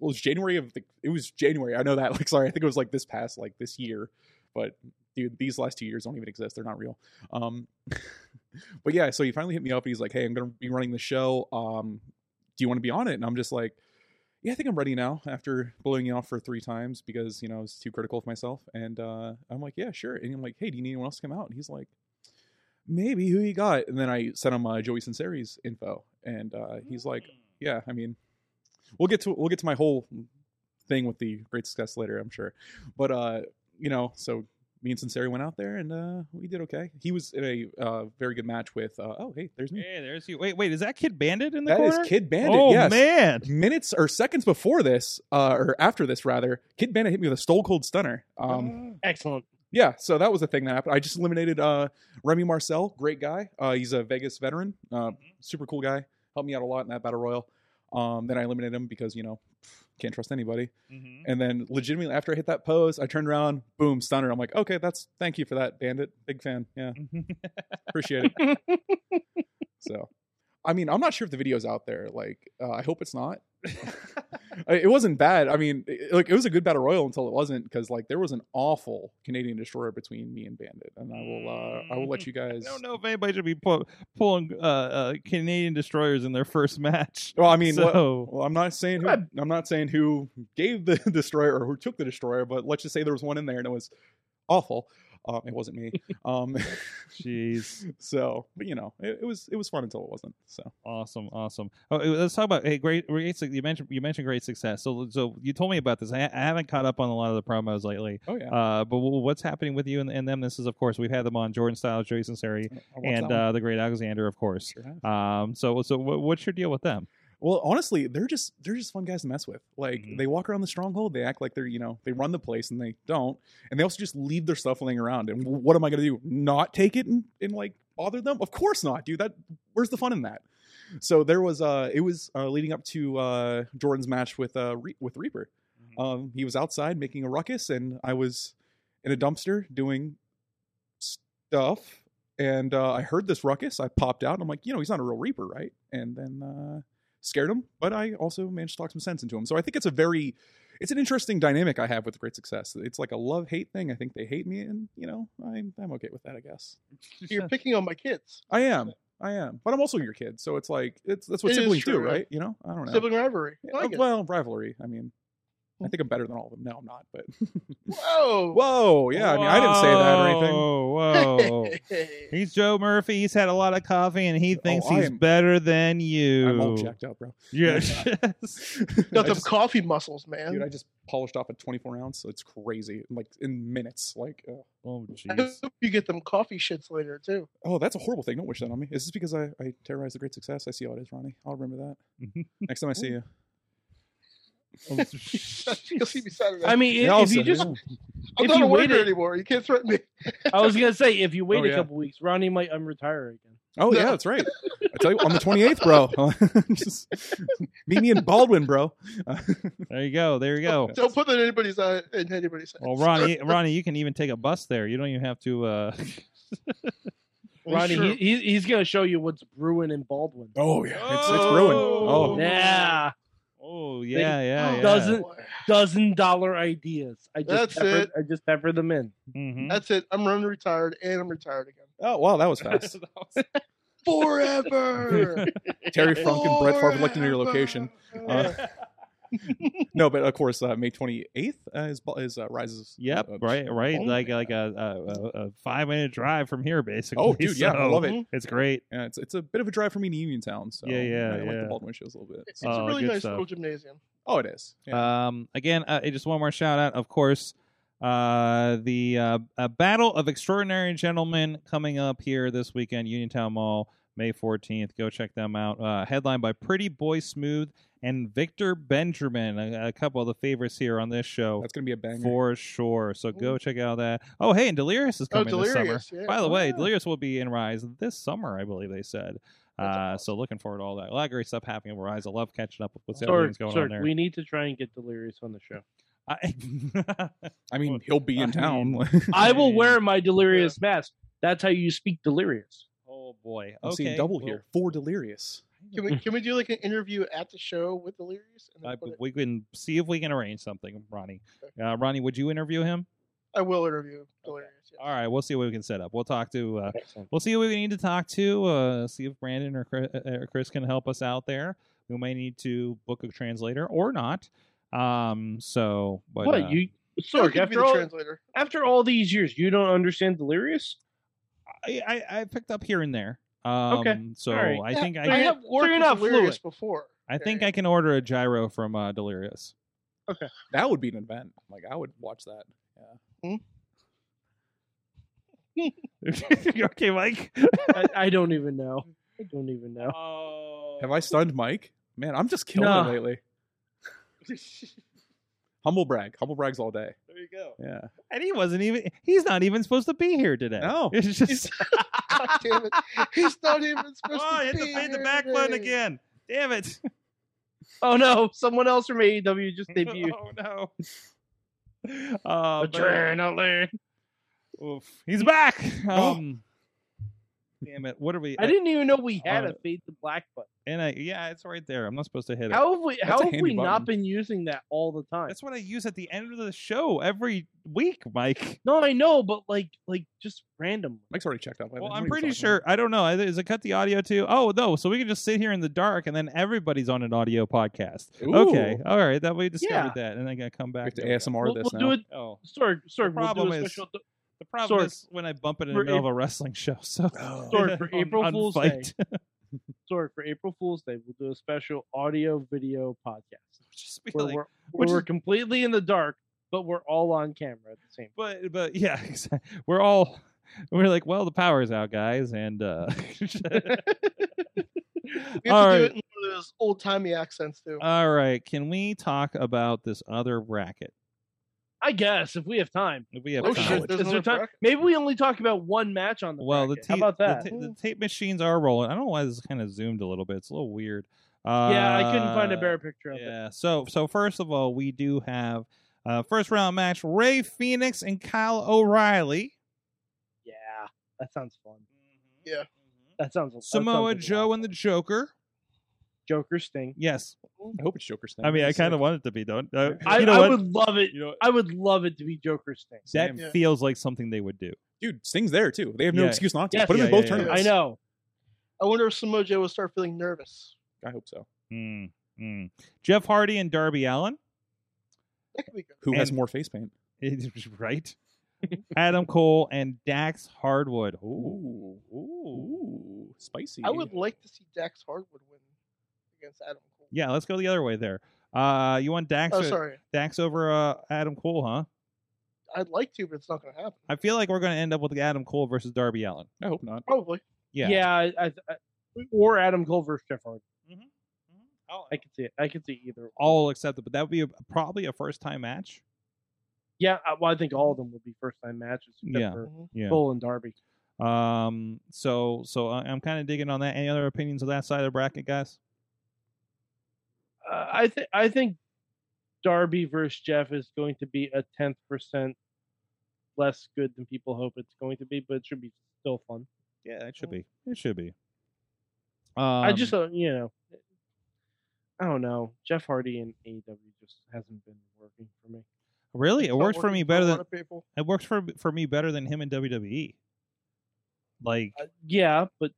[SPEAKER 6] Well, it's January of the. It was January. I know that. [laughs] Like sorry, I think it was like this past like this year, but dude, these last two years don't even exist. They're not real. Um, [laughs] but yeah, so he finally hit me up. and He's like, hey, I'm gonna be running the show. Um, do you want to be on it? And I'm just like yeah, I think I'm ready now after blowing you off for three times because, you know, I was too critical of myself. And uh, I'm like, yeah, sure. And I'm like, hey, do you need anyone else to come out? And he's like, maybe who you got? And then I sent him uh, Joey Sinceri's info. And uh, he's
[SPEAKER 2] Hmm.
[SPEAKER 6] like, yeah, I mean, we'll get to we'll get to my whole thing with the great success later, I'm sure. But, uh, you know, so me and Sinceri went out there and uh, we did okay. He was in a uh, very good match with, uh, oh, hey, there's me.
[SPEAKER 2] Hey, there's you. Wait, wait, is that Kid Bandit in the
[SPEAKER 6] That is
[SPEAKER 2] corner?
[SPEAKER 6] Kid Bandit.
[SPEAKER 2] Oh
[SPEAKER 6] yes
[SPEAKER 2] man,
[SPEAKER 6] minutes or seconds before this, uh, or after this rather, Kid Bandit hit me with a stole cold stunner.
[SPEAKER 2] Mm-hmm.
[SPEAKER 6] Um,
[SPEAKER 4] Excellent.
[SPEAKER 6] yeah, so that was the thing that happened. I just eliminated uh, Remy Marcel, great guy. Uh, he's a Vegas veteran, uh, super cool guy. Helped me out a lot in that battle royal. Um, then I eliminated him because you know can't trust anybody.
[SPEAKER 2] Mm-hmm.
[SPEAKER 6] And then legitimately after I hit that pose, I turned around, boom, stunner. I'm like, okay, that's thank you for that, Bandit. Big fan. Yeah appreciate it so i mean i'm not sure if the video's out there like uh, i hope
[SPEAKER 2] [laughs]
[SPEAKER 6] it's not I- it wasn't bad i mean it, like it was a good battle royal until it wasn't because like there was an awful canadian destroyer between me and bandit and i will uh i will let you guys
[SPEAKER 2] Mm, I don't know if anybody should be pull, pulling uh, uh, Canadian destroyers in their first match.
[SPEAKER 6] well i mean what-
[SPEAKER 2] so,
[SPEAKER 6] well, i'm not saying who i'm not saying who gave the [laughs] destroyer or who took the destroyer but let's just say there was one in there and it was awful um it wasn't me um
[SPEAKER 2] [laughs] jeez.
[SPEAKER 6] [laughs] so but you know it, it was it was fun until it wasn't so
[SPEAKER 2] Awesome, awesome. Oh, eh, let's talk about hey, great, great. suc- You mentioned you mentioned great success. So, so you told me about this. I, I haven't caught up on a lot of the promos lately.
[SPEAKER 6] oh yeah
[SPEAKER 2] Uh, but w- what's happening with you and, and them? This is, of course, we've had them on Jordan Styles, Jason Sari,
[SPEAKER 6] I watched that
[SPEAKER 2] and
[SPEAKER 6] one.
[SPEAKER 2] uh, the Great Alexander, of course.
[SPEAKER 6] Sure have.
[SPEAKER 2] Um, so, so wh- what's your deal with them?
[SPEAKER 6] Well, honestly, they're just they're just fun guys to mess with. Like
[SPEAKER 2] Mhm.
[SPEAKER 6] they walk around the stronghold, they act like they're you know they run the place and they don't, and they also just leave their stuff laying around. And what am I going to do? Not take it and, and like bothered them? Of course not, dude. That where's the fun in that? So there was uh it was uh, leading up to uh Jordan's match with uh Re- with Reaper. Um he was outside making a ruckus and I was in a dumpster doing stuff and uh, I heard this ruckus. I popped out and I'm like, you know, he's not a real Reaper, right? And then uh scared him, but I also managed to talk some sense into him. So I think it's a very it's an interesting dynamic I have with great success. It's like a love hate thing. I think they hate me, and you know, I'm I'm okay with that. I guess
[SPEAKER 5] [laughs] You're picking on my kids.
[SPEAKER 6] I am. I am, but I'm also your kid, so it's like it's that's what
[SPEAKER 5] It is
[SPEAKER 6] siblings do,
[SPEAKER 5] true,
[SPEAKER 6] right?
[SPEAKER 5] right?
[SPEAKER 6] You know, I don't know.
[SPEAKER 5] Sibling rivalry. I
[SPEAKER 6] Yeah, oh,
[SPEAKER 5] like it. Hmm.
[SPEAKER 6] well, rivalry. I mean, I think I'm better than all of them. No, I'm not. But [laughs]
[SPEAKER 5] Whoa.
[SPEAKER 6] whoa, yeah. I mean, I didn't say that or
[SPEAKER 5] [laughs]
[SPEAKER 6] anything. [laughs]
[SPEAKER 2] Whoa, whoa. He's Joe Murphy. He's had a lot of coffee, and he thinks
[SPEAKER 6] Oh, I
[SPEAKER 2] he's
[SPEAKER 6] am-
[SPEAKER 2] better than you.
[SPEAKER 6] I'm all jacked up, bro.
[SPEAKER 2] [laughs] Yes.
[SPEAKER 5] Got
[SPEAKER 6] [laughs] I
[SPEAKER 5] them
[SPEAKER 6] just-
[SPEAKER 5] coffee muscles, man.
[SPEAKER 6] Dude, I just polished off a 24 ounce. It's crazy. Like in minutes. Like, uh,
[SPEAKER 2] oh,
[SPEAKER 5] I
[SPEAKER 2] jeez.
[SPEAKER 5] hope you get them coffee shits later
[SPEAKER 6] [laughs]
[SPEAKER 5] too. [laughs]
[SPEAKER 6] oh, that's a horrible thing. Don't wish that on me. Is this because I, I terrorized the great success? I see how it is, Ronnie. I'll remember that next time I see you.
[SPEAKER 5] You'll see me Saturday.
[SPEAKER 4] I mean,
[SPEAKER 6] Yeah,
[SPEAKER 4] if, if you
[SPEAKER 6] also-
[SPEAKER 4] just,
[SPEAKER 5] I'm
[SPEAKER 4] if
[SPEAKER 5] not
[SPEAKER 4] you
[SPEAKER 5] a worker
[SPEAKER 4] waited-
[SPEAKER 5] anymore. You can't threaten me.
[SPEAKER 4] I was gonna say, if you wait
[SPEAKER 6] Oh,
[SPEAKER 4] a
[SPEAKER 6] yeah.
[SPEAKER 4] couple weeks, Ronnie might unretire again.
[SPEAKER 6] Oh
[SPEAKER 5] No.
[SPEAKER 6] yeah, that's right. I tell you, on the twenty eighth, bro. [laughs] Just meet me in Baldwin, bro. Uh,
[SPEAKER 2] There you go. There you
[SPEAKER 6] [laughs]
[SPEAKER 2] go.
[SPEAKER 5] [laughs] Don't put that in anybody's eye, in anybody's eyes.
[SPEAKER 2] Well, Ronnie, Ronnie, you can even take a bus there. You don't even have to. Uh, [laughs]
[SPEAKER 4] Ronnie, he, he, he's gonna show you what's brewing in Baldwin.
[SPEAKER 6] oh yeah, it's, it's ruined.
[SPEAKER 2] Oh.
[SPEAKER 6] Oh,
[SPEAKER 4] Yeah,
[SPEAKER 2] oh yeah, yeah, yeah.
[SPEAKER 4] doesn't- dozen dollar ideas. I just
[SPEAKER 5] That's
[SPEAKER 4] pepper,
[SPEAKER 5] it.
[SPEAKER 4] I just pepper them in.
[SPEAKER 6] Hmm?
[SPEAKER 2] Mhm.
[SPEAKER 5] That's it. I'm running retired, and I'm retired again.
[SPEAKER 6] oh wow, that was fast.
[SPEAKER 5] Forever.
[SPEAKER 6] [laughs] Terry Funk and Hmm. Brett Favre would like to know your location. Uh, no, but of course, uh, May twenty eighth uh, is Bal- is uh, rises.
[SPEAKER 2] Yep.
[SPEAKER 6] Uh,
[SPEAKER 2] Right. Right.
[SPEAKER 6] oh
[SPEAKER 2] like
[SPEAKER 6] my
[SPEAKER 2] like a, a, a five minute drive from here, basically.
[SPEAKER 6] Oh,
[SPEAKER 2] [laughs]
[SPEAKER 6] dude, yeah, I
[SPEAKER 2] So,
[SPEAKER 6] love it.
[SPEAKER 2] It's great.
[SPEAKER 6] Yeah, it's it's a bit of a drive for me to Uniontown. So
[SPEAKER 2] Yeah, yeah,
[SPEAKER 6] I like
[SPEAKER 2] yeah.
[SPEAKER 6] the Baldwin shows a little bit.
[SPEAKER 5] it's
[SPEAKER 6] So-
[SPEAKER 5] a
[SPEAKER 2] Oh,
[SPEAKER 5] really
[SPEAKER 2] good
[SPEAKER 5] nice
[SPEAKER 2] stuff.
[SPEAKER 5] little gymnasium.
[SPEAKER 6] oh, it is. Yeah.
[SPEAKER 2] Um, again, uh, just one more shout out. Of course, uh, the uh, uh, Battle of Extraordinary Gentlemen coming up here this weekend, Uniontown Mall, May 14th. Go check them out. Uh, headlined by Pretty Boy Smooth and Victor Benjamin, a, a couple of the favorites here on this show.
[SPEAKER 6] that's gonna be a banger.
[SPEAKER 2] For sure. So go check out that. Oh, hey, and Delirious is
[SPEAKER 5] Oh,
[SPEAKER 2] coming this
[SPEAKER 5] Delirious,
[SPEAKER 2] summer.
[SPEAKER 5] yeah.
[SPEAKER 2] By the
[SPEAKER 5] Oh,
[SPEAKER 2] way,
[SPEAKER 5] yeah.
[SPEAKER 2] Delirious will be in Rise this summer, I believe they said.
[SPEAKER 5] That's
[SPEAKER 2] Uh, so looking forward to all that. A lot of great stuff happening with Rise. I love catching up with what's
[SPEAKER 4] Sorg,
[SPEAKER 2] everything's going
[SPEAKER 4] Sorg,
[SPEAKER 2] on there.
[SPEAKER 4] we need to try and get Delirious on the show.
[SPEAKER 2] [laughs] I- [laughs]
[SPEAKER 6] I mean, he'll be in
[SPEAKER 2] I
[SPEAKER 6] town. [laughs]
[SPEAKER 4] I will wear my Delirious mask. That's how you speak Delirious.
[SPEAKER 2] oh boy.
[SPEAKER 6] I'm
[SPEAKER 2] Okay.
[SPEAKER 6] seeing double
[SPEAKER 2] well,
[SPEAKER 6] here. Four delirious.
[SPEAKER 5] Can
[SPEAKER 6] [laughs]
[SPEAKER 5] we can we do like an interview at the show with Delirious? And then
[SPEAKER 2] I,
[SPEAKER 5] put it-
[SPEAKER 2] we can see if we can arrange something, Ronnie. Uh, Ronnie, would you interview him?
[SPEAKER 5] I will interview Delirious. yes.
[SPEAKER 2] All right, we'll see what we can set up. We'll talk to. Uh, we'll see who we need to talk to. Uh, see if Brandon or Chris, or Chris can help us out there. We may need to book a translator or not. Um. So, but
[SPEAKER 4] what
[SPEAKER 2] uh,
[SPEAKER 4] you,
[SPEAKER 5] Sure,
[SPEAKER 4] Sorg?
[SPEAKER 5] give me
[SPEAKER 4] After
[SPEAKER 5] the
[SPEAKER 4] all,
[SPEAKER 5] translator.
[SPEAKER 4] after all these years, you don't understand Delirious?
[SPEAKER 2] I, I I picked up here and there. Um,
[SPEAKER 4] Okay,
[SPEAKER 2] So
[SPEAKER 4] all right.
[SPEAKER 2] I think
[SPEAKER 5] I
[SPEAKER 2] I
[SPEAKER 5] have worked
[SPEAKER 4] you're
[SPEAKER 5] with
[SPEAKER 4] not
[SPEAKER 5] Delirious
[SPEAKER 4] fluent.
[SPEAKER 5] before.
[SPEAKER 2] I think I
[SPEAKER 5] [laughs]
[SPEAKER 2] can order a gyro from uh, Delirious. [laughs]
[SPEAKER 6] That would be an event. Like I would watch that.
[SPEAKER 2] okay, Mike.
[SPEAKER 4] I, I don't even know. I don't
[SPEAKER 2] [laughs]
[SPEAKER 4] even know.
[SPEAKER 6] Have I stunned Mike? Man, I'm just killing
[SPEAKER 4] No.
[SPEAKER 6] it lately. humble brag, humble brags all day.
[SPEAKER 2] There you go.
[SPEAKER 6] Yeah,
[SPEAKER 2] And he wasn't even. He's not even supposed to be here today.
[SPEAKER 6] No.
[SPEAKER 2] [laughs] it's just.
[SPEAKER 5] God damn it. He's not even supposed
[SPEAKER 2] oh, I
[SPEAKER 5] to
[SPEAKER 2] hit
[SPEAKER 5] be
[SPEAKER 2] the fade the
[SPEAKER 5] here
[SPEAKER 2] back button
[SPEAKER 5] today.
[SPEAKER 2] again. Damn it!
[SPEAKER 4] Oh no, someone else from AEW just
[SPEAKER 2] [laughs]
[SPEAKER 4] debuted.
[SPEAKER 2] oh no. Uh, but-
[SPEAKER 4] Adrenaline.
[SPEAKER 2] oof. He's
[SPEAKER 4] [gasps]
[SPEAKER 2] back. Um, damn it! What are we?
[SPEAKER 4] I didn't even know
[SPEAKER 2] [laughs]
[SPEAKER 4] we had
[SPEAKER 2] Uh,
[SPEAKER 4] a fade the black button.
[SPEAKER 2] And I, yeah, it's right there. I'm not supposed to hit it.
[SPEAKER 4] How have we?
[SPEAKER 6] a
[SPEAKER 4] How have
[SPEAKER 6] handy
[SPEAKER 4] we not
[SPEAKER 6] button.
[SPEAKER 4] been using that all the time?
[SPEAKER 2] That's what I use at the end of the show every week, Mike.
[SPEAKER 4] no, I know, but like, like just randomly.
[SPEAKER 6] Mike's already checked out. by then.
[SPEAKER 2] Well,
[SPEAKER 6] What
[SPEAKER 2] I'm
[SPEAKER 6] are you
[SPEAKER 2] pretty
[SPEAKER 6] talking
[SPEAKER 2] sure.
[SPEAKER 6] about?
[SPEAKER 2] I don't know. I- Is it cut the audio too? Oh no! So we can just sit here in the dark, and then everybody's on an audio podcast. Okay,
[SPEAKER 6] Ooh.
[SPEAKER 2] all right. That we discovered
[SPEAKER 4] Yeah.
[SPEAKER 2] that, and I gotta come
[SPEAKER 6] We
[SPEAKER 2] back
[SPEAKER 6] have to
[SPEAKER 2] Okay.
[SPEAKER 6] ASMR
[SPEAKER 4] We'll,
[SPEAKER 6] this
[SPEAKER 4] we'll
[SPEAKER 6] now.
[SPEAKER 4] do it.
[SPEAKER 2] Oh,
[SPEAKER 4] Sorg, Sorg, we'll
[SPEAKER 2] problem
[SPEAKER 4] do a
[SPEAKER 2] is-
[SPEAKER 4] special.
[SPEAKER 2] the problem
[SPEAKER 4] Sorg.
[SPEAKER 2] is when I bump it in the
[SPEAKER 4] For
[SPEAKER 2] middle of
[SPEAKER 4] April-
[SPEAKER 2] a wrestling show. So [laughs]
[SPEAKER 4] Sorg, for
[SPEAKER 2] On-
[SPEAKER 4] April
[SPEAKER 2] on
[SPEAKER 4] Fool's
[SPEAKER 2] fight.
[SPEAKER 4] Sorg, for April Fool's Day, we'll do a special audio video podcast
[SPEAKER 2] [laughs] Just [laughs] be
[SPEAKER 4] where
[SPEAKER 2] like-
[SPEAKER 4] we're
[SPEAKER 2] which
[SPEAKER 4] where we're
[SPEAKER 2] is-
[SPEAKER 4] completely in the dark, but we're all on camera at the same.
[SPEAKER 2] but but yeah, [laughs] exactly. we're all we're like, well, the power's out, guys, and
[SPEAKER 4] [laughs]
[SPEAKER 2] uh, [laughs]
[SPEAKER 5] We have
[SPEAKER 2] all
[SPEAKER 5] to do
[SPEAKER 2] right,
[SPEAKER 5] it in one of those
[SPEAKER 2] Uh-huh.
[SPEAKER 5] old timey accents too.
[SPEAKER 2] all right. Can we talk about this other racket?
[SPEAKER 4] I guess if we have time.
[SPEAKER 2] If we have
[SPEAKER 5] Oh,
[SPEAKER 2] time.
[SPEAKER 5] shit. there's
[SPEAKER 4] Is there
[SPEAKER 5] another
[SPEAKER 4] time?
[SPEAKER 5] bracket.
[SPEAKER 4] Maybe we only talk about one match on the.
[SPEAKER 2] Well, the
[SPEAKER 4] bracket. how
[SPEAKER 2] tape,
[SPEAKER 4] about that?
[SPEAKER 2] The, ta- the tape machines are rolling. I don't know why this is kind of zoomed a little bit. It's a little weird. Uh,
[SPEAKER 4] yeah, I couldn't find a better picture of it.
[SPEAKER 2] Yeah. So so first of all, we do have uh, first round match: Ray Phoenix and Kyle O'Reilly,
[SPEAKER 4] Yeah, that sounds fun.
[SPEAKER 5] Yeah.
[SPEAKER 4] That sounds that
[SPEAKER 2] Mm-hmm. Samoa
[SPEAKER 4] sounds like a
[SPEAKER 2] Joe
[SPEAKER 4] lot
[SPEAKER 2] and the
[SPEAKER 4] of fun.
[SPEAKER 2] Joker.
[SPEAKER 4] Joker Sting.
[SPEAKER 2] Yes.
[SPEAKER 6] I hope it's Joker Sting.
[SPEAKER 2] I mean, I
[SPEAKER 6] It's like-
[SPEAKER 2] kind of want it to be done. Uh, [laughs]
[SPEAKER 4] I,
[SPEAKER 2] you know
[SPEAKER 4] I
[SPEAKER 2] what?
[SPEAKER 4] would love it.
[SPEAKER 6] You know,
[SPEAKER 4] I would love it to be Joker Sting.
[SPEAKER 2] that
[SPEAKER 5] Yeah.
[SPEAKER 2] feels like something they would do.
[SPEAKER 6] dude, Sting's there too. They have no
[SPEAKER 2] Yeah.
[SPEAKER 6] excuse not to
[SPEAKER 4] Yes,
[SPEAKER 6] put him
[SPEAKER 2] yeah,
[SPEAKER 6] in both
[SPEAKER 2] yeah, yeah.
[SPEAKER 6] tournaments.
[SPEAKER 4] I know.
[SPEAKER 5] I wonder if Samoa Joe will start feeling nervous.
[SPEAKER 6] I hope so.
[SPEAKER 2] Mm, mm. Jeff Hardy and Darby [laughs] Allen,
[SPEAKER 5] That could be good.
[SPEAKER 6] Who has
[SPEAKER 2] And-
[SPEAKER 6] more face paint?
[SPEAKER 2] right? Adam Cole and Dax Hardwood. Ooh.
[SPEAKER 6] Ooh, ooh, spicy.
[SPEAKER 5] I would like to see Dax Hardwood win against Adam Cole.
[SPEAKER 2] Yeah, let's go the other way there. Uh, you want Dax?
[SPEAKER 5] Oh,
[SPEAKER 2] o-
[SPEAKER 5] sorry.
[SPEAKER 2] Dax over uh, Adam Cole, huh?
[SPEAKER 5] I'd like to, but it's not going to happen.
[SPEAKER 2] I feel like we're going to end up with Adam Cole versus Darby Allen.
[SPEAKER 6] I hope not.
[SPEAKER 5] Probably.
[SPEAKER 2] Yeah.
[SPEAKER 4] I, I, I- or Adam Cole versus Jeff Hardy.
[SPEAKER 2] Oh,
[SPEAKER 4] I could see it. I could see either.
[SPEAKER 2] all accepted, but that would be a, probably a first time match.
[SPEAKER 4] Yeah, I- well, I think all of them would be first time matches except
[SPEAKER 2] Yeah.
[SPEAKER 4] for
[SPEAKER 2] Yeah.
[SPEAKER 4] Cole and Darby.
[SPEAKER 2] Um. So so I- I'm kind of digging on that. Any other opinions on that side of the bracket, guys?
[SPEAKER 4] Uh, I think I think Darby versus Jeff is going to be a tenth percent less good than people hope it's going to be, but it should be still fun.
[SPEAKER 2] Yeah, it should be. It should be. Um,
[SPEAKER 4] I just uh, you know, I don't know. Jeff Hardy and AEW just hasn't been working for me.
[SPEAKER 2] really
[SPEAKER 5] It's
[SPEAKER 2] it
[SPEAKER 5] not
[SPEAKER 2] works for
[SPEAKER 5] working
[SPEAKER 2] me better
[SPEAKER 5] a lot
[SPEAKER 2] than
[SPEAKER 5] of people.
[SPEAKER 2] it works for for me better than him in WWE. Like
[SPEAKER 4] Uh, yeah, but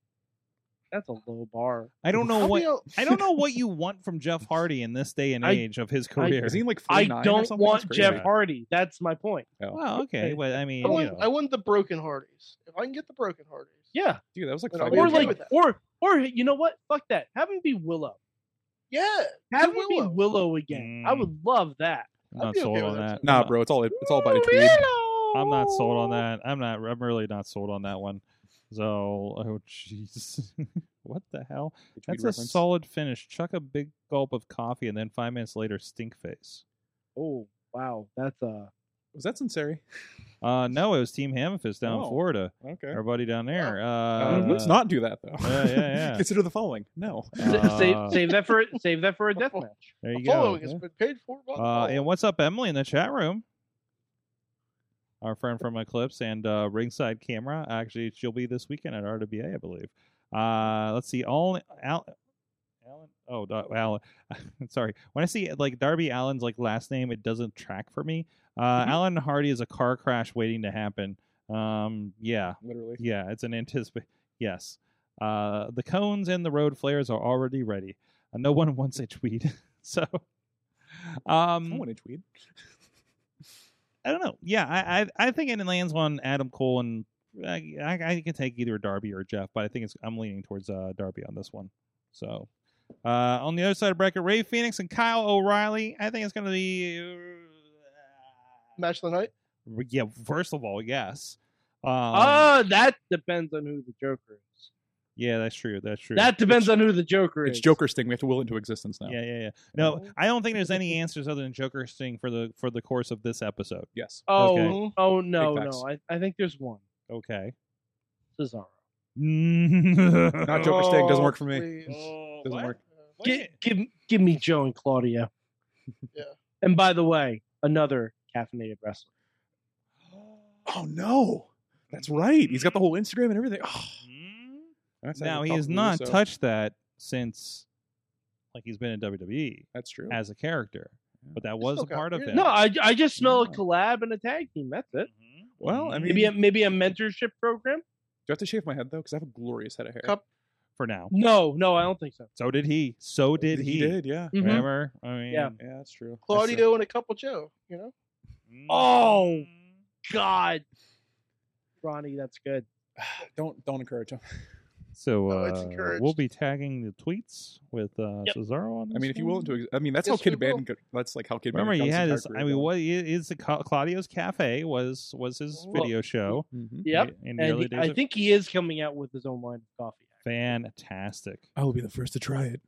[SPEAKER 4] that's a low bar.
[SPEAKER 2] I don't know
[SPEAKER 5] I'll
[SPEAKER 2] Oh, what
[SPEAKER 5] be hon-
[SPEAKER 2] I don't know what you want from Jeff Hardy in this day and
[SPEAKER 4] I-
[SPEAKER 2] age of his career.
[SPEAKER 6] Is he like
[SPEAKER 4] I
[SPEAKER 6] 49 or
[SPEAKER 4] don't
[SPEAKER 6] something? It's
[SPEAKER 4] want
[SPEAKER 6] crazy.
[SPEAKER 4] Jeff Hardy. That's my point.
[SPEAKER 2] [laughs] well, okay, but I mean,
[SPEAKER 5] I
[SPEAKER 2] you
[SPEAKER 5] want, I
[SPEAKER 2] know,
[SPEAKER 5] want the broken hearties. If I can get the broken hearties.
[SPEAKER 4] Yeah,
[SPEAKER 6] Dude, that was like
[SPEAKER 5] But
[SPEAKER 6] five
[SPEAKER 5] I'll be
[SPEAKER 4] or
[SPEAKER 6] years
[SPEAKER 5] okay
[SPEAKER 6] ago.
[SPEAKER 4] like,
[SPEAKER 5] with that.
[SPEAKER 4] or or you know what? Fuck that. Have him be Willow.
[SPEAKER 5] Yeah.
[SPEAKER 4] Have
[SPEAKER 5] do
[SPEAKER 4] him be
[SPEAKER 5] Willow.
[SPEAKER 4] Willow again. I
[SPEAKER 2] Mm.
[SPEAKER 4] would love that.
[SPEAKER 2] I'm
[SPEAKER 5] I'd
[SPEAKER 2] not
[SPEAKER 5] be
[SPEAKER 2] sold
[SPEAKER 5] okay
[SPEAKER 2] on
[SPEAKER 5] with that
[SPEAKER 2] that.
[SPEAKER 5] too.
[SPEAKER 6] Nah, bro, it's all it's all about a tweet.
[SPEAKER 4] Willow!
[SPEAKER 2] I'm not sold
[SPEAKER 5] Oh.
[SPEAKER 2] on that. I'm not. I'm really not sold on that one. So, oh jeez, [laughs] what the hell? That's a solid finish. Chuck a big gulp of coffee and then five minutes later, stink face.
[SPEAKER 4] Oh wow, that's [laughs] uh
[SPEAKER 6] Was that sincere?
[SPEAKER 2] Uh, no, it was Team Hammerfist down in
[SPEAKER 6] Oh.
[SPEAKER 2] Florida.
[SPEAKER 6] Okay.
[SPEAKER 2] Our buddy down there. Uh,
[SPEAKER 6] Uh, let's not do that though.
[SPEAKER 2] yeah,
[SPEAKER 6] [laughs]
[SPEAKER 2] yeah, yeah.
[SPEAKER 6] Consider the following. No.
[SPEAKER 2] [laughs]
[SPEAKER 6] [laughs]
[SPEAKER 2] Uh,
[SPEAKER 4] save save that for save that for a [laughs] death match.
[SPEAKER 2] There
[SPEAKER 5] The
[SPEAKER 2] you
[SPEAKER 5] following has
[SPEAKER 2] go.
[SPEAKER 5] been paid for by the
[SPEAKER 2] Uh, and
[SPEAKER 5] following.
[SPEAKER 2] what's up, Emily, in the chat room? Our friend from Eclipse and uh, Ringside Camera. Actually, she'll be this weekend at RWA, I believe. Uh, let's see. All Al, Alan. Oh, da- Alan. [laughs] Sorry. When I see like Darby Allen's like last name, it doesn't track for me. Uh,
[SPEAKER 6] Mm-hmm.
[SPEAKER 2] Alan Hardy is a car crash waiting to happen. Um, yeah,
[SPEAKER 6] Literally.
[SPEAKER 2] yeah. It's an anticipate. Yes. Uh, the cones and the road flares are already ready. Uh, no one [laughs] wants a tweet. so, um,
[SPEAKER 6] I want a tweet.
[SPEAKER 2] I don't know. Yeah, I I, I think it lands on Adam Cole and I, I I can take either Darby or Jeff, but I think it's I'm leaning towards uh, Darby on this one. So uh, on the other side of bracket, Ray Phoenix and Kyle O'Reilly. I think it's going to be uh,
[SPEAKER 5] Match of the night.
[SPEAKER 2] yeah. First of all, yes. Um,
[SPEAKER 4] Ah, that depends on who the Joker is.
[SPEAKER 2] yeah, that's true. That's true.
[SPEAKER 4] That depends on who the Joker is.
[SPEAKER 6] It's Joker's thing. We have to will into existence now.
[SPEAKER 2] yeah, yeah, yeah. No, I don't think there's any answers other than Joker Sting for the for the course of this episode.
[SPEAKER 6] Yes.
[SPEAKER 4] Oh,
[SPEAKER 2] Okay.
[SPEAKER 4] oh no,
[SPEAKER 6] Big facts.
[SPEAKER 4] no. I, I think there's one.
[SPEAKER 2] Okay.
[SPEAKER 4] Cesaro.
[SPEAKER 2] [laughs]
[SPEAKER 6] Not
[SPEAKER 2] Not
[SPEAKER 6] Joker Sting doesn't
[SPEAKER 5] Oh,
[SPEAKER 6] work for me.
[SPEAKER 5] please. Oh,
[SPEAKER 6] Doesn't work.
[SPEAKER 5] uh,
[SPEAKER 4] Give, give give me Joe and Claudia.
[SPEAKER 5] [laughs] Yeah.
[SPEAKER 4] And by the way, another caffeinated wrestler.
[SPEAKER 6] [gasps] Oh no. That's right. He's got the whole Instagram and everything. [sighs] Oh, that's-
[SPEAKER 2] Now
[SPEAKER 6] that's
[SPEAKER 2] he has
[SPEAKER 6] probably
[SPEAKER 2] not
[SPEAKER 6] so.
[SPEAKER 2] touched that since, like he's been in WWE
[SPEAKER 6] That's true.
[SPEAKER 2] as a character, but that was a
[SPEAKER 5] still got-
[SPEAKER 2] part of
[SPEAKER 5] yeah.
[SPEAKER 2] him.
[SPEAKER 4] No, I, I just smell a
[SPEAKER 5] Mm.
[SPEAKER 6] Yeah.
[SPEAKER 4] collab and a tag team. That's it.
[SPEAKER 2] Mhm.
[SPEAKER 6] Well, I
[SPEAKER 2] Mhm.
[SPEAKER 6] mean,
[SPEAKER 4] Maybe a,
[SPEAKER 6] do
[SPEAKER 4] maybe a mentorship program.
[SPEAKER 6] I have to shave my head though? Because I have a glorious head of hair.
[SPEAKER 5] Cup-
[SPEAKER 2] for now,
[SPEAKER 4] No, no, I don't think so.
[SPEAKER 2] so did he. So did he.
[SPEAKER 6] He Mm. did. Yeah.
[SPEAKER 4] Mhm.
[SPEAKER 2] Remember? I mean,
[SPEAKER 4] Yeah.
[SPEAKER 6] Yeah, that's uh, true.
[SPEAKER 5] Claudio and a couple Joe, you know?
[SPEAKER 2] mm.
[SPEAKER 4] Oh God, Ronnie, that's good.
[SPEAKER 6] don't don't encourage him.
[SPEAKER 2] So
[SPEAKER 5] No, it's
[SPEAKER 2] uh,
[SPEAKER 5] encouraged.
[SPEAKER 2] we'll be tagging the tweets with uh,
[SPEAKER 4] Yep.
[SPEAKER 2] Cesaro on. This
[SPEAKER 6] I mean, if you will
[SPEAKER 2] one.
[SPEAKER 6] to, ex- I mean, that's
[SPEAKER 5] Yes,
[SPEAKER 6] how Kid
[SPEAKER 5] we will.
[SPEAKER 6] Bandit. That's like how Kid
[SPEAKER 2] Remember,
[SPEAKER 6] Bandit.
[SPEAKER 2] he had his. I mean, what he- is the Cla- Claudio's Cafe was was his
[SPEAKER 4] Well,
[SPEAKER 2] video show
[SPEAKER 6] Mm-hmm.
[SPEAKER 4] Yep.
[SPEAKER 2] in, in the
[SPEAKER 4] And
[SPEAKER 2] early
[SPEAKER 4] he-
[SPEAKER 2] days.
[SPEAKER 4] I
[SPEAKER 2] of-
[SPEAKER 4] think he is coming out with his own line of coffee.
[SPEAKER 2] fantastic.
[SPEAKER 6] I will be the first to try it.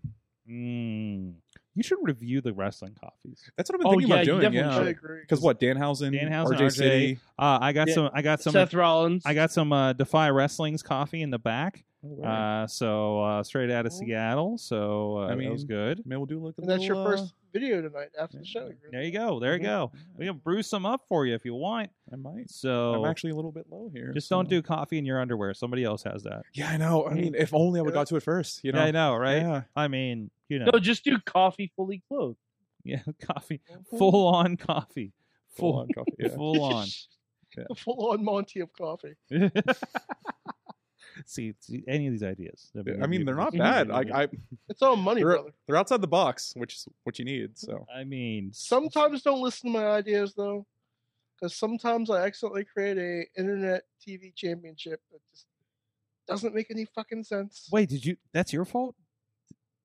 [SPEAKER 2] Mm. You should review the wrestling coffees.
[SPEAKER 6] That's what I've been
[SPEAKER 4] Oh,
[SPEAKER 6] thinking
[SPEAKER 4] yeah,
[SPEAKER 6] about
[SPEAKER 4] you
[SPEAKER 6] doing.
[SPEAKER 4] definitely
[SPEAKER 5] I
[SPEAKER 6] Yeah,
[SPEAKER 4] should.
[SPEAKER 5] agree.
[SPEAKER 6] because what Danhausen,
[SPEAKER 2] Danhausen,
[SPEAKER 6] RJ, City,
[SPEAKER 2] Uh, I got
[SPEAKER 4] Yeah.
[SPEAKER 2] some. I got some.
[SPEAKER 4] Seth Rollins.
[SPEAKER 2] I got some uh, Defy Wrestling's coffee in the back. Uh, so uh, straight out of
[SPEAKER 5] Oh.
[SPEAKER 2] Seattle. So uh,
[SPEAKER 6] I
[SPEAKER 2] that was
[SPEAKER 6] mean-
[SPEAKER 2] good.
[SPEAKER 6] man, we'll do a look. at
[SPEAKER 5] And that's your
[SPEAKER 6] little, uh,
[SPEAKER 5] first video tonight after the show.
[SPEAKER 2] There
[SPEAKER 5] [laughs]
[SPEAKER 2] you go. There you go. We can brew some up for you if you want.
[SPEAKER 6] I might. I'm
[SPEAKER 2] So
[SPEAKER 6] actually a little bit low here.
[SPEAKER 2] Oh. just
[SPEAKER 6] so-
[SPEAKER 2] don't do coffee in your underwear. Somebody else has that.
[SPEAKER 6] Yeah, I know. I mean, if only I would have got to it first. You know.
[SPEAKER 2] yeah, I know, right?
[SPEAKER 6] Yeah.
[SPEAKER 2] I mean, you know,
[SPEAKER 4] no, just do coffee fully
[SPEAKER 2] [laughs]
[SPEAKER 4] clothed.
[SPEAKER 2] yeah, coffee, full on coffee,
[SPEAKER 6] Full
[SPEAKER 2] full,
[SPEAKER 6] on coffee. Yeah.
[SPEAKER 2] full on.
[SPEAKER 5] A full on Monty of coffee.
[SPEAKER 6] [laughs]
[SPEAKER 2] [laughs] see, see, any of these ideas? that we-
[SPEAKER 6] I mean,
[SPEAKER 2] we-
[SPEAKER 6] they're not
[SPEAKER 2] we-
[SPEAKER 6] bad.
[SPEAKER 2] we-
[SPEAKER 6] I, I,
[SPEAKER 5] It's all money,
[SPEAKER 6] They're-
[SPEAKER 5] brother.
[SPEAKER 6] they're outside the box, which is what you need. So
[SPEAKER 2] I mean, s-
[SPEAKER 5] Sometimes don't listen to my ideas though, because sometimes I accidentally create a internet TV championship that just doesn't make any fucking sense.
[SPEAKER 2] Wait, did you? That's your fault.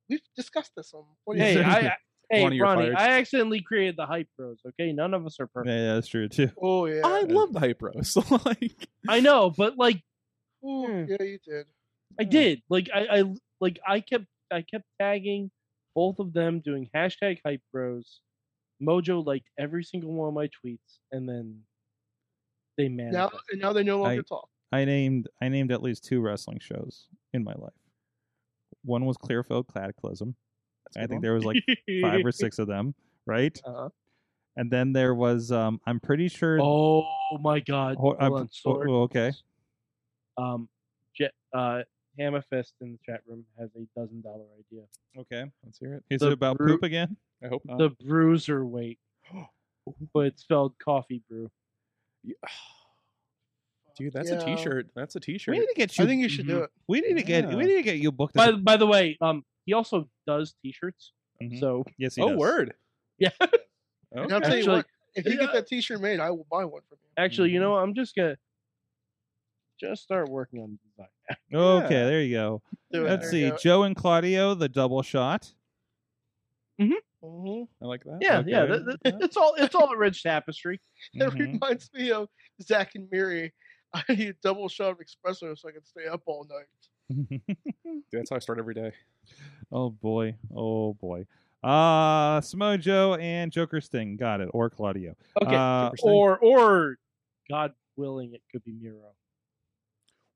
[SPEAKER 5] We've discussed this on. What do you
[SPEAKER 4] Hey,
[SPEAKER 5] think?
[SPEAKER 2] [laughs]
[SPEAKER 4] I, I- hey
[SPEAKER 6] One of
[SPEAKER 4] Ronnie,
[SPEAKER 6] your fires.
[SPEAKER 4] I accidentally created the hype bros. Okay, none of us are perfect.
[SPEAKER 2] Yeah, that's true too.
[SPEAKER 5] oh yeah.
[SPEAKER 6] I love the hype bro. So [laughs] like,
[SPEAKER 4] I know, but like
[SPEAKER 5] Ooh,
[SPEAKER 4] Hmm.
[SPEAKER 5] yeah, you did.
[SPEAKER 4] I did. Like I, I like I kept I kept tagging both of them doing hashtag hype bros. Mojo liked every single one of my tweets and then they managed.
[SPEAKER 5] Now and now they no longer
[SPEAKER 2] I-
[SPEAKER 5] talk.
[SPEAKER 2] I named I named at least two wrestling shows in my life. One was Clearfield Cataclysm. I think there was like
[SPEAKER 4] [laughs]
[SPEAKER 2] five or six of them, right?
[SPEAKER 4] Uh-huh.
[SPEAKER 2] And then there was um I'm pretty sure
[SPEAKER 4] Oh my god.
[SPEAKER 2] Ho-
[SPEAKER 4] Hold
[SPEAKER 2] I'm-
[SPEAKER 4] on,
[SPEAKER 2] oh,
[SPEAKER 4] sword.
[SPEAKER 2] oh, okay.
[SPEAKER 4] Um Jet uh Hammerfest in the chat room has a dozen dollar idea.
[SPEAKER 2] Okay.
[SPEAKER 6] let's hear it.
[SPEAKER 2] Is
[SPEAKER 4] The
[SPEAKER 2] it about
[SPEAKER 4] Bru-
[SPEAKER 2] poop again?
[SPEAKER 6] I hope
[SPEAKER 2] Oh.
[SPEAKER 6] not.
[SPEAKER 4] The
[SPEAKER 2] [gasps]
[SPEAKER 4] bruiser weight. But it's spelled coffee brew.
[SPEAKER 6] [sighs] Dude, that's a
[SPEAKER 5] Yeah.
[SPEAKER 6] T-shirt. That's a T-shirt.
[SPEAKER 2] We need to get you
[SPEAKER 5] I think you should
[SPEAKER 4] Mm-hmm.
[SPEAKER 5] do it.
[SPEAKER 2] we need to get
[SPEAKER 6] Yeah.
[SPEAKER 2] we need to get you booked
[SPEAKER 4] By
[SPEAKER 2] as,
[SPEAKER 4] by the way, um he also does t shirts.
[SPEAKER 2] Mhm.
[SPEAKER 4] So [laughs]
[SPEAKER 2] Yes he
[SPEAKER 6] oh,
[SPEAKER 2] does.
[SPEAKER 6] word.
[SPEAKER 4] Yeah.
[SPEAKER 5] And I'll tell you
[SPEAKER 4] Actually-
[SPEAKER 5] what. If you
[SPEAKER 4] Yeah.
[SPEAKER 5] get that T-shirt made, I will buy one from you.
[SPEAKER 4] Actually, you
[SPEAKER 2] Mm-hmm.
[SPEAKER 4] know, what? I'm just gonna just start working on the design.
[SPEAKER 2] Okay,
[SPEAKER 6] Yeah.
[SPEAKER 2] there you go.
[SPEAKER 5] Do it.
[SPEAKER 2] Let's
[SPEAKER 5] There you
[SPEAKER 2] see.
[SPEAKER 5] go.
[SPEAKER 2] Joe and Claudio, the double [laughs] shot.
[SPEAKER 5] Mhm.
[SPEAKER 6] I like that.
[SPEAKER 4] Yeah, yeah,
[SPEAKER 6] Okay.
[SPEAKER 4] th- th- it's all it's all a rich tapestry.
[SPEAKER 5] That
[SPEAKER 2] Mhm.
[SPEAKER 5] reminds me of Zach and Miri. I need a double shot of espresso so I can stay up all night.
[SPEAKER 6] Dude, that's how I start every day.
[SPEAKER 2] Mm-hmm. [laughs] oh boy. Oh boy. Uh Smojo and Joker Sting. Got it. Or Claudio.
[SPEAKER 4] Okay,
[SPEAKER 2] Uh,
[SPEAKER 4] or or God willing, it could be Miro.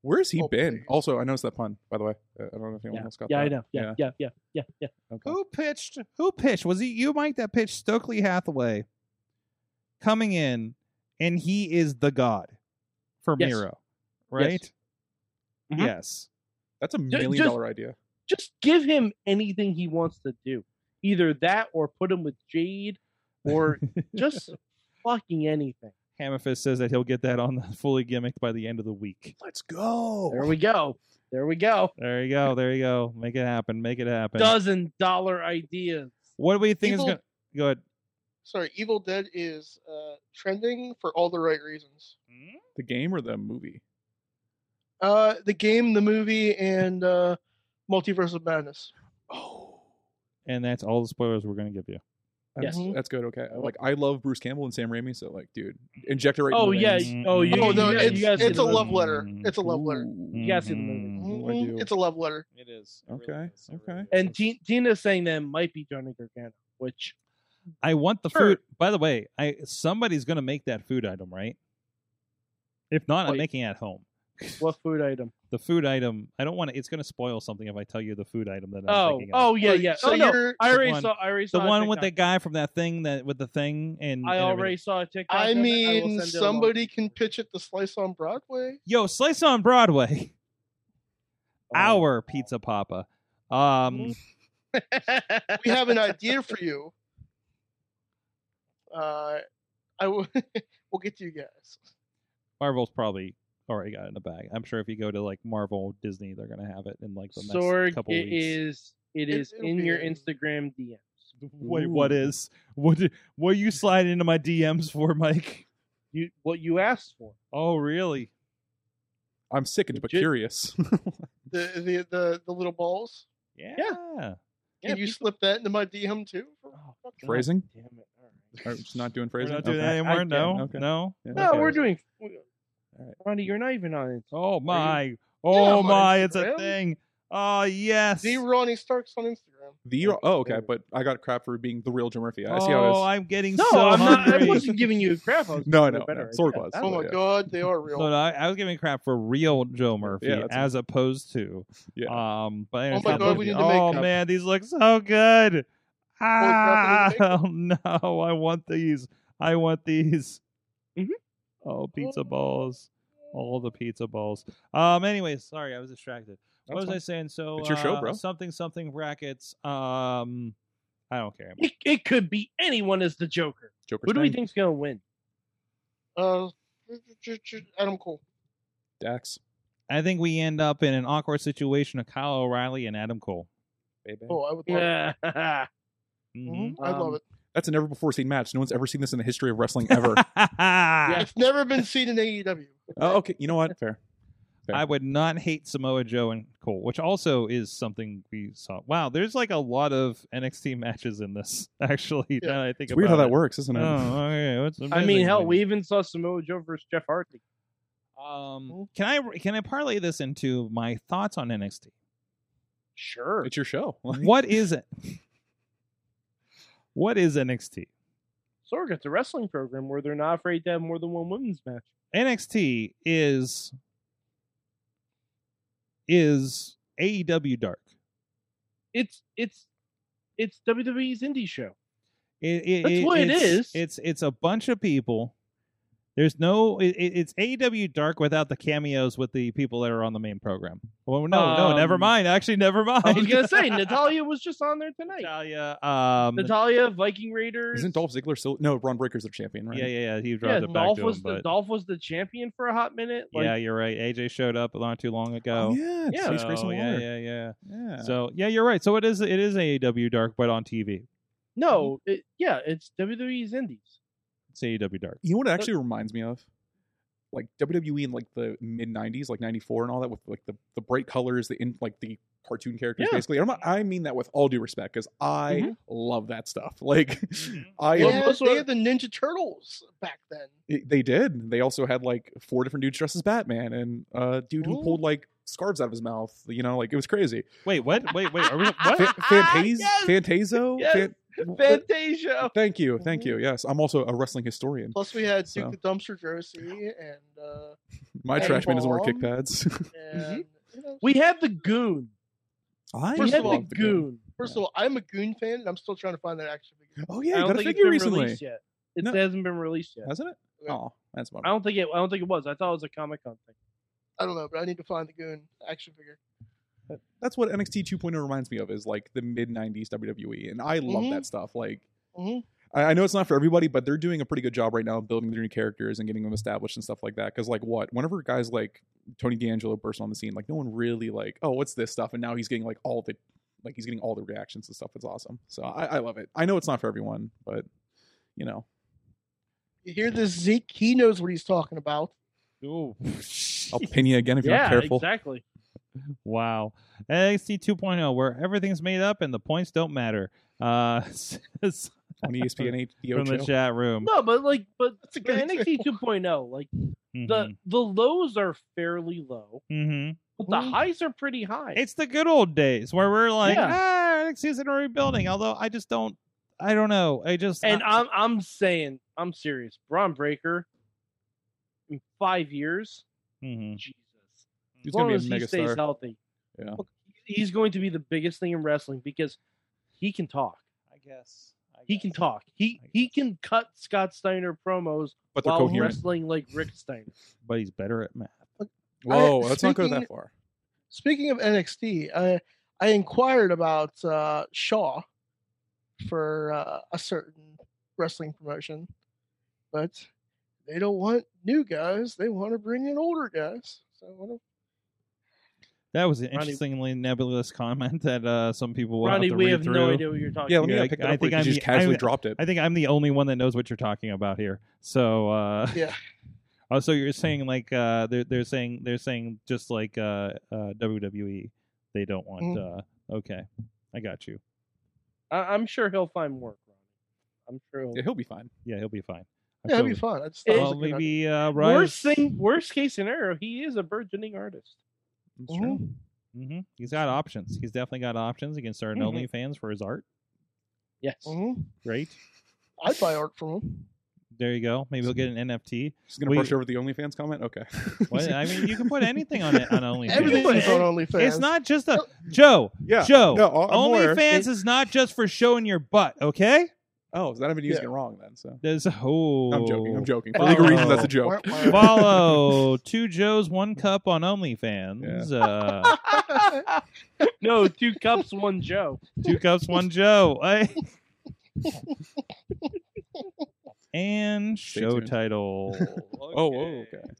[SPEAKER 6] Where's he
[SPEAKER 5] Oh,
[SPEAKER 6] been?
[SPEAKER 5] please.
[SPEAKER 6] Also, I noticed that pun, by the way. Uh, I don't know if anyone
[SPEAKER 4] Yeah,
[SPEAKER 6] else got
[SPEAKER 4] yeah,
[SPEAKER 6] that.
[SPEAKER 4] I know. Yeah, yeah, yeah, yeah, yeah.
[SPEAKER 6] Okay.
[SPEAKER 2] Who pitched? Who pitched? Was it you, Mike, that pitched Stokely Hathaway coming in, and he is the god for
[SPEAKER 4] Yes.
[SPEAKER 2] Miro, right?
[SPEAKER 4] Mhm.
[SPEAKER 2] Yes.
[SPEAKER 6] That's a
[SPEAKER 4] Ju-
[SPEAKER 6] million dollar
[SPEAKER 4] just-
[SPEAKER 6] idea.
[SPEAKER 4] Just give him anything he wants to do, either that or put him with Jade,
[SPEAKER 2] [laughs]
[SPEAKER 4] or just fucking anything.
[SPEAKER 2] Hammerfist says that he'll get that on the [laughs] fully gimmicked by the end of the week.
[SPEAKER 6] Let's
[SPEAKER 2] Oh.
[SPEAKER 6] go.
[SPEAKER 4] There we go. There we go.
[SPEAKER 2] There you go. There you go. Make it happen. Make it happen.
[SPEAKER 4] Dozen dollar ideas.
[SPEAKER 2] what do we think
[SPEAKER 5] Evil-
[SPEAKER 2] is going? to Go ahead.
[SPEAKER 5] Sorry, Evil Dead is uh, trending for all the right reasons.
[SPEAKER 6] The game or the movie?
[SPEAKER 5] Uh, the game, the movie, and uh, Multiverse of Madness.
[SPEAKER 6] Oh,
[SPEAKER 2] And that's all the spoilers we're going to give you.
[SPEAKER 6] that's,
[SPEAKER 5] Yes.
[SPEAKER 6] that's good. Okay, like I love Bruce Campbell and Sam Raimi, so like, dude, inject it right.
[SPEAKER 4] Oh
[SPEAKER 6] in the
[SPEAKER 4] yeah.
[SPEAKER 6] veins.
[SPEAKER 4] Oh, you,
[SPEAKER 5] Oh no,
[SPEAKER 4] you,
[SPEAKER 5] it's
[SPEAKER 4] you guys see
[SPEAKER 5] it's
[SPEAKER 4] the
[SPEAKER 5] a
[SPEAKER 4] movie.
[SPEAKER 5] love letter. It's a love letter.
[SPEAKER 6] Ooh.
[SPEAKER 4] You guys see the movie.
[SPEAKER 2] Mm-hmm.
[SPEAKER 6] Ooh, I do.
[SPEAKER 5] Mhm, It's a love letter.
[SPEAKER 2] It is.
[SPEAKER 6] It really Okay, is. It really okay.
[SPEAKER 4] And T- Tina's saying that might be Johnny Gargano, which
[SPEAKER 2] I want the
[SPEAKER 4] Sure.
[SPEAKER 2] food. By the way, I somebody's going to make that food item, right? If not, I'm
[SPEAKER 4] Wait.
[SPEAKER 2] making it at home.
[SPEAKER 4] what food item?
[SPEAKER 2] the food item. I don't want to. It's going to spoil something if I tell you the food item [laughs] that uh, I'm
[SPEAKER 4] Oh,
[SPEAKER 2] thinking of.
[SPEAKER 4] oh yeah,
[SPEAKER 5] Wait,
[SPEAKER 4] yeah.
[SPEAKER 5] so
[SPEAKER 4] oh no,
[SPEAKER 5] you're-
[SPEAKER 4] I already
[SPEAKER 2] the one-
[SPEAKER 4] saw. I already
[SPEAKER 2] the
[SPEAKER 4] saw a
[SPEAKER 2] one with the
[SPEAKER 4] TikTok.
[SPEAKER 2] guy from that thing that with the thing and
[SPEAKER 4] I
[SPEAKER 2] and
[SPEAKER 4] already
[SPEAKER 2] everything.
[SPEAKER 4] saw a TikTok.
[SPEAKER 5] I
[SPEAKER 4] of it. I will
[SPEAKER 5] mean,
[SPEAKER 4] send it along. [laughs]
[SPEAKER 5] somebody can pitch it the slice on Broadway.
[SPEAKER 2] Yo, slice on Broadway.
[SPEAKER 4] [laughs] Oh. Mm.
[SPEAKER 2] Our pizza papa. Um,
[SPEAKER 5] [laughs] We have an idea for
[SPEAKER 4] [laughs]
[SPEAKER 5] you. Uh, I will. [laughs] we'll get to you guys.
[SPEAKER 2] Marvel's probably already got it in the bag. I'm sure if you go to like Marvel Disney, they're going to have it in like the next
[SPEAKER 4] Sorg,
[SPEAKER 2] couple
[SPEAKER 4] it
[SPEAKER 2] weeks.
[SPEAKER 4] is. It
[SPEAKER 5] It-
[SPEAKER 4] is
[SPEAKER 5] it'll
[SPEAKER 4] in
[SPEAKER 5] be
[SPEAKER 4] your
[SPEAKER 5] in-
[SPEAKER 4] Instagram DMs.
[SPEAKER 2] Wait, what is what? did- What you slide into my DMs for, Mike?
[SPEAKER 4] You what you asked for?
[SPEAKER 2] Oh, really?
[SPEAKER 6] I'm sickened but
[SPEAKER 4] Legit-
[SPEAKER 6] curious. [laughs]
[SPEAKER 5] The the the, the little balls.
[SPEAKER 2] Yeah.
[SPEAKER 5] Can you slip that into my DM too?
[SPEAKER 4] Oh, God
[SPEAKER 6] Phrasing?
[SPEAKER 4] Damn it! All right.
[SPEAKER 6] I'm just not doing
[SPEAKER 2] We're
[SPEAKER 6] phrasing.
[SPEAKER 2] not doing
[SPEAKER 6] Okay.
[SPEAKER 2] that anymore.
[SPEAKER 4] I can.
[SPEAKER 2] No,
[SPEAKER 6] Okay.
[SPEAKER 2] no.
[SPEAKER 6] Yeah.
[SPEAKER 4] No,
[SPEAKER 6] Okay.
[SPEAKER 4] we're doing.
[SPEAKER 6] All right.
[SPEAKER 4] Ronnie, you're not even on it.
[SPEAKER 2] Oh my!
[SPEAKER 5] Yeah,
[SPEAKER 2] Oh
[SPEAKER 5] I'm on
[SPEAKER 2] my! It's a
[SPEAKER 5] Instagram.
[SPEAKER 2] thing. Oh yes.
[SPEAKER 5] The Ronnie Starks on Instagram. him.
[SPEAKER 6] The oh okay, but I got crap for being the real Jim Murphy. I see how it is.
[SPEAKER 2] oh, I'm getting
[SPEAKER 4] No,
[SPEAKER 2] so
[SPEAKER 4] I'm not, I
[SPEAKER 2] hungry.
[SPEAKER 4] wasn't giving you crap. I was
[SPEAKER 6] No,
[SPEAKER 4] giving you
[SPEAKER 6] no,
[SPEAKER 4] a better
[SPEAKER 6] no. Sorg
[SPEAKER 4] idea.
[SPEAKER 6] was.
[SPEAKER 4] That
[SPEAKER 5] Oh my
[SPEAKER 6] yeah.
[SPEAKER 5] god, they are real.
[SPEAKER 2] No, no, I, I was giving crap for real Joe Murphy
[SPEAKER 6] Yeah, that's
[SPEAKER 2] as opposed to.
[SPEAKER 6] Yeah.
[SPEAKER 2] Um, but anyways,
[SPEAKER 5] my
[SPEAKER 2] God
[SPEAKER 5] God,
[SPEAKER 2] bless
[SPEAKER 5] we
[SPEAKER 2] you.
[SPEAKER 5] need to make
[SPEAKER 2] oh
[SPEAKER 5] up.
[SPEAKER 2] man, these look so good. Ah,
[SPEAKER 5] crap, we need
[SPEAKER 2] oh [laughs] no, I want these. I want these.
[SPEAKER 4] Mhm.
[SPEAKER 5] Mm-hmm.
[SPEAKER 2] Oh, pizza balls. All the pizza balls. Um. Anyways, sorry, I was distracted. What
[SPEAKER 6] That's
[SPEAKER 2] was I
[SPEAKER 6] fine.
[SPEAKER 2] saying? So
[SPEAKER 6] It's your show,
[SPEAKER 2] uh,
[SPEAKER 6] bro.
[SPEAKER 2] Something something brackets. Um, I don't care.
[SPEAKER 4] It, it could be anyone as the Joker.
[SPEAKER 6] Joker's
[SPEAKER 4] Who do we
[SPEAKER 6] name,
[SPEAKER 4] think's gonna win?
[SPEAKER 5] Uh, ch- ch- ch- Adam Cole.
[SPEAKER 6] Dax.
[SPEAKER 2] I think we end up in an awkward situation of Kyle O'Reilly and Adam Cole.
[SPEAKER 6] Baby.
[SPEAKER 5] Oh, I would love it.
[SPEAKER 4] That's
[SPEAKER 2] Mhm.
[SPEAKER 5] Mhm, I'd love it.
[SPEAKER 6] That's a never before seen match. No one's ever seen this in the history of wrestling ever.
[SPEAKER 2] [laughs] Mm-hmm.
[SPEAKER 5] It's never been seen in E AEW.
[SPEAKER 6] oh, okay. You know what? Fair.
[SPEAKER 2] I would not hate Samoa Joe and Cole, which also is something we saw. Wow, there's like a lot of NXT [laughs] matches in this. Actually,
[SPEAKER 5] Yeah.
[SPEAKER 2] now that I think
[SPEAKER 6] It's weird how
[SPEAKER 2] about
[SPEAKER 6] that works, isn't
[SPEAKER 2] it.
[SPEAKER 6] it?
[SPEAKER 2] Oh, okay. What's
[SPEAKER 4] [laughs] I mean,
[SPEAKER 2] amazing
[SPEAKER 4] hell,
[SPEAKER 2] thing.
[SPEAKER 4] we even saw Samoa Joe versus Jeff Hardy.
[SPEAKER 2] Um, can I can I parlay this into my thoughts on NXT?
[SPEAKER 4] Sure.
[SPEAKER 6] [laughs] It's your show. Like,
[SPEAKER 2] What is it? [laughs] What is NXT?
[SPEAKER 4] Sorg, it's a wrestling program where they're not afraid to have more than one women's match.
[SPEAKER 2] NXT is is AEW Dark.
[SPEAKER 4] It's it's it's WWE's indie show.
[SPEAKER 2] It, it,
[SPEAKER 4] That's what it
[SPEAKER 2] it's,
[SPEAKER 4] is.
[SPEAKER 2] It's it's a bunch of people. There's no. It, it- it's AEW Dark without the cameos with the people that are on the main program. Well, no, no, never
[SPEAKER 4] Um,
[SPEAKER 2] mind. Actually, never mind.
[SPEAKER 4] I was gonna
[SPEAKER 2] [laughs]
[SPEAKER 4] say Natalia was just on there tonight.
[SPEAKER 2] Natalia. Um,
[SPEAKER 4] Natalia, Viking Raiders.
[SPEAKER 6] [laughs] Isn't Dolph Ziggler still? No, Ron Breaker's the champion, right?
[SPEAKER 2] yeah, yeah, yeah. He dropped
[SPEAKER 4] Yeah,
[SPEAKER 2] it back
[SPEAKER 4] Dolph
[SPEAKER 2] to
[SPEAKER 4] was
[SPEAKER 2] him,
[SPEAKER 4] the
[SPEAKER 2] but
[SPEAKER 4] Dolph was the champion for a hot minute. Like,
[SPEAKER 2] yeah, you're right. AJ showed up not too long ago.
[SPEAKER 6] Oh, yeah.
[SPEAKER 4] Yeah.
[SPEAKER 6] Yeah. He's Grayson
[SPEAKER 2] So, yeah,
[SPEAKER 6] Waller.
[SPEAKER 2] yeah, yeah,
[SPEAKER 6] Yeah.
[SPEAKER 2] So yeah, you're right. So it is it is AEW Dark, but on TV.
[SPEAKER 4] No, it, yeah, it's WWE's indies.
[SPEAKER 2] It's AEW Dark.
[SPEAKER 6] You know what it actually reminds me of? Like WWE in like the mid '90s, like '94 and all that, with like the, the bright colors, the in like the cartoon characters,
[SPEAKER 4] Yeah.
[SPEAKER 6] basically. I'm not, I mean that with all due respect, because I
[SPEAKER 5] Mm-hmm.
[SPEAKER 4] Mhm.
[SPEAKER 6] love that stuff. [laughs] Like, I
[SPEAKER 5] They
[SPEAKER 6] am-
[SPEAKER 5] had,
[SPEAKER 4] most of
[SPEAKER 5] they
[SPEAKER 4] it-
[SPEAKER 5] had the Ninja Turtles back then.
[SPEAKER 6] it- they did. They also had like four different dudes dressed as Batman and a dude who
[SPEAKER 5] Ooh.
[SPEAKER 6] pulled like scarves out of his mouth. You know, like it
[SPEAKER 5] [laughs]
[SPEAKER 6] was crazy.
[SPEAKER 2] Wait, what? Wait, wait. Are we
[SPEAKER 4] [laughs]
[SPEAKER 2] what?
[SPEAKER 6] Fa- Fantaz-
[SPEAKER 4] Yes!
[SPEAKER 6] Fantazo,
[SPEAKER 4] Yes!
[SPEAKER 6] Fan- uh,
[SPEAKER 4] Fantasia.
[SPEAKER 6] thank you, thank
[SPEAKER 5] Mm-hmm.
[SPEAKER 6] you. Yes, I'm also a wrestling historian.
[SPEAKER 5] Plus, we had Duke
[SPEAKER 6] So.
[SPEAKER 5] the Dumpster Josie and uh,
[SPEAKER 6] My
[SPEAKER 5] Hey,
[SPEAKER 6] trash man doesn't wear
[SPEAKER 5] Mom.
[SPEAKER 6] kick pads. [laughs]
[SPEAKER 5] and you know,
[SPEAKER 4] We had the goon.
[SPEAKER 6] I
[SPEAKER 4] We
[SPEAKER 5] First
[SPEAKER 4] had
[SPEAKER 5] of all,
[SPEAKER 4] the
[SPEAKER 6] love
[SPEAKER 4] goon.
[SPEAKER 5] first of all, I'm a Goon fan, and I'm still trying to find that action figure.
[SPEAKER 6] Oh
[SPEAKER 4] I
[SPEAKER 6] yeah, you
[SPEAKER 4] don't
[SPEAKER 6] got a
[SPEAKER 4] think
[SPEAKER 6] figure
[SPEAKER 4] it's been
[SPEAKER 6] recently,
[SPEAKER 4] released yet. It
[SPEAKER 6] No.
[SPEAKER 4] hasn't been released yet.
[SPEAKER 6] hasn't it?
[SPEAKER 5] Yeah.
[SPEAKER 6] Oh, that's my
[SPEAKER 4] I don't think it. I don't think it was. I thought it was a Comic Con thing.
[SPEAKER 5] I don't know, but I need to find the Goon action figure.
[SPEAKER 6] that's what NXT 2.0 reminds me of is like the mid 90s WWE, E, and I love
[SPEAKER 4] Mm-hmm.
[SPEAKER 5] Mhm.
[SPEAKER 6] that stuff. Like,
[SPEAKER 5] Mhm.
[SPEAKER 6] I, I know it's not for everybody, but they're doing a pretty good job right now of building their new characters and getting them established and stuff like that. Because like, what whenever guys like Tony D'Angelo burst on the scene, like no one really like, oh, what's this stuff? And now he's getting like all the like he's getting all the reactions and stuff. It's awesome. So I, I love it. I know it's not for everyone, but you know,
[SPEAKER 5] You hear this, Zeke? He knows what he's talking about.
[SPEAKER 2] Ooh.
[SPEAKER 6] I'll pin you again if
[SPEAKER 4] [laughs]
[SPEAKER 6] you're
[SPEAKER 4] yeah,
[SPEAKER 6] not careful.
[SPEAKER 4] exactly.
[SPEAKER 2] Wow. NXT 2.0, oh, where everything's made up and the points don't matter. Uh, [laughs] says
[SPEAKER 6] On E ESPN, the
[SPEAKER 2] from the
[SPEAKER 6] Ocho.
[SPEAKER 2] chat room.
[SPEAKER 4] No, but like, but
[SPEAKER 5] That's a
[SPEAKER 4] the
[SPEAKER 5] good
[SPEAKER 4] NXT 2.0, oh, like
[SPEAKER 6] Mm-hmm.
[SPEAKER 4] the the lows are fairly low,
[SPEAKER 2] hmm
[SPEAKER 4] but the
[SPEAKER 6] Mm-hmm.
[SPEAKER 5] Mhm.
[SPEAKER 4] highs are pretty high.
[SPEAKER 2] It's the good old days where we're like,
[SPEAKER 4] Yeah.
[SPEAKER 2] ah, NXT's in a rebuilding. Although I just don't, I don't know. I just,
[SPEAKER 4] and
[SPEAKER 2] I,
[SPEAKER 4] I'm I'm saying I'm serious. Braun Breaker in five years,
[SPEAKER 2] Mhm.
[SPEAKER 4] Jesus,
[SPEAKER 6] Mm. He's
[SPEAKER 4] as
[SPEAKER 6] gonna
[SPEAKER 4] long
[SPEAKER 6] be a
[SPEAKER 4] as he stays
[SPEAKER 6] megastar.
[SPEAKER 4] healthy,
[SPEAKER 6] Yeah.
[SPEAKER 4] he's going to be the biggest thing in wrestling because he can talk.
[SPEAKER 2] I guess. I
[SPEAKER 4] He
[SPEAKER 2] guess.
[SPEAKER 4] can talk. He
[SPEAKER 2] I
[SPEAKER 4] he can cut Scott Steiner promos
[SPEAKER 6] But they're
[SPEAKER 4] while
[SPEAKER 6] coherent.
[SPEAKER 4] wrestling like Rick Steiner.
[SPEAKER 2] But he's better at math.
[SPEAKER 6] Whoa,
[SPEAKER 5] I-
[SPEAKER 6] let's not go
[SPEAKER 5] speaking-
[SPEAKER 6] that far.
[SPEAKER 5] Speaking of NXT, I I inquired about uh, Shaw for uh, a certain wrestling promotion, but they don't want new guys. They want to bring in older guys. So I wonder-
[SPEAKER 2] That was an
[SPEAKER 4] Ronnie-
[SPEAKER 2] interestingly nebulous [laughs] comment that uh, some people will
[SPEAKER 4] Ronnie,
[SPEAKER 2] have to
[SPEAKER 4] we
[SPEAKER 2] read
[SPEAKER 4] have
[SPEAKER 2] through.
[SPEAKER 4] no idea what you're talking.
[SPEAKER 6] Oh, Yeah, let me
[SPEAKER 2] Yeah,
[SPEAKER 6] not pick that
[SPEAKER 2] I
[SPEAKER 6] up
[SPEAKER 2] think I'm
[SPEAKER 6] because you just
[SPEAKER 2] the- I'm
[SPEAKER 6] casually
[SPEAKER 2] the-
[SPEAKER 6] dropped it.
[SPEAKER 2] I think I'm the only one that knows what you're talking about here. So uh,
[SPEAKER 5] yeah,
[SPEAKER 2] [laughs] Oh, so you're saying like uh, they're they're saying they're saying just like uh, uh, WWE, they don't want.
[SPEAKER 5] Mm-hmm.
[SPEAKER 2] Uh, okay, I got you.
[SPEAKER 4] I, I'm sure he'll find work. Ronnie. I'm sure. He'll...
[SPEAKER 6] Yeah, he'll be fine.
[SPEAKER 2] Yeah, he'll be fine. I
[SPEAKER 5] yeah, that'd
[SPEAKER 2] feel-
[SPEAKER 5] be fun. I just thought it was
[SPEAKER 2] Well,
[SPEAKER 5] a good
[SPEAKER 2] maybe
[SPEAKER 5] idea.
[SPEAKER 2] uh, Rise.
[SPEAKER 4] Worst thing, worst case scenario, he is a burgeoning artist.
[SPEAKER 6] That's true.
[SPEAKER 5] Mhm.
[SPEAKER 2] Mm-hmm. He's got options. He's definitely got options. He can start an
[SPEAKER 5] Mm-hmm.
[SPEAKER 4] Mhm.
[SPEAKER 2] OnlyFans for his art.
[SPEAKER 4] Yes.
[SPEAKER 5] Mhm.
[SPEAKER 2] Great.
[SPEAKER 5] I'd buy art from him.
[SPEAKER 2] There you go. Maybe he'll get an
[SPEAKER 5] [laughs]
[SPEAKER 2] NFT.
[SPEAKER 6] Just gonna
[SPEAKER 2] We-
[SPEAKER 6] brush over the OnlyFans
[SPEAKER 2] [laughs]
[SPEAKER 6] comment. Okay. [laughs]
[SPEAKER 2] Well, I mean, you can put anything on it on OnlyFans.
[SPEAKER 5] Everything's on OnlyFans.
[SPEAKER 2] It's not just a Joe.
[SPEAKER 6] yeah.
[SPEAKER 2] Joe.
[SPEAKER 6] No, I'm aware.
[SPEAKER 2] OnlyFans is not just for showing your butt. Okay.
[SPEAKER 6] Oh, so then I've been using
[SPEAKER 5] Yeah.
[SPEAKER 6] it wrong then. So
[SPEAKER 2] There's oh.
[SPEAKER 6] I'm joking. I'm joking. For legal
[SPEAKER 2] Oh.
[SPEAKER 6] reasons, that's a joke. [laughs]
[SPEAKER 2] Follow two Joes, one cup on OnlyFans. Uh,
[SPEAKER 4] No, two cups, one Joe.
[SPEAKER 2] two cups, one Joe. [laughs] I- and
[SPEAKER 6] Stay
[SPEAKER 2] show
[SPEAKER 6] tuned. [laughs]
[SPEAKER 2] title.
[SPEAKER 6] Oh, whoa, okay.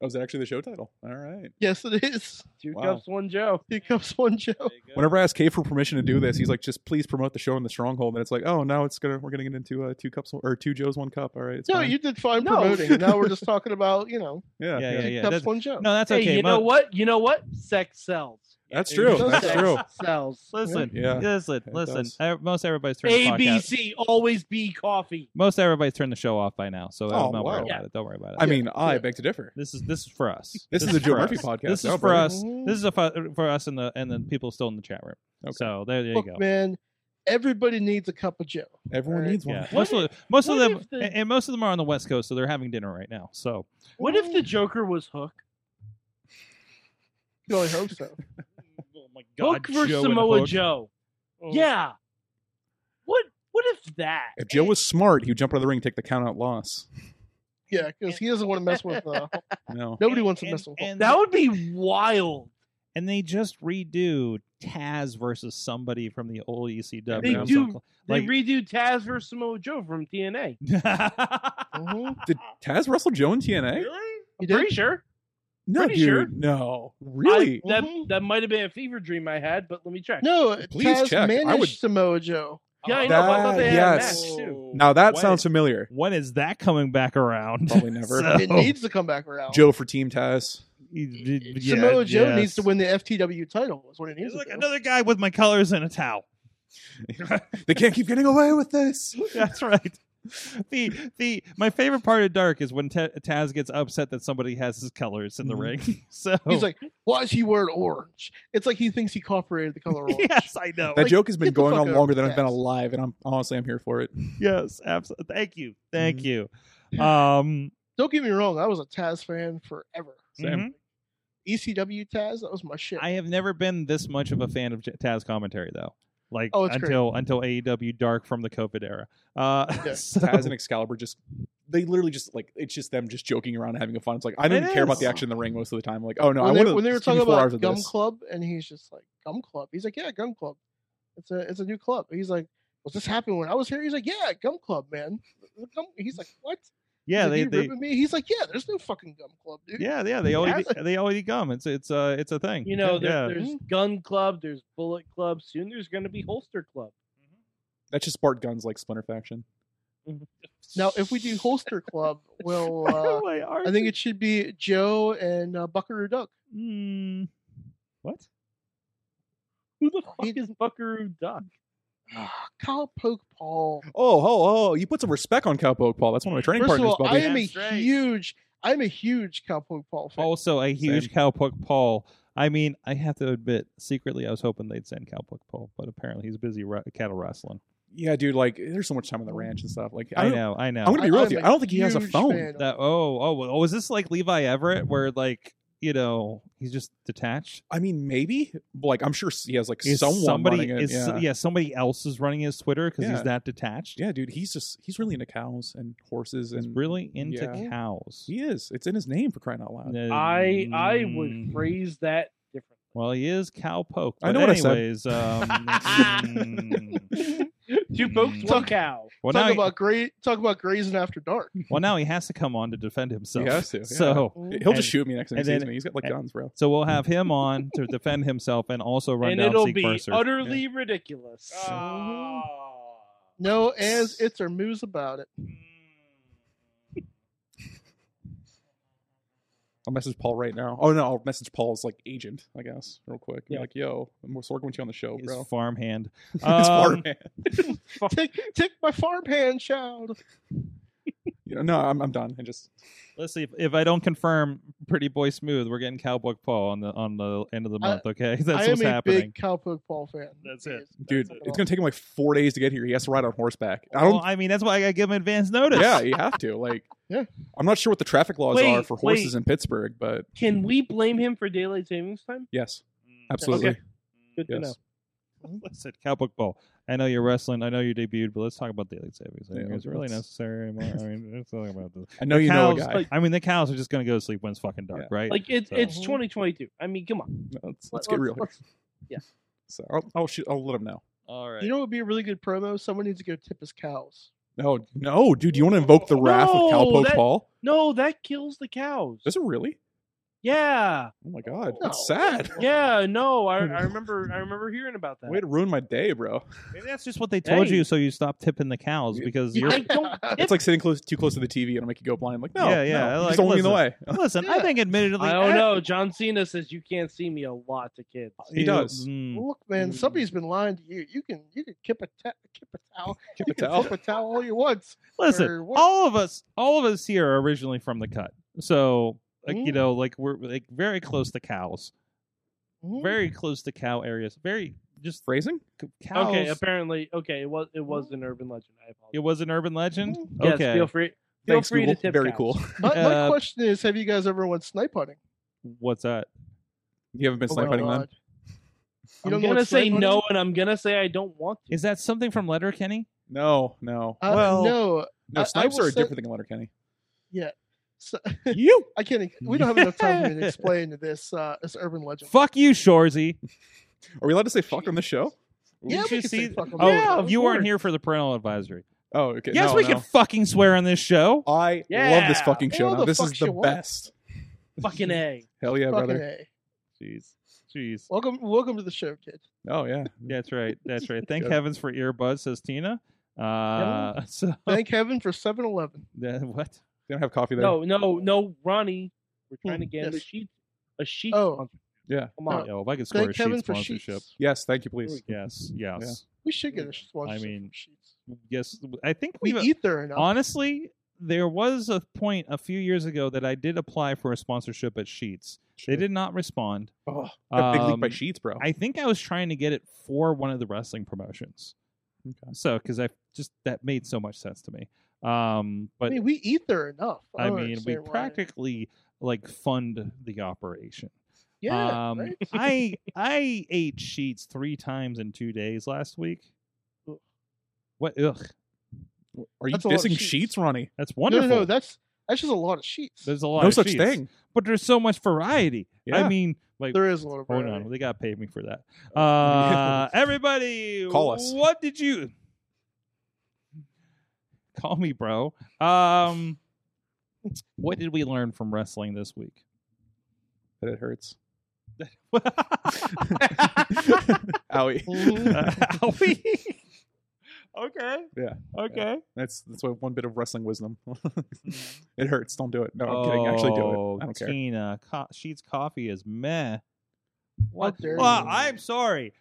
[SPEAKER 6] Oh, is that actually the show title? All right.
[SPEAKER 5] [laughs] yes, it is.
[SPEAKER 4] Two
[SPEAKER 6] Wow.
[SPEAKER 4] cups, one Joe.
[SPEAKER 5] Here comes one Joe.
[SPEAKER 6] Whenever I ask Cave for permission to do this, he's like, "Just please promote the show in the Stronghold." And it's like, "Oh, now it's gonna we're gonna get into uh, two cups or two Joes, one cup." All right. It's
[SPEAKER 5] No,
[SPEAKER 6] fine.
[SPEAKER 5] you did fine
[SPEAKER 4] No.
[SPEAKER 5] promoting. Now we're just talking about you know
[SPEAKER 2] Yeah,
[SPEAKER 6] yeah, yeah,
[SPEAKER 2] yeah,
[SPEAKER 5] two
[SPEAKER 2] yeah.
[SPEAKER 5] cups,
[SPEAKER 2] That's-
[SPEAKER 5] one Joe.
[SPEAKER 2] no, that's
[SPEAKER 4] hey,
[SPEAKER 2] okay.
[SPEAKER 4] you know
[SPEAKER 2] Mo-
[SPEAKER 4] what? You know what? Sex sells.
[SPEAKER 6] That's
[SPEAKER 2] It
[SPEAKER 6] true.
[SPEAKER 5] does
[SPEAKER 6] That's
[SPEAKER 5] that.
[SPEAKER 6] true.
[SPEAKER 4] Sex sells.
[SPEAKER 2] [laughs] Listen,
[SPEAKER 6] Yeah.
[SPEAKER 2] listen,
[SPEAKER 6] It
[SPEAKER 2] listen.
[SPEAKER 6] does.
[SPEAKER 2] Uh, Most everybody's turned the
[SPEAKER 4] A B
[SPEAKER 2] podcast.
[SPEAKER 4] C always be coffee.
[SPEAKER 2] Most everybody's turned the show off by now, so
[SPEAKER 6] Oh,
[SPEAKER 2] I'm not worried
[SPEAKER 6] wow.
[SPEAKER 2] about it. Don't worry about it.
[SPEAKER 6] I mean, I
[SPEAKER 5] yeah.
[SPEAKER 6] beg to differ.
[SPEAKER 2] This is this is for us.
[SPEAKER 6] This is a Joe
[SPEAKER 2] for
[SPEAKER 6] Murphy
[SPEAKER 2] us.
[SPEAKER 6] podcast
[SPEAKER 2] This is
[SPEAKER 6] now,
[SPEAKER 2] for
[SPEAKER 6] brother.
[SPEAKER 2] us. This is a fu- for us and the and the people still in the chat room.
[SPEAKER 6] Okay.
[SPEAKER 2] So there, there you
[SPEAKER 5] Look,
[SPEAKER 2] go.
[SPEAKER 5] man, everybody needs a cup of Joe.
[SPEAKER 6] Everyone
[SPEAKER 5] Alright.
[SPEAKER 6] needs one.
[SPEAKER 2] Yeah, most
[SPEAKER 4] What
[SPEAKER 2] of most of
[SPEAKER 4] what
[SPEAKER 2] them
[SPEAKER 4] if the-
[SPEAKER 2] and most of them are on the West Coast, so they're having dinner right now. So
[SPEAKER 4] What if the Joker was Hook?
[SPEAKER 5] You only hope
[SPEAKER 2] [laughs]
[SPEAKER 5] so.
[SPEAKER 2] oh my
[SPEAKER 4] Hook versus Samoa Joe.
[SPEAKER 2] Oh.
[SPEAKER 5] Oh.
[SPEAKER 4] Yeah. What? What if that?
[SPEAKER 6] If Joe was smart, he'd jump out of the ring, and take the count out loss.
[SPEAKER 5] Yeah, because he doesn't want to mess with.
[SPEAKER 2] [laughs]
[SPEAKER 5] Uh,
[SPEAKER 6] No.
[SPEAKER 5] nobody wants to mess with.
[SPEAKER 2] and,
[SPEAKER 4] That would be wild.
[SPEAKER 2] and they just redo Taz versus somebody from the old E ECW.
[SPEAKER 4] They
[SPEAKER 2] or
[SPEAKER 4] do-
[SPEAKER 2] something.
[SPEAKER 4] They
[SPEAKER 2] Like-
[SPEAKER 4] redo Taz versus Samoa Joe from TNA.
[SPEAKER 5] Mhm.
[SPEAKER 6] Did Taz wrestle Joe in TNA?
[SPEAKER 5] He
[SPEAKER 4] I'm
[SPEAKER 5] did?
[SPEAKER 4] pretty sure.
[SPEAKER 6] No,
[SPEAKER 4] Pretty
[SPEAKER 6] dude.
[SPEAKER 4] sure.
[SPEAKER 6] No. Really?
[SPEAKER 4] I- that
[SPEAKER 5] Mhm.
[SPEAKER 4] that might have been a fever dream I had, but let me check.
[SPEAKER 5] No,
[SPEAKER 6] Please
[SPEAKER 5] Taz
[SPEAKER 6] check. I
[SPEAKER 5] managed
[SPEAKER 6] would-
[SPEAKER 5] Samoa Joe.
[SPEAKER 4] yeah, I know. but I thought
[SPEAKER 6] That-
[SPEAKER 4] they
[SPEAKER 6] yes.
[SPEAKER 4] had a match too.
[SPEAKER 6] now that
[SPEAKER 2] What?
[SPEAKER 6] sounds familiar.
[SPEAKER 2] [laughs] when is that coming back around?
[SPEAKER 6] Probably never.
[SPEAKER 2] [laughs] So-
[SPEAKER 5] It needs to come back around.
[SPEAKER 6] Joe for Team Taz. [laughs]
[SPEAKER 2] Yeah,
[SPEAKER 5] Samoa Joe
[SPEAKER 2] yes.
[SPEAKER 5] needs to win the FTW title. Is what it needs.
[SPEAKER 2] He's like
[SPEAKER 5] to do.
[SPEAKER 2] another guy with my colors and a towel.
[SPEAKER 6] They can't keep getting away with this.
[SPEAKER 2] [laughs] That's right. The the my favorite part of Dark is when Ta- Taz gets upset that somebody has his colors in the
[SPEAKER 6] Mhm.
[SPEAKER 2] ring. [laughs] So
[SPEAKER 5] Mm-hmm. He's like, why is he wearing orange? It's like he thinks he cooperated the
[SPEAKER 2] [laughs]
[SPEAKER 5] color orange.
[SPEAKER 2] yes, I know.
[SPEAKER 6] That
[SPEAKER 5] Like,
[SPEAKER 6] joke has been
[SPEAKER 5] get the
[SPEAKER 6] going
[SPEAKER 5] fuck
[SPEAKER 6] on
[SPEAKER 5] out
[SPEAKER 6] longer
[SPEAKER 5] of
[SPEAKER 6] than I've been
[SPEAKER 5] Taz.
[SPEAKER 6] alive, and I'm honestly I'm here for it.
[SPEAKER 2] yes, absolutely. Thank you, thank
[SPEAKER 6] Mhm.
[SPEAKER 5] Mm-hmm.
[SPEAKER 2] you. Um,
[SPEAKER 5] Don't get me wrong, I was a Taz fan forever.
[SPEAKER 2] mhm.
[SPEAKER 5] ECW Taz, that was my shit.
[SPEAKER 2] I have never been this much of a fan of J- Taz commentary though. Like
[SPEAKER 5] Oh, it's great.
[SPEAKER 2] until until AEW Dark from the COVID era. Uh,
[SPEAKER 5] Yeah.
[SPEAKER 2] [laughs] so-
[SPEAKER 6] Taz and Excalibur just they literally just like it's just them just joking around and having fun. It's like I don't
[SPEAKER 2] It
[SPEAKER 6] even care about
[SPEAKER 2] is.
[SPEAKER 6] the action in the ring most of the time. Like, oh no, I
[SPEAKER 5] when,
[SPEAKER 6] want
[SPEAKER 5] they,
[SPEAKER 6] to
[SPEAKER 5] when they were
[SPEAKER 6] give me
[SPEAKER 5] talking
[SPEAKER 6] four hours
[SPEAKER 5] about
[SPEAKER 6] of
[SPEAKER 5] Gum
[SPEAKER 6] this.
[SPEAKER 5] Club, and he's just like, Gum Club. He's like, yeah, Gum Club. It's a it's a new club. He's like, was this happening when I was here? He's like, yeah, Gum Club, man. The Gum- He's like, what?
[SPEAKER 2] yeah,
[SPEAKER 5] He's like,
[SPEAKER 2] they,
[SPEAKER 5] "You
[SPEAKER 2] they
[SPEAKER 5] ripping me? He's like, yeah, there's no fucking Gum Club, dude.
[SPEAKER 2] yeah yeah they all eat,
[SPEAKER 5] Taz-
[SPEAKER 2] they all eat gum. It's it's uh it's a thing.
[SPEAKER 4] You know, there,
[SPEAKER 2] yeah.
[SPEAKER 4] there's Gun Club, there's Bullet Club. Soon there's going to be Holster Club.
[SPEAKER 6] That's just Bart Gunn's like Splinter faction.
[SPEAKER 5] Now, if we do Holster
[SPEAKER 2] [laughs]
[SPEAKER 5] Club, well, uh,
[SPEAKER 2] Wait,
[SPEAKER 5] I think it should be Joe and uh, Buckaroo Duck.
[SPEAKER 2] Mm, what?
[SPEAKER 4] Who the fuck
[SPEAKER 5] He-
[SPEAKER 4] is Buckaroo Duck?
[SPEAKER 5] Kyle Poke Paul.
[SPEAKER 6] Oh, oh, oh! You put some respect on Cowpoke Paul. That's one of my training
[SPEAKER 5] First of
[SPEAKER 6] partners,
[SPEAKER 5] all, I
[SPEAKER 6] Bobby.
[SPEAKER 5] am a
[SPEAKER 2] That's right.
[SPEAKER 5] huge, I'm a huge Kyle Poke Paul fan.
[SPEAKER 2] Also, a huge
[SPEAKER 6] Same.
[SPEAKER 2] cowpoke Paul. I mean, I have to admit, secretly, I was hoping they'd send cowpoke Paul, but apparently he's busy ru- cattle wrestling.
[SPEAKER 6] yeah, dude. Like, there's so much time on the ranch and stuff. Like,
[SPEAKER 2] I,
[SPEAKER 6] don't-
[SPEAKER 2] know, I know.
[SPEAKER 6] I'm gonna be
[SPEAKER 5] I-
[SPEAKER 6] real with
[SPEAKER 5] I'm
[SPEAKER 6] you.
[SPEAKER 5] a
[SPEAKER 6] I don't think he has a
[SPEAKER 5] huge
[SPEAKER 6] phone.
[SPEAKER 5] fan of-
[SPEAKER 2] That- oh, oh, well, oh, is this like Levi Everett, where like you know he's just detached?
[SPEAKER 6] I mean, maybe. but, Like, I'm sure he has like
[SPEAKER 2] Is
[SPEAKER 6] someone
[SPEAKER 2] somebody
[SPEAKER 6] running it.
[SPEAKER 2] is
[SPEAKER 6] yeah.
[SPEAKER 2] somebody else is running his Twitter because he's
[SPEAKER 6] Yeah.
[SPEAKER 2] that detached.
[SPEAKER 6] Yeah, dude. He's just he's really into cows and horses
[SPEAKER 2] he's
[SPEAKER 6] and
[SPEAKER 2] really into
[SPEAKER 6] yeah.
[SPEAKER 2] cows. Uh,
[SPEAKER 6] he is. It's in his name for crying out loud.
[SPEAKER 4] I I
[SPEAKER 2] Mm.
[SPEAKER 4] would phrase that differently.
[SPEAKER 2] Well, he is cowpoke. but
[SPEAKER 6] I know what I said.
[SPEAKER 2] anyways,
[SPEAKER 6] [laughs]
[SPEAKER 2] um, [laughs] mm.
[SPEAKER 4] [laughs] Two pokes,
[SPEAKER 2] Mm.
[SPEAKER 4] one cow.
[SPEAKER 2] well, now
[SPEAKER 5] talk
[SPEAKER 2] he-
[SPEAKER 5] about great. Talk about grazing after dark.
[SPEAKER 2] Well, now he has to come on to defend himself.
[SPEAKER 6] He has to, yeah.
[SPEAKER 2] So,
[SPEAKER 6] He'll
[SPEAKER 2] And-
[SPEAKER 6] just shoot me next time he
[SPEAKER 2] and
[SPEAKER 6] sees
[SPEAKER 2] then-
[SPEAKER 6] me. He's got like
[SPEAKER 2] and-
[SPEAKER 6] guns, bro.
[SPEAKER 2] so we'll have him on to defend himself and also run
[SPEAKER 4] and
[SPEAKER 2] down
[SPEAKER 4] it'll
[SPEAKER 2] Sig
[SPEAKER 4] be
[SPEAKER 2] Mercer.
[SPEAKER 4] utterly ridiculous.
[SPEAKER 5] [laughs] No, as it's or moves about it.
[SPEAKER 6] I'll message Paul right now. Oh no, I'll message Paul's like agent, I guess, real quick. Be
[SPEAKER 4] Yeah.
[SPEAKER 6] Like, yo, I'm just working with you on the show,
[SPEAKER 2] His
[SPEAKER 6] bro. [laughs]
[SPEAKER 2] farmhand.
[SPEAKER 6] It's
[SPEAKER 2] Um,
[SPEAKER 6] Florida, man.
[SPEAKER 5] Take, take my farmhand child.
[SPEAKER 6] You know, no, I'm, I'm done. I just
[SPEAKER 2] Let's see if, if I don't confirm Pretty Boy Smooth. We're getting Cowboy Paul on the on the end of the month. Okay, [laughs] that's
[SPEAKER 5] I am
[SPEAKER 2] what's
[SPEAKER 5] a
[SPEAKER 2] happening.
[SPEAKER 5] big Cowpoke Paul fan.
[SPEAKER 9] That's it.
[SPEAKER 5] Yes,
[SPEAKER 6] dude.
[SPEAKER 5] that's
[SPEAKER 6] It's
[SPEAKER 5] all.
[SPEAKER 6] gonna take him like four days to get here. He has to ride on horseback. I
[SPEAKER 2] Well,
[SPEAKER 6] don't.
[SPEAKER 2] I mean, that's why I gotta give him advance notice.
[SPEAKER 6] yeah, you have to. Like,
[SPEAKER 5] Yeah.
[SPEAKER 6] I'm not sure what the traffic laws
[SPEAKER 4] Wait,
[SPEAKER 6] are for horses
[SPEAKER 4] wait.
[SPEAKER 6] in Pittsburgh, but
[SPEAKER 4] Can we blame him for daylight savings time?
[SPEAKER 6] yes, absolutely.
[SPEAKER 4] Okay. Good to
[SPEAKER 6] Yes.
[SPEAKER 4] know.
[SPEAKER 2] [laughs] I said cowbook ball. I know you're wrestling. I know you debuted, but let's talk about daylight savings. I
[SPEAKER 6] Yeah,
[SPEAKER 2] mean, it's really
[SPEAKER 6] let's-
[SPEAKER 2] necessary. anymore. I mean, let's talk about this.
[SPEAKER 6] I know [laughs] you know a
[SPEAKER 2] Cows,
[SPEAKER 6] guy.
[SPEAKER 2] like- I mean, the cows are just gonna go to sleep when it's fucking dark, right?
[SPEAKER 4] Like it's
[SPEAKER 2] So-
[SPEAKER 4] it's 2022. I mean, come on.
[SPEAKER 6] let's, let's get real. here.
[SPEAKER 4] let's- yeah.
[SPEAKER 6] So I'll I'll, shoot, I'll let him know.
[SPEAKER 2] All right.
[SPEAKER 5] You know what would be a really good promo? Someone needs to go tip his
[SPEAKER 6] [laughs]
[SPEAKER 5] cows.
[SPEAKER 6] No, no, dude. You want to invoke the wrath
[SPEAKER 4] No,
[SPEAKER 6] of Cowpoke
[SPEAKER 4] that-
[SPEAKER 6] Paul?
[SPEAKER 4] No, that kills the cows.
[SPEAKER 6] Does it really?
[SPEAKER 4] Yeah,
[SPEAKER 6] Oh my god, that's
[SPEAKER 5] No.
[SPEAKER 6] sad.
[SPEAKER 4] yeah. No, I, I remember I remember hearing about that.
[SPEAKER 6] [laughs] Way to ruin my day, bro.
[SPEAKER 2] Maybe that's just what they told
[SPEAKER 4] Hey.
[SPEAKER 2] you, so you stopped tipping the cows because you're.
[SPEAKER 4] I don't.
[SPEAKER 6] It's like sitting close too close to the TV, and I make you go blind. Like, no,
[SPEAKER 2] Yeah, yeah,
[SPEAKER 6] no,
[SPEAKER 2] like,
[SPEAKER 6] he's only in the way.
[SPEAKER 2] Listen, I
[SPEAKER 5] Yeah.
[SPEAKER 2] think admittedly,
[SPEAKER 4] I don't
[SPEAKER 2] eh,
[SPEAKER 4] know. John Cena says you can't see me a lot to kids.
[SPEAKER 6] He
[SPEAKER 2] you-
[SPEAKER 6] does.
[SPEAKER 2] mm.
[SPEAKER 5] Look, man,
[SPEAKER 4] Mm.
[SPEAKER 5] somebody's been lying to you. You can you can kip a ta- kip a towel.
[SPEAKER 6] Keep
[SPEAKER 5] You
[SPEAKER 6] it
[SPEAKER 5] can
[SPEAKER 6] out.
[SPEAKER 5] tip a towel all you want.
[SPEAKER 2] Listen,
[SPEAKER 5] or what-
[SPEAKER 2] all of us, all of us here are originally from the cut, so like you
[SPEAKER 5] Mm.
[SPEAKER 2] know, like we're like very close to cows,
[SPEAKER 5] Mhm.
[SPEAKER 2] very close to cow areas, very just
[SPEAKER 6] Phrasing?
[SPEAKER 2] c- cows.
[SPEAKER 4] Okay, uh, apparently, okay, it was it was an urban legend. I
[SPEAKER 2] it
[SPEAKER 4] apologize.
[SPEAKER 2] was an urban legend.
[SPEAKER 5] Mhm.
[SPEAKER 4] Mm. Yes,
[SPEAKER 2] okay,
[SPEAKER 4] feel free. Feel
[SPEAKER 6] Thanks,
[SPEAKER 4] free
[SPEAKER 6] Google.
[SPEAKER 4] to tip
[SPEAKER 6] Very
[SPEAKER 4] cows.
[SPEAKER 6] cool.
[SPEAKER 5] My, my
[SPEAKER 2] Uh,
[SPEAKER 5] question is: Have you guys ever went snipe hunting?
[SPEAKER 2] what's that?
[SPEAKER 6] You haven't been
[SPEAKER 5] Oh
[SPEAKER 6] snipe
[SPEAKER 5] my
[SPEAKER 6] hunting then?
[SPEAKER 5] God. You
[SPEAKER 4] I'm
[SPEAKER 5] don't know
[SPEAKER 4] gonna
[SPEAKER 5] what
[SPEAKER 4] say
[SPEAKER 5] snipe hunting
[SPEAKER 4] no,
[SPEAKER 5] is?
[SPEAKER 4] and I'm gonna say I don't want to.
[SPEAKER 2] Is that something from Letterkenny?
[SPEAKER 6] No, no,
[SPEAKER 5] Uh,
[SPEAKER 2] Well-
[SPEAKER 5] no. I-
[SPEAKER 6] no.
[SPEAKER 5] I
[SPEAKER 6] Snipes
[SPEAKER 5] will
[SPEAKER 6] are a
[SPEAKER 5] say-
[SPEAKER 6] different thing in Letterkenny.
[SPEAKER 5] So,
[SPEAKER 6] You.
[SPEAKER 5] I can't. ex- We don't have enough time for
[SPEAKER 2] [laughs]
[SPEAKER 5] me to explain this uh, this urban legend.
[SPEAKER 2] Fuck you, Shorzy.
[SPEAKER 6] Are we allowed to say fuck on the show?
[SPEAKER 5] Yeah,
[SPEAKER 2] Did
[SPEAKER 5] we
[SPEAKER 2] you
[SPEAKER 5] can
[SPEAKER 2] see?
[SPEAKER 5] say fuck on
[SPEAKER 2] oh,
[SPEAKER 5] the show,
[SPEAKER 2] you
[SPEAKER 5] of
[SPEAKER 2] weren't
[SPEAKER 5] course.
[SPEAKER 2] here for the parental advisory.
[SPEAKER 6] Oh, okay.
[SPEAKER 2] Yes,
[SPEAKER 6] no,
[SPEAKER 2] we
[SPEAKER 6] no.
[SPEAKER 2] can fucking swear on this show.
[SPEAKER 6] I love this
[SPEAKER 4] Yeah.
[SPEAKER 6] fucking
[SPEAKER 5] All
[SPEAKER 6] show. Now.
[SPEAKER 5] the
[SPEAKER 6] This is
[SPEAKER 5] fucks
[SPEAKER 6] the
[SPEAKER 5] you want.
[SPEAKER 6] best.
[SPEAKER 4] Fucking a.
[SPEAKER 6] Hell yeah,
[SPEAKER 5] Fucking
[SPEAKER 6] brother.
[SPEAKER 5] A.
[SPEAKER 2] Jeez, jeez.
[SPEAKER 5] Welcome, welcome to the show, kid.
[SPEAKER 6] Oh yeah.
[SPEAKER 2] That's right. That's right. Thank
[SPEAKER 6] Good.
[SPEAKER 2] heavens for earbuds, says Tina. Uh, [laughs] so
[SPEAKER 5] Thank heaven for 7-Eleven.
[SPEAKER 2] that- what?
[SPEAKER 6] They don't have coffee there.
[SPEAKER 4] No, no, no, Ronnie. We're trying to get him a
[SPEAKER 5] Yes.
[SPEAKER 4] sheet. A sheet.
[SPEAKER 5] Oh.
[SPEAKER 4] sponsor.
[SPEAKER 6] Yeah.
[SPEAKER 4] Come on.
[SPEAKER 2] Yo, if I could score a
[SPEAKER 5] Thank heaven
[SPEAKER 2] sheet
[SPEAKER 5] for
[SPEAKER 2] sponsorship.
[SPEAKER 5] sheets.
[SPEAKER 6] Yes, thank you, please.
[SPEAKER 2] Yes, yes,
[SPEAKER 5] We should get a
[SPEAKER 2] I
[SPEAKER 5] sponsorship.
[SPEAKER 2] mean,
[SPEAKER 5] from sheets.
[SPEAKER 2] yes. I think
[SPEAKER 5] we
[SPEAKER 2] we've uh,
[SPEAKER 5] eat there enough.
[SPEAKER 2] honestly. There was a point a few years ago that I did apply for a sponsorship at Sheets. They did not respond.
[SPEAKER 6] Oh, got big leak by
[SPEAKER 2] Um,
[SPEAKER 6] sheets, bro.
[SPEAKER 2] I think I was trying to get it for one of the wrestling promotions.
[SPEAKER 6] Okay.
[SPEAKER 2] So, because I just that made so much sense to me. Um, but
[SPEAKER 5] I mean, we eat there enough.
[SPEAKER 2] I
[SPEAKER 5] don't
[SPEAKER 2] mean, we
[SPEAKER 5] understand why.
[SPEAKER 2] practically like fund the operation.
[SPEAKER 5] Yeah.
[SPEAKER 2] um,
[SPEAKER 5] right? [laughs]
[SPEAKER 2] I I ate sheets three times in two days last week. What? Ugh,
[SPEAKER 6] Are you
[SPEAKER 5] That's a lot of
[SPEAKER 6] dissing sheets.
[SPEAKER 5] sheets.
[SPEAKER 6] Ronnie?
[SPEAKER 2] that's
[SPEAKER 5] no,
[SPEAKER 2] wonderful.
[SPEAKER 5] no, no. That's that's just a lot of sheets.
[SPEAKER 2] There's a lot.
[SPEAKER 6] No
[SPEAKER 2] of
[SPEAKER 6] such
[SPEAKER 2] sheets.
[SPEAKER 6] thing.
[SPEAKER 2] But there's so much variety. I
[SPEAKER 6] Yeah.
[SPEAKER 2] mean, like.
[SPEAKER 5] there is a lot of.
[SPEAKER 2] Hold
[SPEAKER 5] variety.
[SPEAKER 2] on, they got to pay me for
[SPEAKER 5] [laughs]
[SPEAKER 2] that. Uh, everybody,
[SPEAKER 6] Call us.
[SPEAKER 2] What did you call me, bro? Um, what did we learn from wrestling this week?
[SPEAKER 6] That it hurts. [laughs]
[SPEAKER 2] Owie.
[SPEAKER 6] Owie.
[SPEAKER 2] okay.
[SPEAKER 6] Yeah.
[SPEAKER 2] Okay.
[SPEAKER 6] [laughs] That's that's why one bit of wrestling wisdom. [laughs] it hurts. Don't do it. No, I'm kidding. Actually, do
[SPEAKER 2] Oh,
[SPEAKER 6] it. I don't care.
[SPEAKER 2] Tina, co- Sheets Coffee is meh.
[SPEAKER 5] What? dare
[SPEAKER 2] Well,
[SPEAKER 5] you.
[SPEAKER 2] I'm sorry.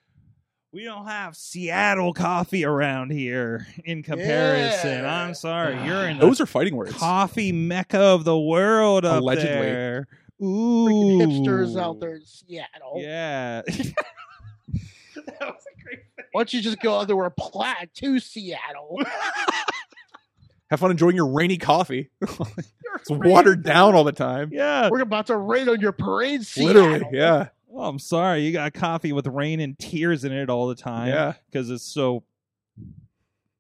[SPEAKER 2] We don't have Seattle coffee around here in comparison.
[SPEAKER 5] Yeah.
[SPEAKER 2] I'm sorry. You're in the
[SPEAKER 6] Those are fighting words.
[SPEAKER 2] coffee mecca of the world up
[SPEAKER 6] Allegedly.
[SPEAKER 2] there.
[SPEAKER 5] Freaking
[SPEAKER 2] Ooh.
[SPEAKER 5] hipsters out there in Seattle. [laughs]
[SPEAKER 2] Yeah.
[SPEAKER 5] Why don't you just go out there wear plaid to
[SPEAKER 6] [laughs]
[SPEAKER 5] Seattle?
[SPEAKER 6] Have fun enjoying your rainy coffee. it's watered down all the time.
[SPEAKER 2] yeah.
[SPEAKER 5] We're about to rain on your parade. Seattle.
[SPEAKER 6] Literally. Yeah.
[SPEAKER 2] Oh, I'm sorry. You got coffee with rain and tears in it all the time.
[SPEAKER 6] Yeah.
[SPEAKER 2] because it's so.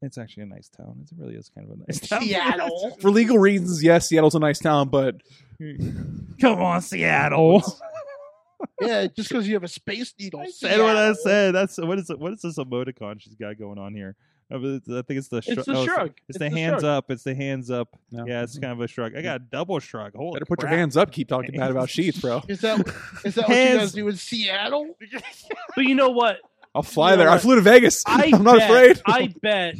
[SPEAKER 2] It's actually a nice town. It really is kind of a
[SPEAKER 5] [laughs]
[SPEAKER 2] nice town.
[SPEAKER 6] [laughs]
[SPEAKER 5] Seattle.
[SPEAKER 6] For legal reasons, yes, Seattle's a nice town, but
[SPEAKER 2] Come on, Seattle. [laughs]
[SPEAKER 5] yeah, just because you have a space needle.
[SPEAKER 2] Said what I
[SPEAKER 5] Seattle.
[SPEAKER 2] said. That's what is it? What is this emoticon she's got going on here? I was- I think it's the shrug.
[SPEAKER 4] It's the
[SPEAKER 2] oh, it's,
[SPEAKER 4] shrug.
[SPEAKER 2] it's the hands
[SPEAKER 4] shrug.
[SPEAKER 2] up. It's the hands up.
[SPEAKER 6] No.
[SPEAKER 2] Yeah, it's kind of a shrug. I got a double shrug. Holy
[SPEAKER 6] better put your
[SPEAKER 2] crap.
[SPEAKER 6] hands up. Keep talking bad about sheets, bro.
[SPEAKER 5] Is that is that what you
[SPEAKER 2] Hands-
[SPEAKER 5] guys do
[SPEAKER 2] [laughs]
[SPEAKER 5] in Seattle?
[SPEAKER 4] But you know what?
[SPEAKER 6] I'll fly
[SPEAKER 4] You know
[SPEAKER 6] there. I
[SPEAKER 4] what?
[SPEAKER 6] flew to Vegas. [laughs]
[SPEAKER 4] I
[SPEAKER 6] am not
[SPEAKER 4] bet-
[SPEAKER 6] afraid.
[SPEAKER 4] I bet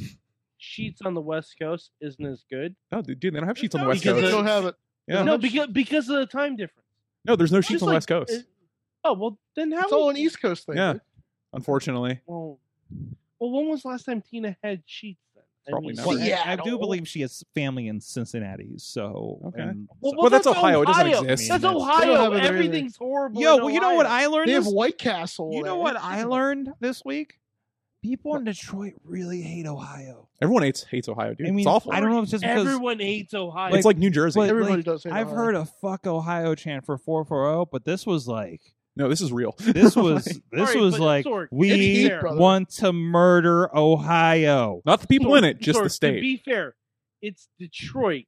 [SPEAKER 4] sheets on the West Coast isn't as good.
[SPEAKER 6] [laughs] no, dude, dude, they don't have sheets on the
[SPEAKER 2] No,
[SPEAKER 6] West
[SPEAKER 5] Because
[SPEAKER 4] Because
[SPEAKER 5] they
[SPEAKER 6] Coast.
[SPEAKER 4] it-
[SPEAKER 5] don't have it.
[SPEAKER 6] Yeah.
[SPEAKER 4] No, because because of the time difference.
[SPEAKER 6] No, there's no
[SPEAKER 4] Just
[SPEAKER 6] sheets on the
[SPEAKER 4] like-
[SPEAKER 6] West Coast.
[SPEAKER 4] it- Oh well, then how?
[SPEAKER 5] It's all an East Coast thing.
[SPEAKER 6] Yeah.
[SPEAKER 5] dude.
[SPEAKER 6] Unfortunately,
[SPEAKER 4] Well, well, when was the last time Tina had sheets? Then
[SPEAKER 6] Probably
[SPEAKER 4] mean,
[SPEAKER 6] never.
[SPEAKER 2] Well,
[SPEAKER 6] Yeah.
[SPEAKER 2] I do
[SPEAKER 5] Seattle.
[SPEAKER 2] believe she has family in Cincinnati. So,
[SPEAKER 6] Okay.
[SPEAKER 2] and-
[SPEAKER 6] Well, that's Ohio. It doesn't exist.
[SPEAKER 5] That's
[SPEAKER 4] They don't
[SPEAKER 5] Ohio.
[SPEAKER 4] have it there
[SPEAKER 5] Everything's horrible.
[SPEAKER 2] yo,
[SPEAKER 5] in
[SPEAKER 2] well, you know what
[SPEAKER 5] Ohio.
[SPEAKER 2] I learned?
[SPEAKER 5] They have
[SPEAKER 2] this-
[SPEAKER 5] White Castle.
[SPEAKER 2] you know
[SPEAKER 5] there.
[SPEAKER 2] what I learned this week? People in Detroit really hate Ohio.
[SPEAKER 6] Everyone hates hates Ohio, dude.
[SPEAKER 2] I mean,
[SPEAKER 6] it's awful.
[SPEAKER 2] I don't know if it's just because
[SPEAKER 4] Everyone hates Ohio.
[SPEAKER 6] it's like New Jersey.
[SPEAKER 2] But,
[SPEAKER 5] Everybody
[SPEAKER 2] like,
[SPEAKER 5] does. hate
[SPEAKER 2] I've
[SPEAKER 5] Ohio.
[SPEAKER 2] heard a fuck Ohio chant for 440, but this was
[SPEAKER 6] [laughs]
[SPEAKER 2] like,
[SPEAKER 6] no, this is real.
[SPEAKER 2] this was,
[SPEAKER 4] All
[SPEAKER 2] this
[SPEAKER 4] right,
[SPEAKER 2] was
[SPEAKER 4] but
[SPEAKER 2] like,
[SPEAKER 4] Sorg, to be
[SPEAKER 2] we
[SPEAKER 5] fair-
[SPEAKER 2] want to murder Ohio.
[SPEAKER 6] not the people in
[SPEAKER 4] Sorg,
[SPEAKER 6] it, just
[SPEAKER 4] Sorg,
[SPEAKER 6] the
[SPEAKER 4] To
[SPEAKER 6] state.
[SPEAKER 4] be fair, it's Detroit.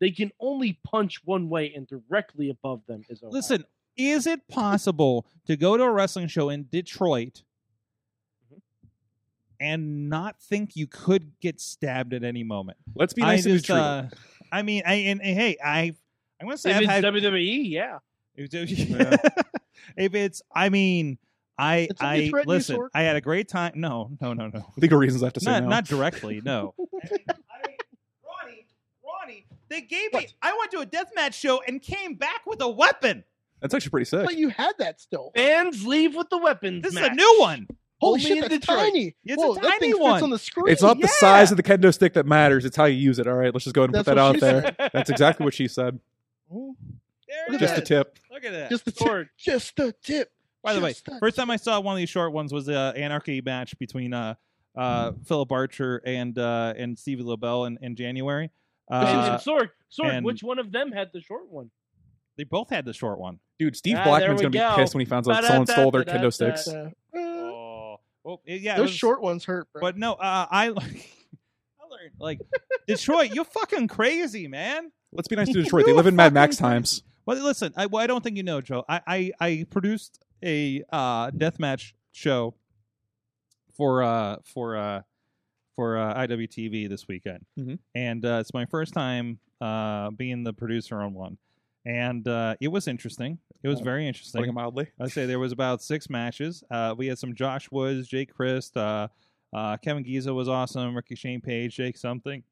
[SPEAKER 4] They can only punch one way, and directly above them is Ohio.
[SPEAKER 2] Listen, is it possible to go to a wrestling show in Detroit and not think you could get stabbed at any moment?
[SPEAKER 6] Let's be nice
[SPEAKER 2] I
[SPEAKER 6] to
[SPEAKER 2] just,
[SPEAKER 6] Detroit.
[SPEAKER 2] uh, I mean, I and, and hey, I, I'm gonna say
[SPEAKER 4] if
[SPEAKER 2] I've
[SPEAKER 4] it's
[SPEAKER 2] had,
[SPEAKER 4] WWE, yeah.
[SPEAKER 2] if it's- [laughs] if it's, I mean, I,
[SPEAKER 5] It's a
[SPEAKER 2] I
[SPEAKER 5] Detroit News
[SPEAKER 2] listen,
[SPEAKER 5] Network.
[SPEAKER 2] I had a great time. No, no, no, no,
[SPEAKER 6] Legal reasons I have to say
[SPEAKER 2] not,
[SPEAKER 6] no.
[SPEAKER 2] not directly.
[SPEAKER 5] [laughs]
[SPEAKER 2] No, Ronnie, Ronnie, they gave me. I went to a deathmatch show and came back with a weapon.
[SPEAKER 6] That's actually pretty sick.
[SPEAKER 5] But you had that still.
[SPEAKER 4] Fans leave with the weapons.
[SPEAKER 2] This is a
[SPEAKER 4] match.
[SPEAKER 2] new
[SPEAKER 4] [laughs]
[SPEAKER 2] one.
[SPEAKER 5] Holy
[SPEAKER 4] Only
[SPEAKER 5] shit,
[SPEAKER 4] in
[SPEAKER 5] that's
[SPEAKER 4] Detroit.
[SPEAKER 5] tiny.
[SPEAKER 2] It's a
[SPEAKER 5] Whoa,
[SPEAKER 2] tiny
[SPEAKER 5] that thing
[SPEAKER 2] one.
[SPEAKER 5] fits on the screen.
[SPEAKER 6] It's not
[SPEAKER 2] Yeah.
[SPEAKER 6] the size of the kendo stick that matters. It's how you use it. All right, let's just go ahead and put
[SPEAKER 5] That's
[SPEAKER 6] that
[SPEAKER 5] what
[SPEAKER 6] out
[SPEAKER 5] she
[SPEAKER 6] there. That's exactly what she said.
[SPEAKER 2] There
[SPEAKER 5] Look at
[SPEAKER 2] it
[SPEAKER 6] Just a
[SPEAKER 5] that.
[SPEAKER 2] is.
[SPEAKER 6] tip.
[SPEAKER 2] Look at that. [laughs]
[SPEAKER 4] [laughs]
[SPEAKER 5] Just the tip.
[SPEAKER 4] Sorg,
[SPEAKER 5] Just the tip.
[SPEAKER 2] By the way,
[SPEAKER 5] Just the
[SPEAKER 2] first time I saw one of these short ones was the Anarchy match between uh, uh, Philip Archer and uh, and Stevie LaBelle in, in January.
[SPEAKER 4] and-
[SPEAKER 2] Uh,
[SPEAKER 4] and Sorg, Sorg,
[SPEAKER 2] and-
[SPEAKER 4] which one of them had the short one?
[SPEAKER 2] they both had the short one.
[SPEAKER 6] Dude, Steve
[SPEAKER 4] Ah,
[SPEAKER 6] Blackman's
[SPEAKER 4] there
[SPEAKER 6] gonna
[SPEAKER 4] we go.
[SPEAKER 6] be pissed when he finds out
[SPEAKER 4] Ba-da-da-da-da-da.
[SPEAKER 6] someone stole their kendo sticks.
[SPEAKER 5] Uh, uh,
[SPEAKER 2] Oh, well, it- yeah, it
[SPEAKER 5] those
[SPEAKER 2] was-
[SPEAKER 5] short ones hurt, bro.
[SPEAKER 2] But no, uh, [laughs] I learned, I learned like Detroit, you're fucking crazy, man.
[SPEAKER 6] Let's be
[SPEAKER 2] [laughs]
[SPEAKER 6] nice to Detroit. They
[SPEAKER 2] You
[SPEAKER 6] live in Mad
[SPEAKER 2] fucking
[SPEAKER 6] Max
[SPEAKER 2] crazy.
[SPEAKER 6] times.
[SPEAKER 2] Well, listen, I, well, I don't think you know, Joe. I I, I produced a uh, deathmatch show for uh for uh for uh, IWTV this weekend,
[SPEAKER 6] Mhm.
[SPEAKER 2] and uh, it's my first time uh being the producer on one, and uh, it was interesting. It was
[SPEAKER 6] Oh.
[SPEAKER 2] very
[SPEAKER 6] Putting
[SPEAKER 2] interesting.
[SPEAKER 6] it mildly.
[SPEAKER 2] I'd say there was about six matches. Uh, we had some Josh Woods, Jake Christ, uh, uh, Kevin Giza was awesome, Ricky Shane Page, Jake something,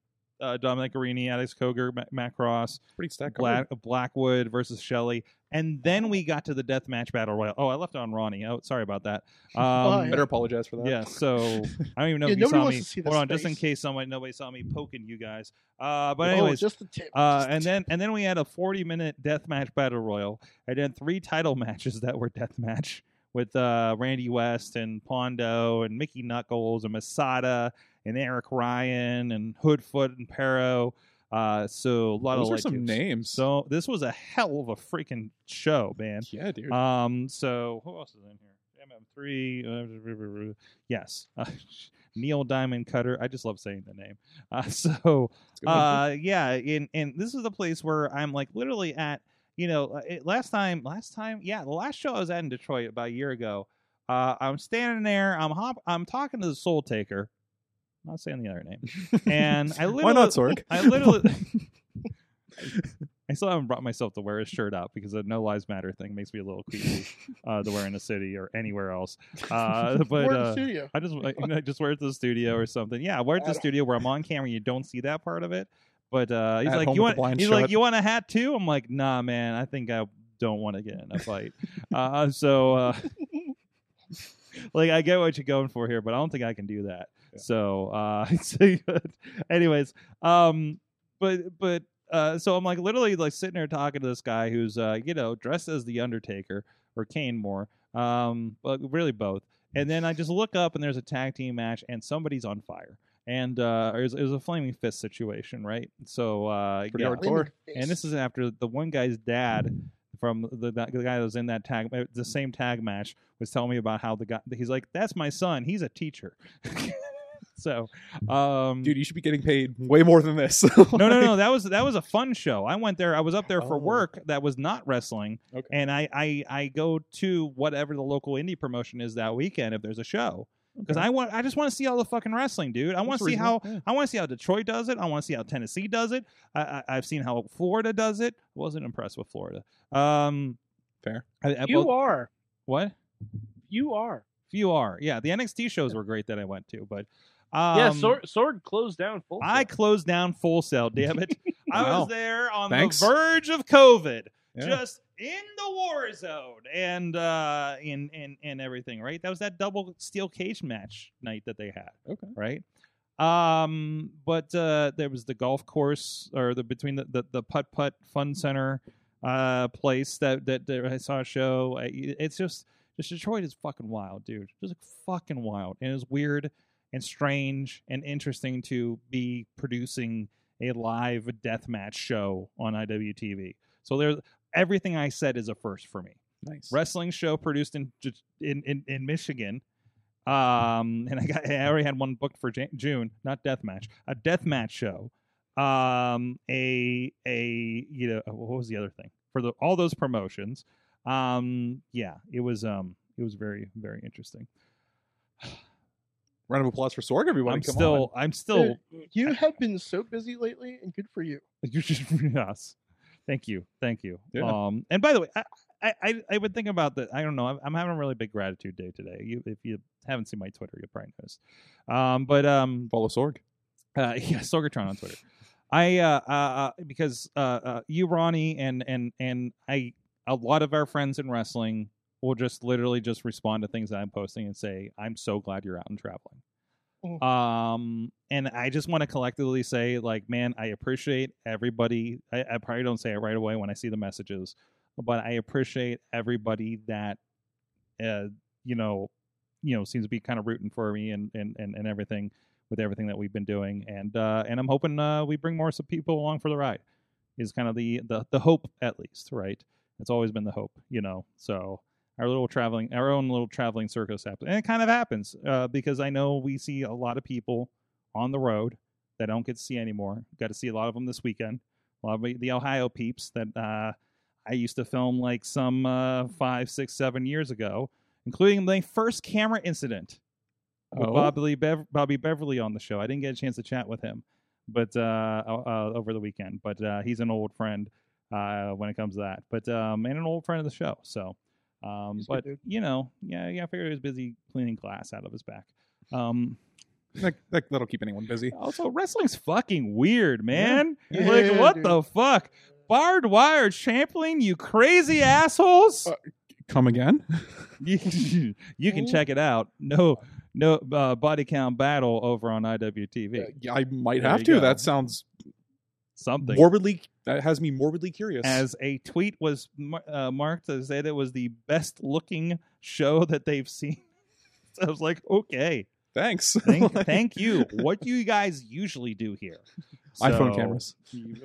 [SPEAKER 2] uh, Dominic Arini, Alex Koger, Ma- Matt Cross,
[SPEAKER 6] Pretty stacked.
[SPEAKER 2] Black, Blackwood versus Shelley. And then we got to the deathmatch battle royal. Oh, I left on Ronnie. Oh, sorry about
[SPEAKER 5] [laughs]
[SPEAKER 2] that. Um,
[SPEAKER 6] Better apologize for
[SPEAKER 2] [laughs]
[SPEAKER 6] that.
[SPEAKER 2] yeah, so I don't even know
[SPEAKER 5] Yeah,
[SPEAKER 2] if you
[SPEAKER 5] nobody
[SPEAKER 2] saw
[SPEAKER 5] wants
[SPEAKER 2] me.
[SPEAKER 5] to see this
[SPEAKER 2] Hold on, just in
[SPEAKER 5] face.
[SPEAKER 2] case somebody nobody saw me poking you guys. Uh, but
[SPEAKER 5] Oh,
[SPEAKER 2] anyways,
[SPEAKER 5] just the tip.
[SPEAKER 2] uh,
[SPEAKER 5] just the
[SPEAKER 2] and
[SPEAKER 5] tip.
[SPEAKER 2] then and then we had a 40 minute deathmatch battle royal. and then three title [laughs] matches that were deathmatch with uh, Randy West and Pondo and Mickey Knuckles and Masada and Eric Ryan and Hoodfoot and Perro. Uh, so a lot
[SPEAKER 6] Those
[SPEAKER 2] of
[SPEAKER 6] are
[SPEAKER 2] like,
[SPEAKER 6] some names.
[SPEAKER 2] So this was a hell of a freaking show, man.
[SPEAKER 6] yeah, dude.
[SPEAKER 2] Um, so who else is in here? MM3. Uh, [laughs] yes, uh, Neil Diamond Cutter. I just love saying the name. Uh, [laughs] so
[SPEAKER 6] It's a good one.
[SPEAKER 2] uh yeah and and this is the place where i'm like literally at you know uh, it, last time last time yeah the last show i was at in detroit about a year ago uh i'm standing there i'm hop i'm talking to the soul taker I'm not saying the other
[SPEAKER 6] [laughs]
[SPEAKER 2] name and i literally
[SPEAKER 6] Why not, Sorg?
[SPEAKER 2] i literally I still haven't brought myself to wear a shirt out because the No Lives Matter thing makes me a little
[SPEAKER 6] [laughs]
[SPEAKER 2] creepy uh, to wear in a city or anywhere else. Uh, but
[SPEAKER 5] We're in the
[SPEAKER 2] uh,
[SPEAKER 5] studio.
[SPEAKER 2] I just I, you know, just wear it to the studio or something. Yeah, wear it to the studio where I'm on camera. You don't see that part of it. But uh, he's
[SPEAKER 6] At
[SPEAKER 2] like,
[SPEAKER 6] home
[SPEAKER 2] you want?
[SPEAKER 6] with the blind
[SPEAKER 2] He's
[SPEAKER 6] shut.
[SPEAKER 2] like, you want a hat too? I'm like, nah, man. I think I don't want to get in a fight. uh, so, uh, [laughs] like, I get what you're going for here, but I don't think I can do that.
[SPEAKER 6] Yeah.
[SPEAKER 2] So, uh, [laughs] so, anyways, um, but but uh, so I'm like literally like sitting there talking to this guy who's uh, you know dressed as the Undertaker or Kane more, um, but really both. And then I just look up and there's a tag team match and somebody's on fire. And uh, it, was, it was a flaming fist situation, right? So uh,
[SPEAKER 6] Pretty
[SPEAKER 2] yeah,
[SPEAKER 6] hardcore. Thor.
[SPEAKER 2] and this is after the one guy's dad from the, that- the guy that was in that tag, uh, the same tag match, was telling me about how the guy. He's like, "That's my son. He's a teacher." [laughs] so, um,
[SPEAKER 6] [laughs] Dude, you should be getting paid way more than this.
[SPEAKER 2] [laughs]
[SPEAKER 6] [laughs]
[SPEAKER 2] no, no, no. That was that was a fun show. I went there. I was up there for
[SPEAKER 6] Oh.
[SPEAKER 2] work that was not wrestling,
[SPEAKER 6] Okay.
[SPEAKER 2] and I, I I go to whatever the local indie promotion is that weekend if there's a show because I want I just want to see all the fucking wrestling, dude. I want to see how I want to see how Detroit does it. I want to see how Tennessee does it. I, I, I've seen how Florida does it. Wasn't impressed with Florida. Um,
[SPEAKER 6] Fair.
[SPEAKER 2] I, I
[SPEAKER 4] You
[SPEAKER 2] both-
[SPEAKER 4] are.
[SPEAKER 2] what?
[SPEAKER 4] You are.
[SPEAKER 2] Few are. Yeah, the NXT shows were great that I went to, but
[SPEAKER 4] yeah,
[SPEAKER 2] um,
[SPEAKER 4] Sorg, Sorg closed down full.
[SPEAKER 2] I
[SPEAKER 4] Sail.
[SPEAKER 2] closed down Full Sail. Damn
[SPEAKER 6] [laughs]
[SPEAKER 2] it! I
[SPEAKER 6] Wow.
[SPEAKER 2] was there on
[SPEAKER 6] Thanks.
[SPEAKER 2] the verge of COVID,
[SPEAKER 6] Yeah.
[SPEAKER 2] just in the war zone, and uh, and and and everything. Right? That was that double steel cage match night that they had.
[SPEAKER 6] Okay.
[SPEAKER 2] Right? Um, but uh, there was the golf course or the between the the, the putt putt fun center uh place that, that that I saw a show. I- It's just just Detroit is fucking wild, dude. Just fucking wild, and it's weird and strange and interesting to be producing a live deathmatch show on IWTV. So there's everything I said is a first for me
[SPEAKER 6] Nice.
[SPEAKER 2] wrestling show produced in in in, in Michigan. Um, [laughs] and I got I already had one booked for Jan- June, not deathmatch, a deathmatch show. Um, a a you know uh, what was the other thing for the all those promotions? Um, yeah, it was um it was very very interesting.
[SPEAKER 6] Round of applause for Sorg, everybody.
[SPEAKER 2] I'm
[SPEAKER 6] Come
[SPEAKER 2] still I'm still
[SPEAKER 5] You have been so busy lately, and good for you.
[SPEAKER 2] you should [laughs] yes. Thank you, thank you.
[SPEAKER 6] Yeah.
[SPEAKER 2] Um, and by the way, I, I I I would think about that. I don't know. I'm, I'm having a really big gratitude day today. You, if you haven't seen my Twitter, you'll probably notice. Um, but um,
[SPEAKER 6] on. Follow Sorg.
[SPEAKER 2] uh, [laughs] yeah, Sorgatron on Twitter. I uh, uh, uh, because uh, uh, you, Ronnie, and and and I, a lot of our friends in wrestling will just literally just respond to things that I'm posting and say, "I'm so glad you're out and traveling."
[SPEAKER 5] Mhm.
[SPEAKER 2] Um, and I just want to collectively say, like, man, I appreciate everybody. I, I probably don't say it right away when I see the messages, but I appreciate everybody that, uh, you know, you know, seems to be kind of rooting for me and and and, and everything with everything that we've been doing and uh and i'm hoping uh we bring more some people along for the ride is kind of the the, the hope at least right it's always been the hope you know so our little traveling our own little traveling circus happens and it kind of happens uh because i know we see a lot of people on the road that I don't get to see anymore got to see a lot of them this weekend a lot of the ohio peeps that uh i used to film like some uh five six seven years ago including the first camera incident with
[SPEAKER 6] Oh.
[SPEAKER 2] Bobby, Bev- Bobby Beverly on the show. I didn't get a chance to chat with him, but uh, uh, over the weekend. But uh, he's an old friend uh, when it comes to that. But um, and an old friend of the show. So, um,
[SPEAKER 5] He's a good
[SPEAKER 2] but
[SPEAKER 5] dude.
[SPEAKER 2] you know, yeah, yeah. I figured he was busy cleaning glass out of his back. Um,
[SPEAKER 6] That, that, that'll keep anyone busy.
[SPEAKER 2] also, wrestling's fucking weird, man.
[SPEAKER 5] Yeah.
[SPEAKER 2] like,
[SPEAKER 5] Yeah,
[SPEAKER 2] what
[SPEAKER 5] dude.
[SPEAKER 2] the fuck? Barbed wire trampling, you crazy assholes!
[SPEAKER 6] Uh, Come again.
[SPEAKER 2] [laughs] you you can
[SPEAKER 5] Mm.
[SPEAKER 2] check it out. No, no uh, body count battle over on IWTV.
[SPEAKER 6] [laughs] Yeah, I might
[SPEAKER 2] There
[SPEAKER 6] have
[SPEAKER 2] you
[SPEAKER 6] to.
[SPEAKER 2] go.
[SPEAKER 6] That sounds
[SPEAKER 2] Something
[SPEAKER 6] morbidly. That has me morbidly curious.
[SPEAKER 2] as a tweet was mar- uh, marked as that it was the best looking show that they've seen. [laughs] So I was like, okay,
[SPEAKER 6] Thanks.
[SPEAKER 5] [laughs]
[SPEAKER 2] thank,
[SPEAKER 6] Like,
[SPEAKER 2] thank you. What do you guys usually do here?
[SPEAKER 6] [laughs]
[SPEAKER 2] So-
[SPEAKER 6] iPhone cameras.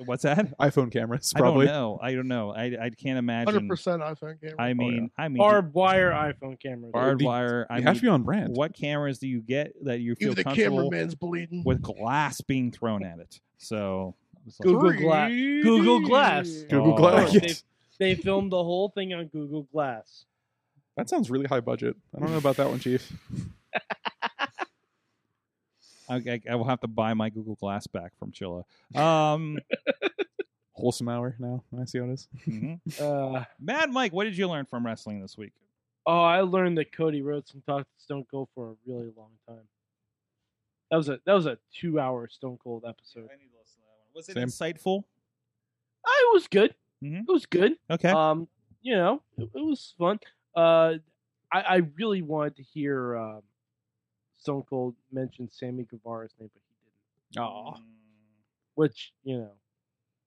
[SPEAKER 2] What's that?
[SPEAKER 6] iPhone cameras.
[SPEAKER 2] I
[SPEAKER 6] Probably.
[SPEAKER 2] don't know. I don't know. I I can't imagine.
[SPEAKER 5] Hundred percent iPhone camera.
[SPEAKER 6] Oh,
[SPEAKER 2] I mean, I mean,
[SPEAKER 4] Barbed wire iPhone cameras.
[SPEAKER 2] barbed
[SPEAKER 6] Be-
[SPEAKER 2] wire. I
[SPEAKER 6] You
[SPEAKER 2] mean,
[SPEAKER 6] have to be on brand.
[SPEAKER 2] what cameras do you get that you feel
[SPEAKER 5] even the
[SPEAKER 2] comfortable?
[SPEAKER 5] cameraman's bleeding.
[SPEAKER 2] with glass being thrown at it. So it's like-
[SPEAKER 4] Google Glass. Google Glass.
[SPEAKER 6] Google
[SPEAKER 2] Oh.
[SPEAKER 6] Glass.
[SPEAKER 4] They-
[SPEAKER 6] Yes.
[SPEAKER 4] They filmed the whole thing on Google Glass.
[SPEAKER 6] That sounds really high budget. I don't know about that one, Chief.
[SPEAKER 2] I, I, I will have to buy my Google Glass back from Chilla. Um,
[SPEAKER 6] Wholesome hour now. I see how it is.
[SPEAKER 2] mhm.
[SPEAKER 4] Uh, [laughs]
[SPEAKER 2] Mad Mike, what did you learn from wrestling this week?
[SPEAKER 4] oh, I learned that Cody Rhodes can talk to Stone Cold for a really long time. That was a that was a two hour Stone Cold episode.
[SPEAKER 2] Was it
[SPEAKER 6] Same.
[SPEAKER 2] insightful?
[SPEAKER 4] I was good.
[SPEAKER 2] Mhm.
[SPEAKER 4] It was good.
[SPEAKER 2] Okay.
[SPEAKER 4] Um, you know, it, it was fun. Uh, I, I really wanted to hear um, Stone Cold mention Sammy Guevara's name, but he didn't. Mm.
[SPEAKER 6] Aw.
[SPEAKER 4] which you know,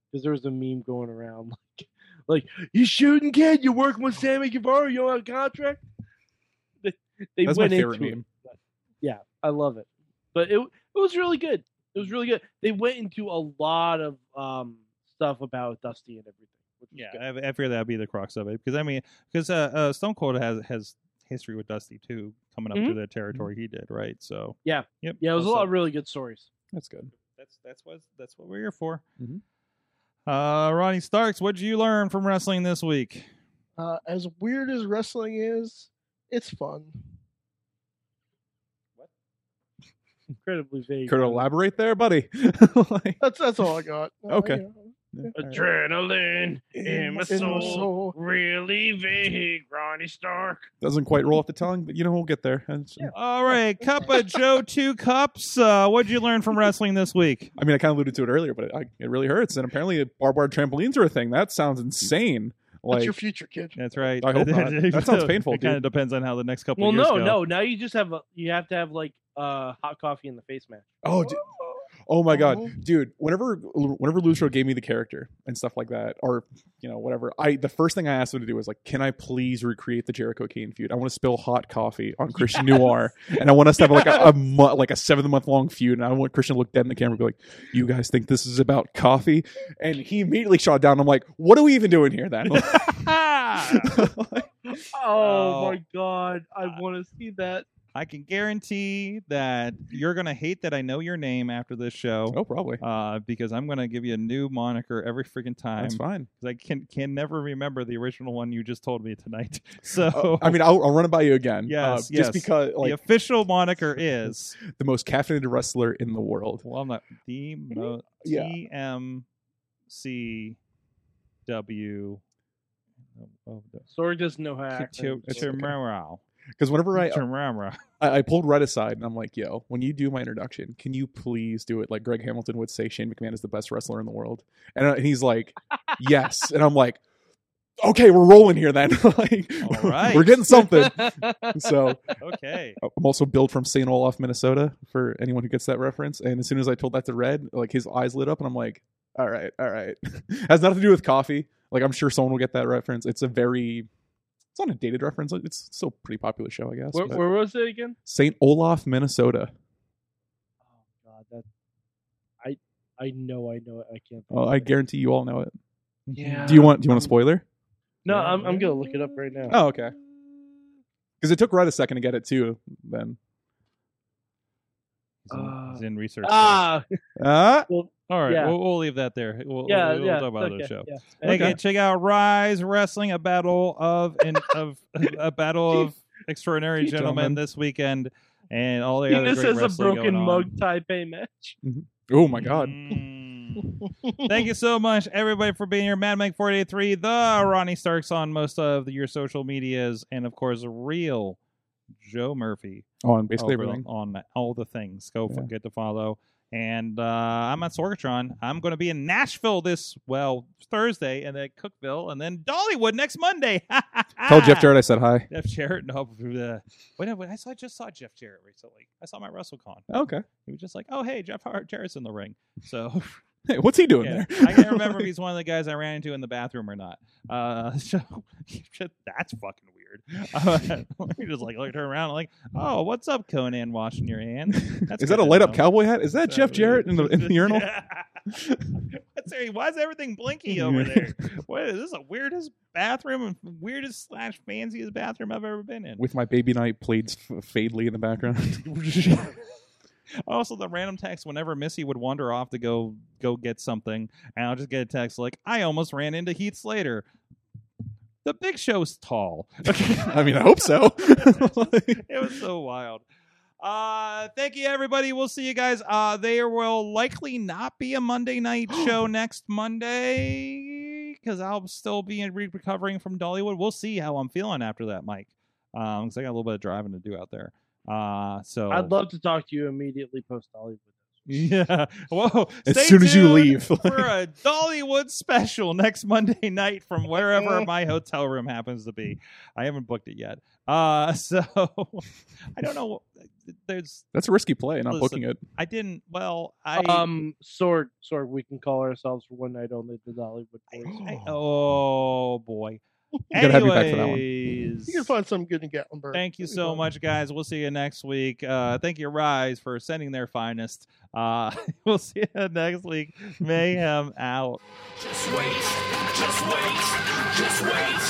[SPEAKER 4] because there was a meme going around [laughs] like, like you shooting kid, you working with Sammy Guevara, you on a contract. They, they
[SPEAKER 6] That's my
[SPEAKER 4] went
[SPEAKER 6] favorite
[SPEAKER 4] into it.
[SPEAKER 6] meme.
[SPEAKER 4] Yeah, I love it, but it it was really good. It was really good. They went into a lot of um stuff about Dusty and everything. Which was
[SPEAKER 2] Yeah,
[SPEAKER 4] good.
[SPEAKER 2] I, I figure that'd be the crux of it because I mean, because uh, uh, Stone Cold has has history with Dusty too, coming up
[SPEAKER 4] Mhm.
[SPEAKER 2] through the territory he did, right? So
[SPEAKER 4] Yeah.
[SPEAKER 2] yep.
[SPEAKER 4] yeah, it was a
[SPEAKER 2] Also-
[SPEAKER 4] lot of really good stories.
[SPEAKER 6] That's good.
[SPEAKER 2] That's that's what that's what we're here for.
[SPEAKER 6] Mhm.
[SPEAKER 2] Uh, Ronnie Starks, what did you learn from wrestling this week?
[SPEAKER 5] uh, as weird as wrestling is, it's fun.
[SPEAKER 4] Incredibly vague.
[SPEAKER 6] Could elaborate there, buddy. [laughs] Like-
[SPEAKER 5] That's that's all I got. Uh,
[SPEAKER 6] Okay.
[SPEAKER 5] you know,
[SPEAKER 3] Adrenaline in my
[SPEAKER 5] in my
[SPEAKER 3] soul.
[SPEAKER 5] soul.
[SPEAKER 3] Really vague, Ronnie Stark.
[SPEAKER 6] Doesn't quite roll off the tongue, but you know we'll get there. That's-
[SPEAKER 2] All right, cup
[SPEAKER 6] [laughs]
[SPEAKER 2] of Joe, two cups. Uh, what'd you learn from wrestling this week?
[SPEAKER 6] I mean, I kind of alluded to it earlier, but it, I, it really hurts. And apparently, barbed wire trampolines are a thing. That sounds insane.
[SPEAKER 5] That's
[SPEAKER 6] Like,
[SPEAKER 5] your future, kid.
[SPEAKER 2] That's right. [laughs]
[SPEAKER 6] I hope not. That sounds painful,
[SPEAKER 2] It kind of
[SPEAKER 6] dude.
[SPEAKER 2] depends on how the next couple.
[SPEAKER 4] Well,
[SPEAKER 2] of years
[SPEAKER 4] no,
[SPEAKER 2] go.
[SPEAKER 4] no. Now you just have a, you have to have like uh, hot coffee in the face match.
[SPEAKER 6] Oh, d- oh my god, dude! Whenever whenever Lucio gave me the character and stuff like that, or you know whatever, I the first thing I asked him to do was like, "Can I please recreate the Jericho Kane feud? I want to spill hot coffee on Christian Noir, and I want us to have like a, a mo- like a seven month long feud, and I want Christian to look dead in the camera and be like, "You guys think this is about coffee?" And he immediately shot down. I'm like, "What are we even doing here then?"
[SPEAKER 4] Oh
[SPEAKER 2] Oh.
[SPEAKER 4] my god, I want to see that.
[SPEAKER 2] [laughs] I can guarantee that you're going to hate that I know your name after this show
[SPEAKER 6] [laughs] oh, probably.
[SPEAKER 2] uh, because I'm going to give you a new moniker every freaking time.
[SPEAKER 6] That's [laughs] fine.
[SPEAKER 2] 'cause I can can never remember the original one you just told me tonight. [laughs] So
[SPEAKER 6] Uh, I mean, I'll, I'll run it by you again. uh,
[SPEAKER 2] Yes,
[SPEAKER 6] just
[SPEAKER 2] yes.
[SPEAKER 6] because like
[SPEAKER 2] the official moniker is
[SPEAKER 6] the most caffeinated wrestler in the world.
[SPEAKER 2] well, I'm not the
[SPEAKER 4] Mm-hmm.
[SPEAKER 2] mo-
[SPEAKER 6] Yeah.
[SPEAKER 2] T M C W. Oh, the-
[SPEAKER 4] Sorg doesn't know how.
[SPEAKER 2] Chim-
[SPEAKER 4] acronyms work.
[SPEAKER 2] Chimera.
[SPEAKER 6] Because whenever I,
[SPEAKER 2] Chimera.
[SPEAKER 6] I I pulled Red aside and I'm like, yo, when you do my introduction, can you please do it like Greg Hamilton would say Shane McMahon is the best wrestler in the world? And, uh, and he's like, yes. And I'm like, okay, we're rolling here then. [laughs] like,
[SPEAKER 2] All right.
[SPEAKER 6] We're getting [laughs] something. so
[SPEAKER 2] [laughs]
[SPEAKER 6] uh,
[SPEAKER 2] Okay.
[SPEAKER 6] I'm also billed from St. Olaf, Minnesota for anyone who gets that reference. And as soon as I told that to Red, like his eyes lit up and I'm like, all right, all right. [laughs] Has nothing to do with coffee. Like I'm sure someone will get that reference. It's a very, it's not a dated reference. Like, It's still a pretty popular show, I
[SPEAKER 4] [laughs]
[SPEAKER 6] guess.
[SPEAKER 4] where,
[SPEAKER 6] but-
[SPEAKER 4] where was it again?
[SPEAKER 6] St. Olaf, Minnesota.
[SPEAKER 4] Oh god, that. I I know I know it. I can't.
[SPEAKER 6] Oh, I guarantee you all know it.
[SPEAKER 4] Yeah.
[SPEAKER 6] Do you want do you want a spoiler?
[SPEAKER 4] No, I'm I'm gonna look it up right now.
[SPEAKER 6] Oh, okay. Because it took Red a second to get it too. Then
[SPEAKER 2] He's in, he's in research. mode.
[SPEAKER 4] Ah,
[SPEAKER 6] ah,
[SPEAKER 4] well,
[SPEAKER 2] All right,
[SPEAKER 4] yeah.
[SPEAKER 2] we'll, we'll leave that there. We'll,
[SPEAKER 4] yeah,
[SPEAKER 2] we'll, we'll
[SPEAKER 4] yeah.
[SPEAKER 2] talk about
[SPEAKER 4] okay,
[SPEAKER 2] the show.
[SPEAKER 4] yeah.
[SPEAKER 2] Hey, get- check out Rise Wrestling, a battle of and of a
[SPEAKER 4] [laughs]
[SPEAKER 2] battle of extraordinary
[SPEAKER 6] Gee,
[SPEAKER 2] gentlemen
[SPEAKER 6] gentlemen.
[SPEAKER 2] this weekend, and all the other
[SPEAKER 4] This
[SPEAKER 2] great
[SPEAKER 4] is a
[SPEAKER 2] wrestling
[SPEAKER 4] broken
[SPEAKER 2] going on.
[SPEAKER 4] mug Taipei match.
[SPEAKER 6] oh my God!
[SPEAKER 2] Mm. Thank you so much, everybody, for being here. Mad Mike 483, the Ronnie Starks on most of your social medias, and of course, real Joe Murphy
[SPEAKER 6] On Oh, basically
[SPEAKER 2] over
[SPEAKER 6] everything.
[SPEAKER 2] on all the things. Go for
[SPEAKER 6] Yeah.
[SPEAKER 2] get to follow. And uh, I'm at Sorgatron. I'm going to be in Nashville this well Thursday, and then Cookville, and then Dollywood next Monday. [laughs]
[SPEAKER 6] Tell
[SPEAKER 2] Ah.
[SPEAKER 6] Jeff Jarrett I said hi.
[SPEAKER 2] Jeff Jarrett. No, uh, wait, wait, I saw, just saw Jeff Jarrett recently. I saw him at WrestleCon.
[SPEAKER 6] Okay. [laughs]
[SPEAKER 2] He was just like, "Oh, hey, Jeff Har- Jarrett's in the ring." So
[SPEAKER 6] Hey, what's he doing
[SPEAKER 2] yeah,
[SPEAKER 6] there?
[SPEAKER 2] I
[SPEAKER 6] [laughs]
[SPEAKER 2] can't remember if he's one of the guys I ran into in the bathroom or not. Uh, [laughs] so shit, that's fucking weird. [laughs] Uh, we just like looked her around, like, "Oh, what's up, Conan? Washing your
[SPEAKER 6] [laughs]
[SPEAKER 2] hands?" That's
[SPEAKER 6] is that
[SPEAKER 2] good to
[SPEAKER 6] a light up
[SPEAKER 2] know.
[SPEAKER 6] cowboy hat? Is that
[SPEAKER 2] So-
[SPEAKER 6] Jeff Jarrett in
[SPEAKER 2] [laughs]
[SPEAKER 6] the, in the urinal?
[SPEAKER 2] What's there? Why is everything blinky over there? What is this? The weirdest bathroom and weirdest slash fanciest bathroom I've ever been in.
[SPEAKER 6] With my baby night played f- fadely in
[SPEAKER 2] [laughs]
[SPEAKER 6] the background. [laughs]
[SPEAKER 2] also, the random text whenever Missy would wander off to go go get something, and I'll just get a text like, "I almost ran into Heath Slater." The Big Show's tall.
[SPEAKER 6] [laughs] I mean, I hope so.
[SPEAKER 2] [laughs] it was so wild. Uh, thank you, everybody. We'll see you guys. Uh, there will likely not be a Monday
[SPEAKER 6] [gasps]
[SPEAKER 2] night show next Monday because I'll still be in re- recovering from Dollywood. We'll see how I'm feeling after that, Mike. Um, because I got a little bit of driving to do out there. Uh, so
[SPEAKER 4] I'd love to talk to you immediately post Hollywood.
[SPEAKER 2] yeah. Whoa.
[SPEAKER 6] as
[SPEAKER 2] Stay
[SPEAKER 6] soon as you
[SPEAKER 2] tuned
[SPEAKER 6] leave,
[SPEAKER 2] for a Dollywood special next Monday night from
[SPEAKER 6] [laughs]
[SPEAKER 2] wherever my hotel room happens to be. I haven't booked it yet. Uh, [laughs] so I don't know. There's,
[SPEAKER 6] [laughs] that's a risky play. Not
[SPEAKER 2] Listen.
[SPEAKER 6] booking it.
[SPEAKER 2] I didn't. Well, I.
[SPEAKER 4] Um, sword, sword. We can call ourselves for one night only the Dollywood
[SPEAKER 2] [gasps] I-
[SPEAKER 4] Boys.
[SPEAKER 2] I- oh boy.
[SPEAKER 6] gotta have me back for that one.
[SPEAKER 2] Anyways,
[SPEAKER 5] You can find something good in Gatlinburg.
[SPEAKER 2] Thank you
[SPEAKER 5] It'll be
[SPEAKER 2] so
[SPEAKER 5] fun.
[SPEAKER 2] much, guys. We'll see you next week. Uh, thank you, Rise, for sending their finest. Uh, [laughs] we'll see you next week. Mayhem out.
[SPEAKER 3] Just wait, just wait, just wait,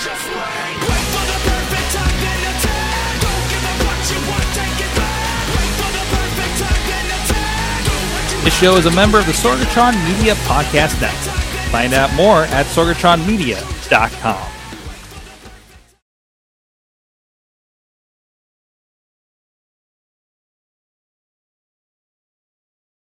[SPEAKER 3] just wait. Wait for the perfect time then attack. Don't give up what you want, take it back. Wait for the perfect time then attack. Do what you
[SPEAKER 2] This show is a member of the Sorgatron Media Podcast Network. Find out more at sorgatronmedia.com.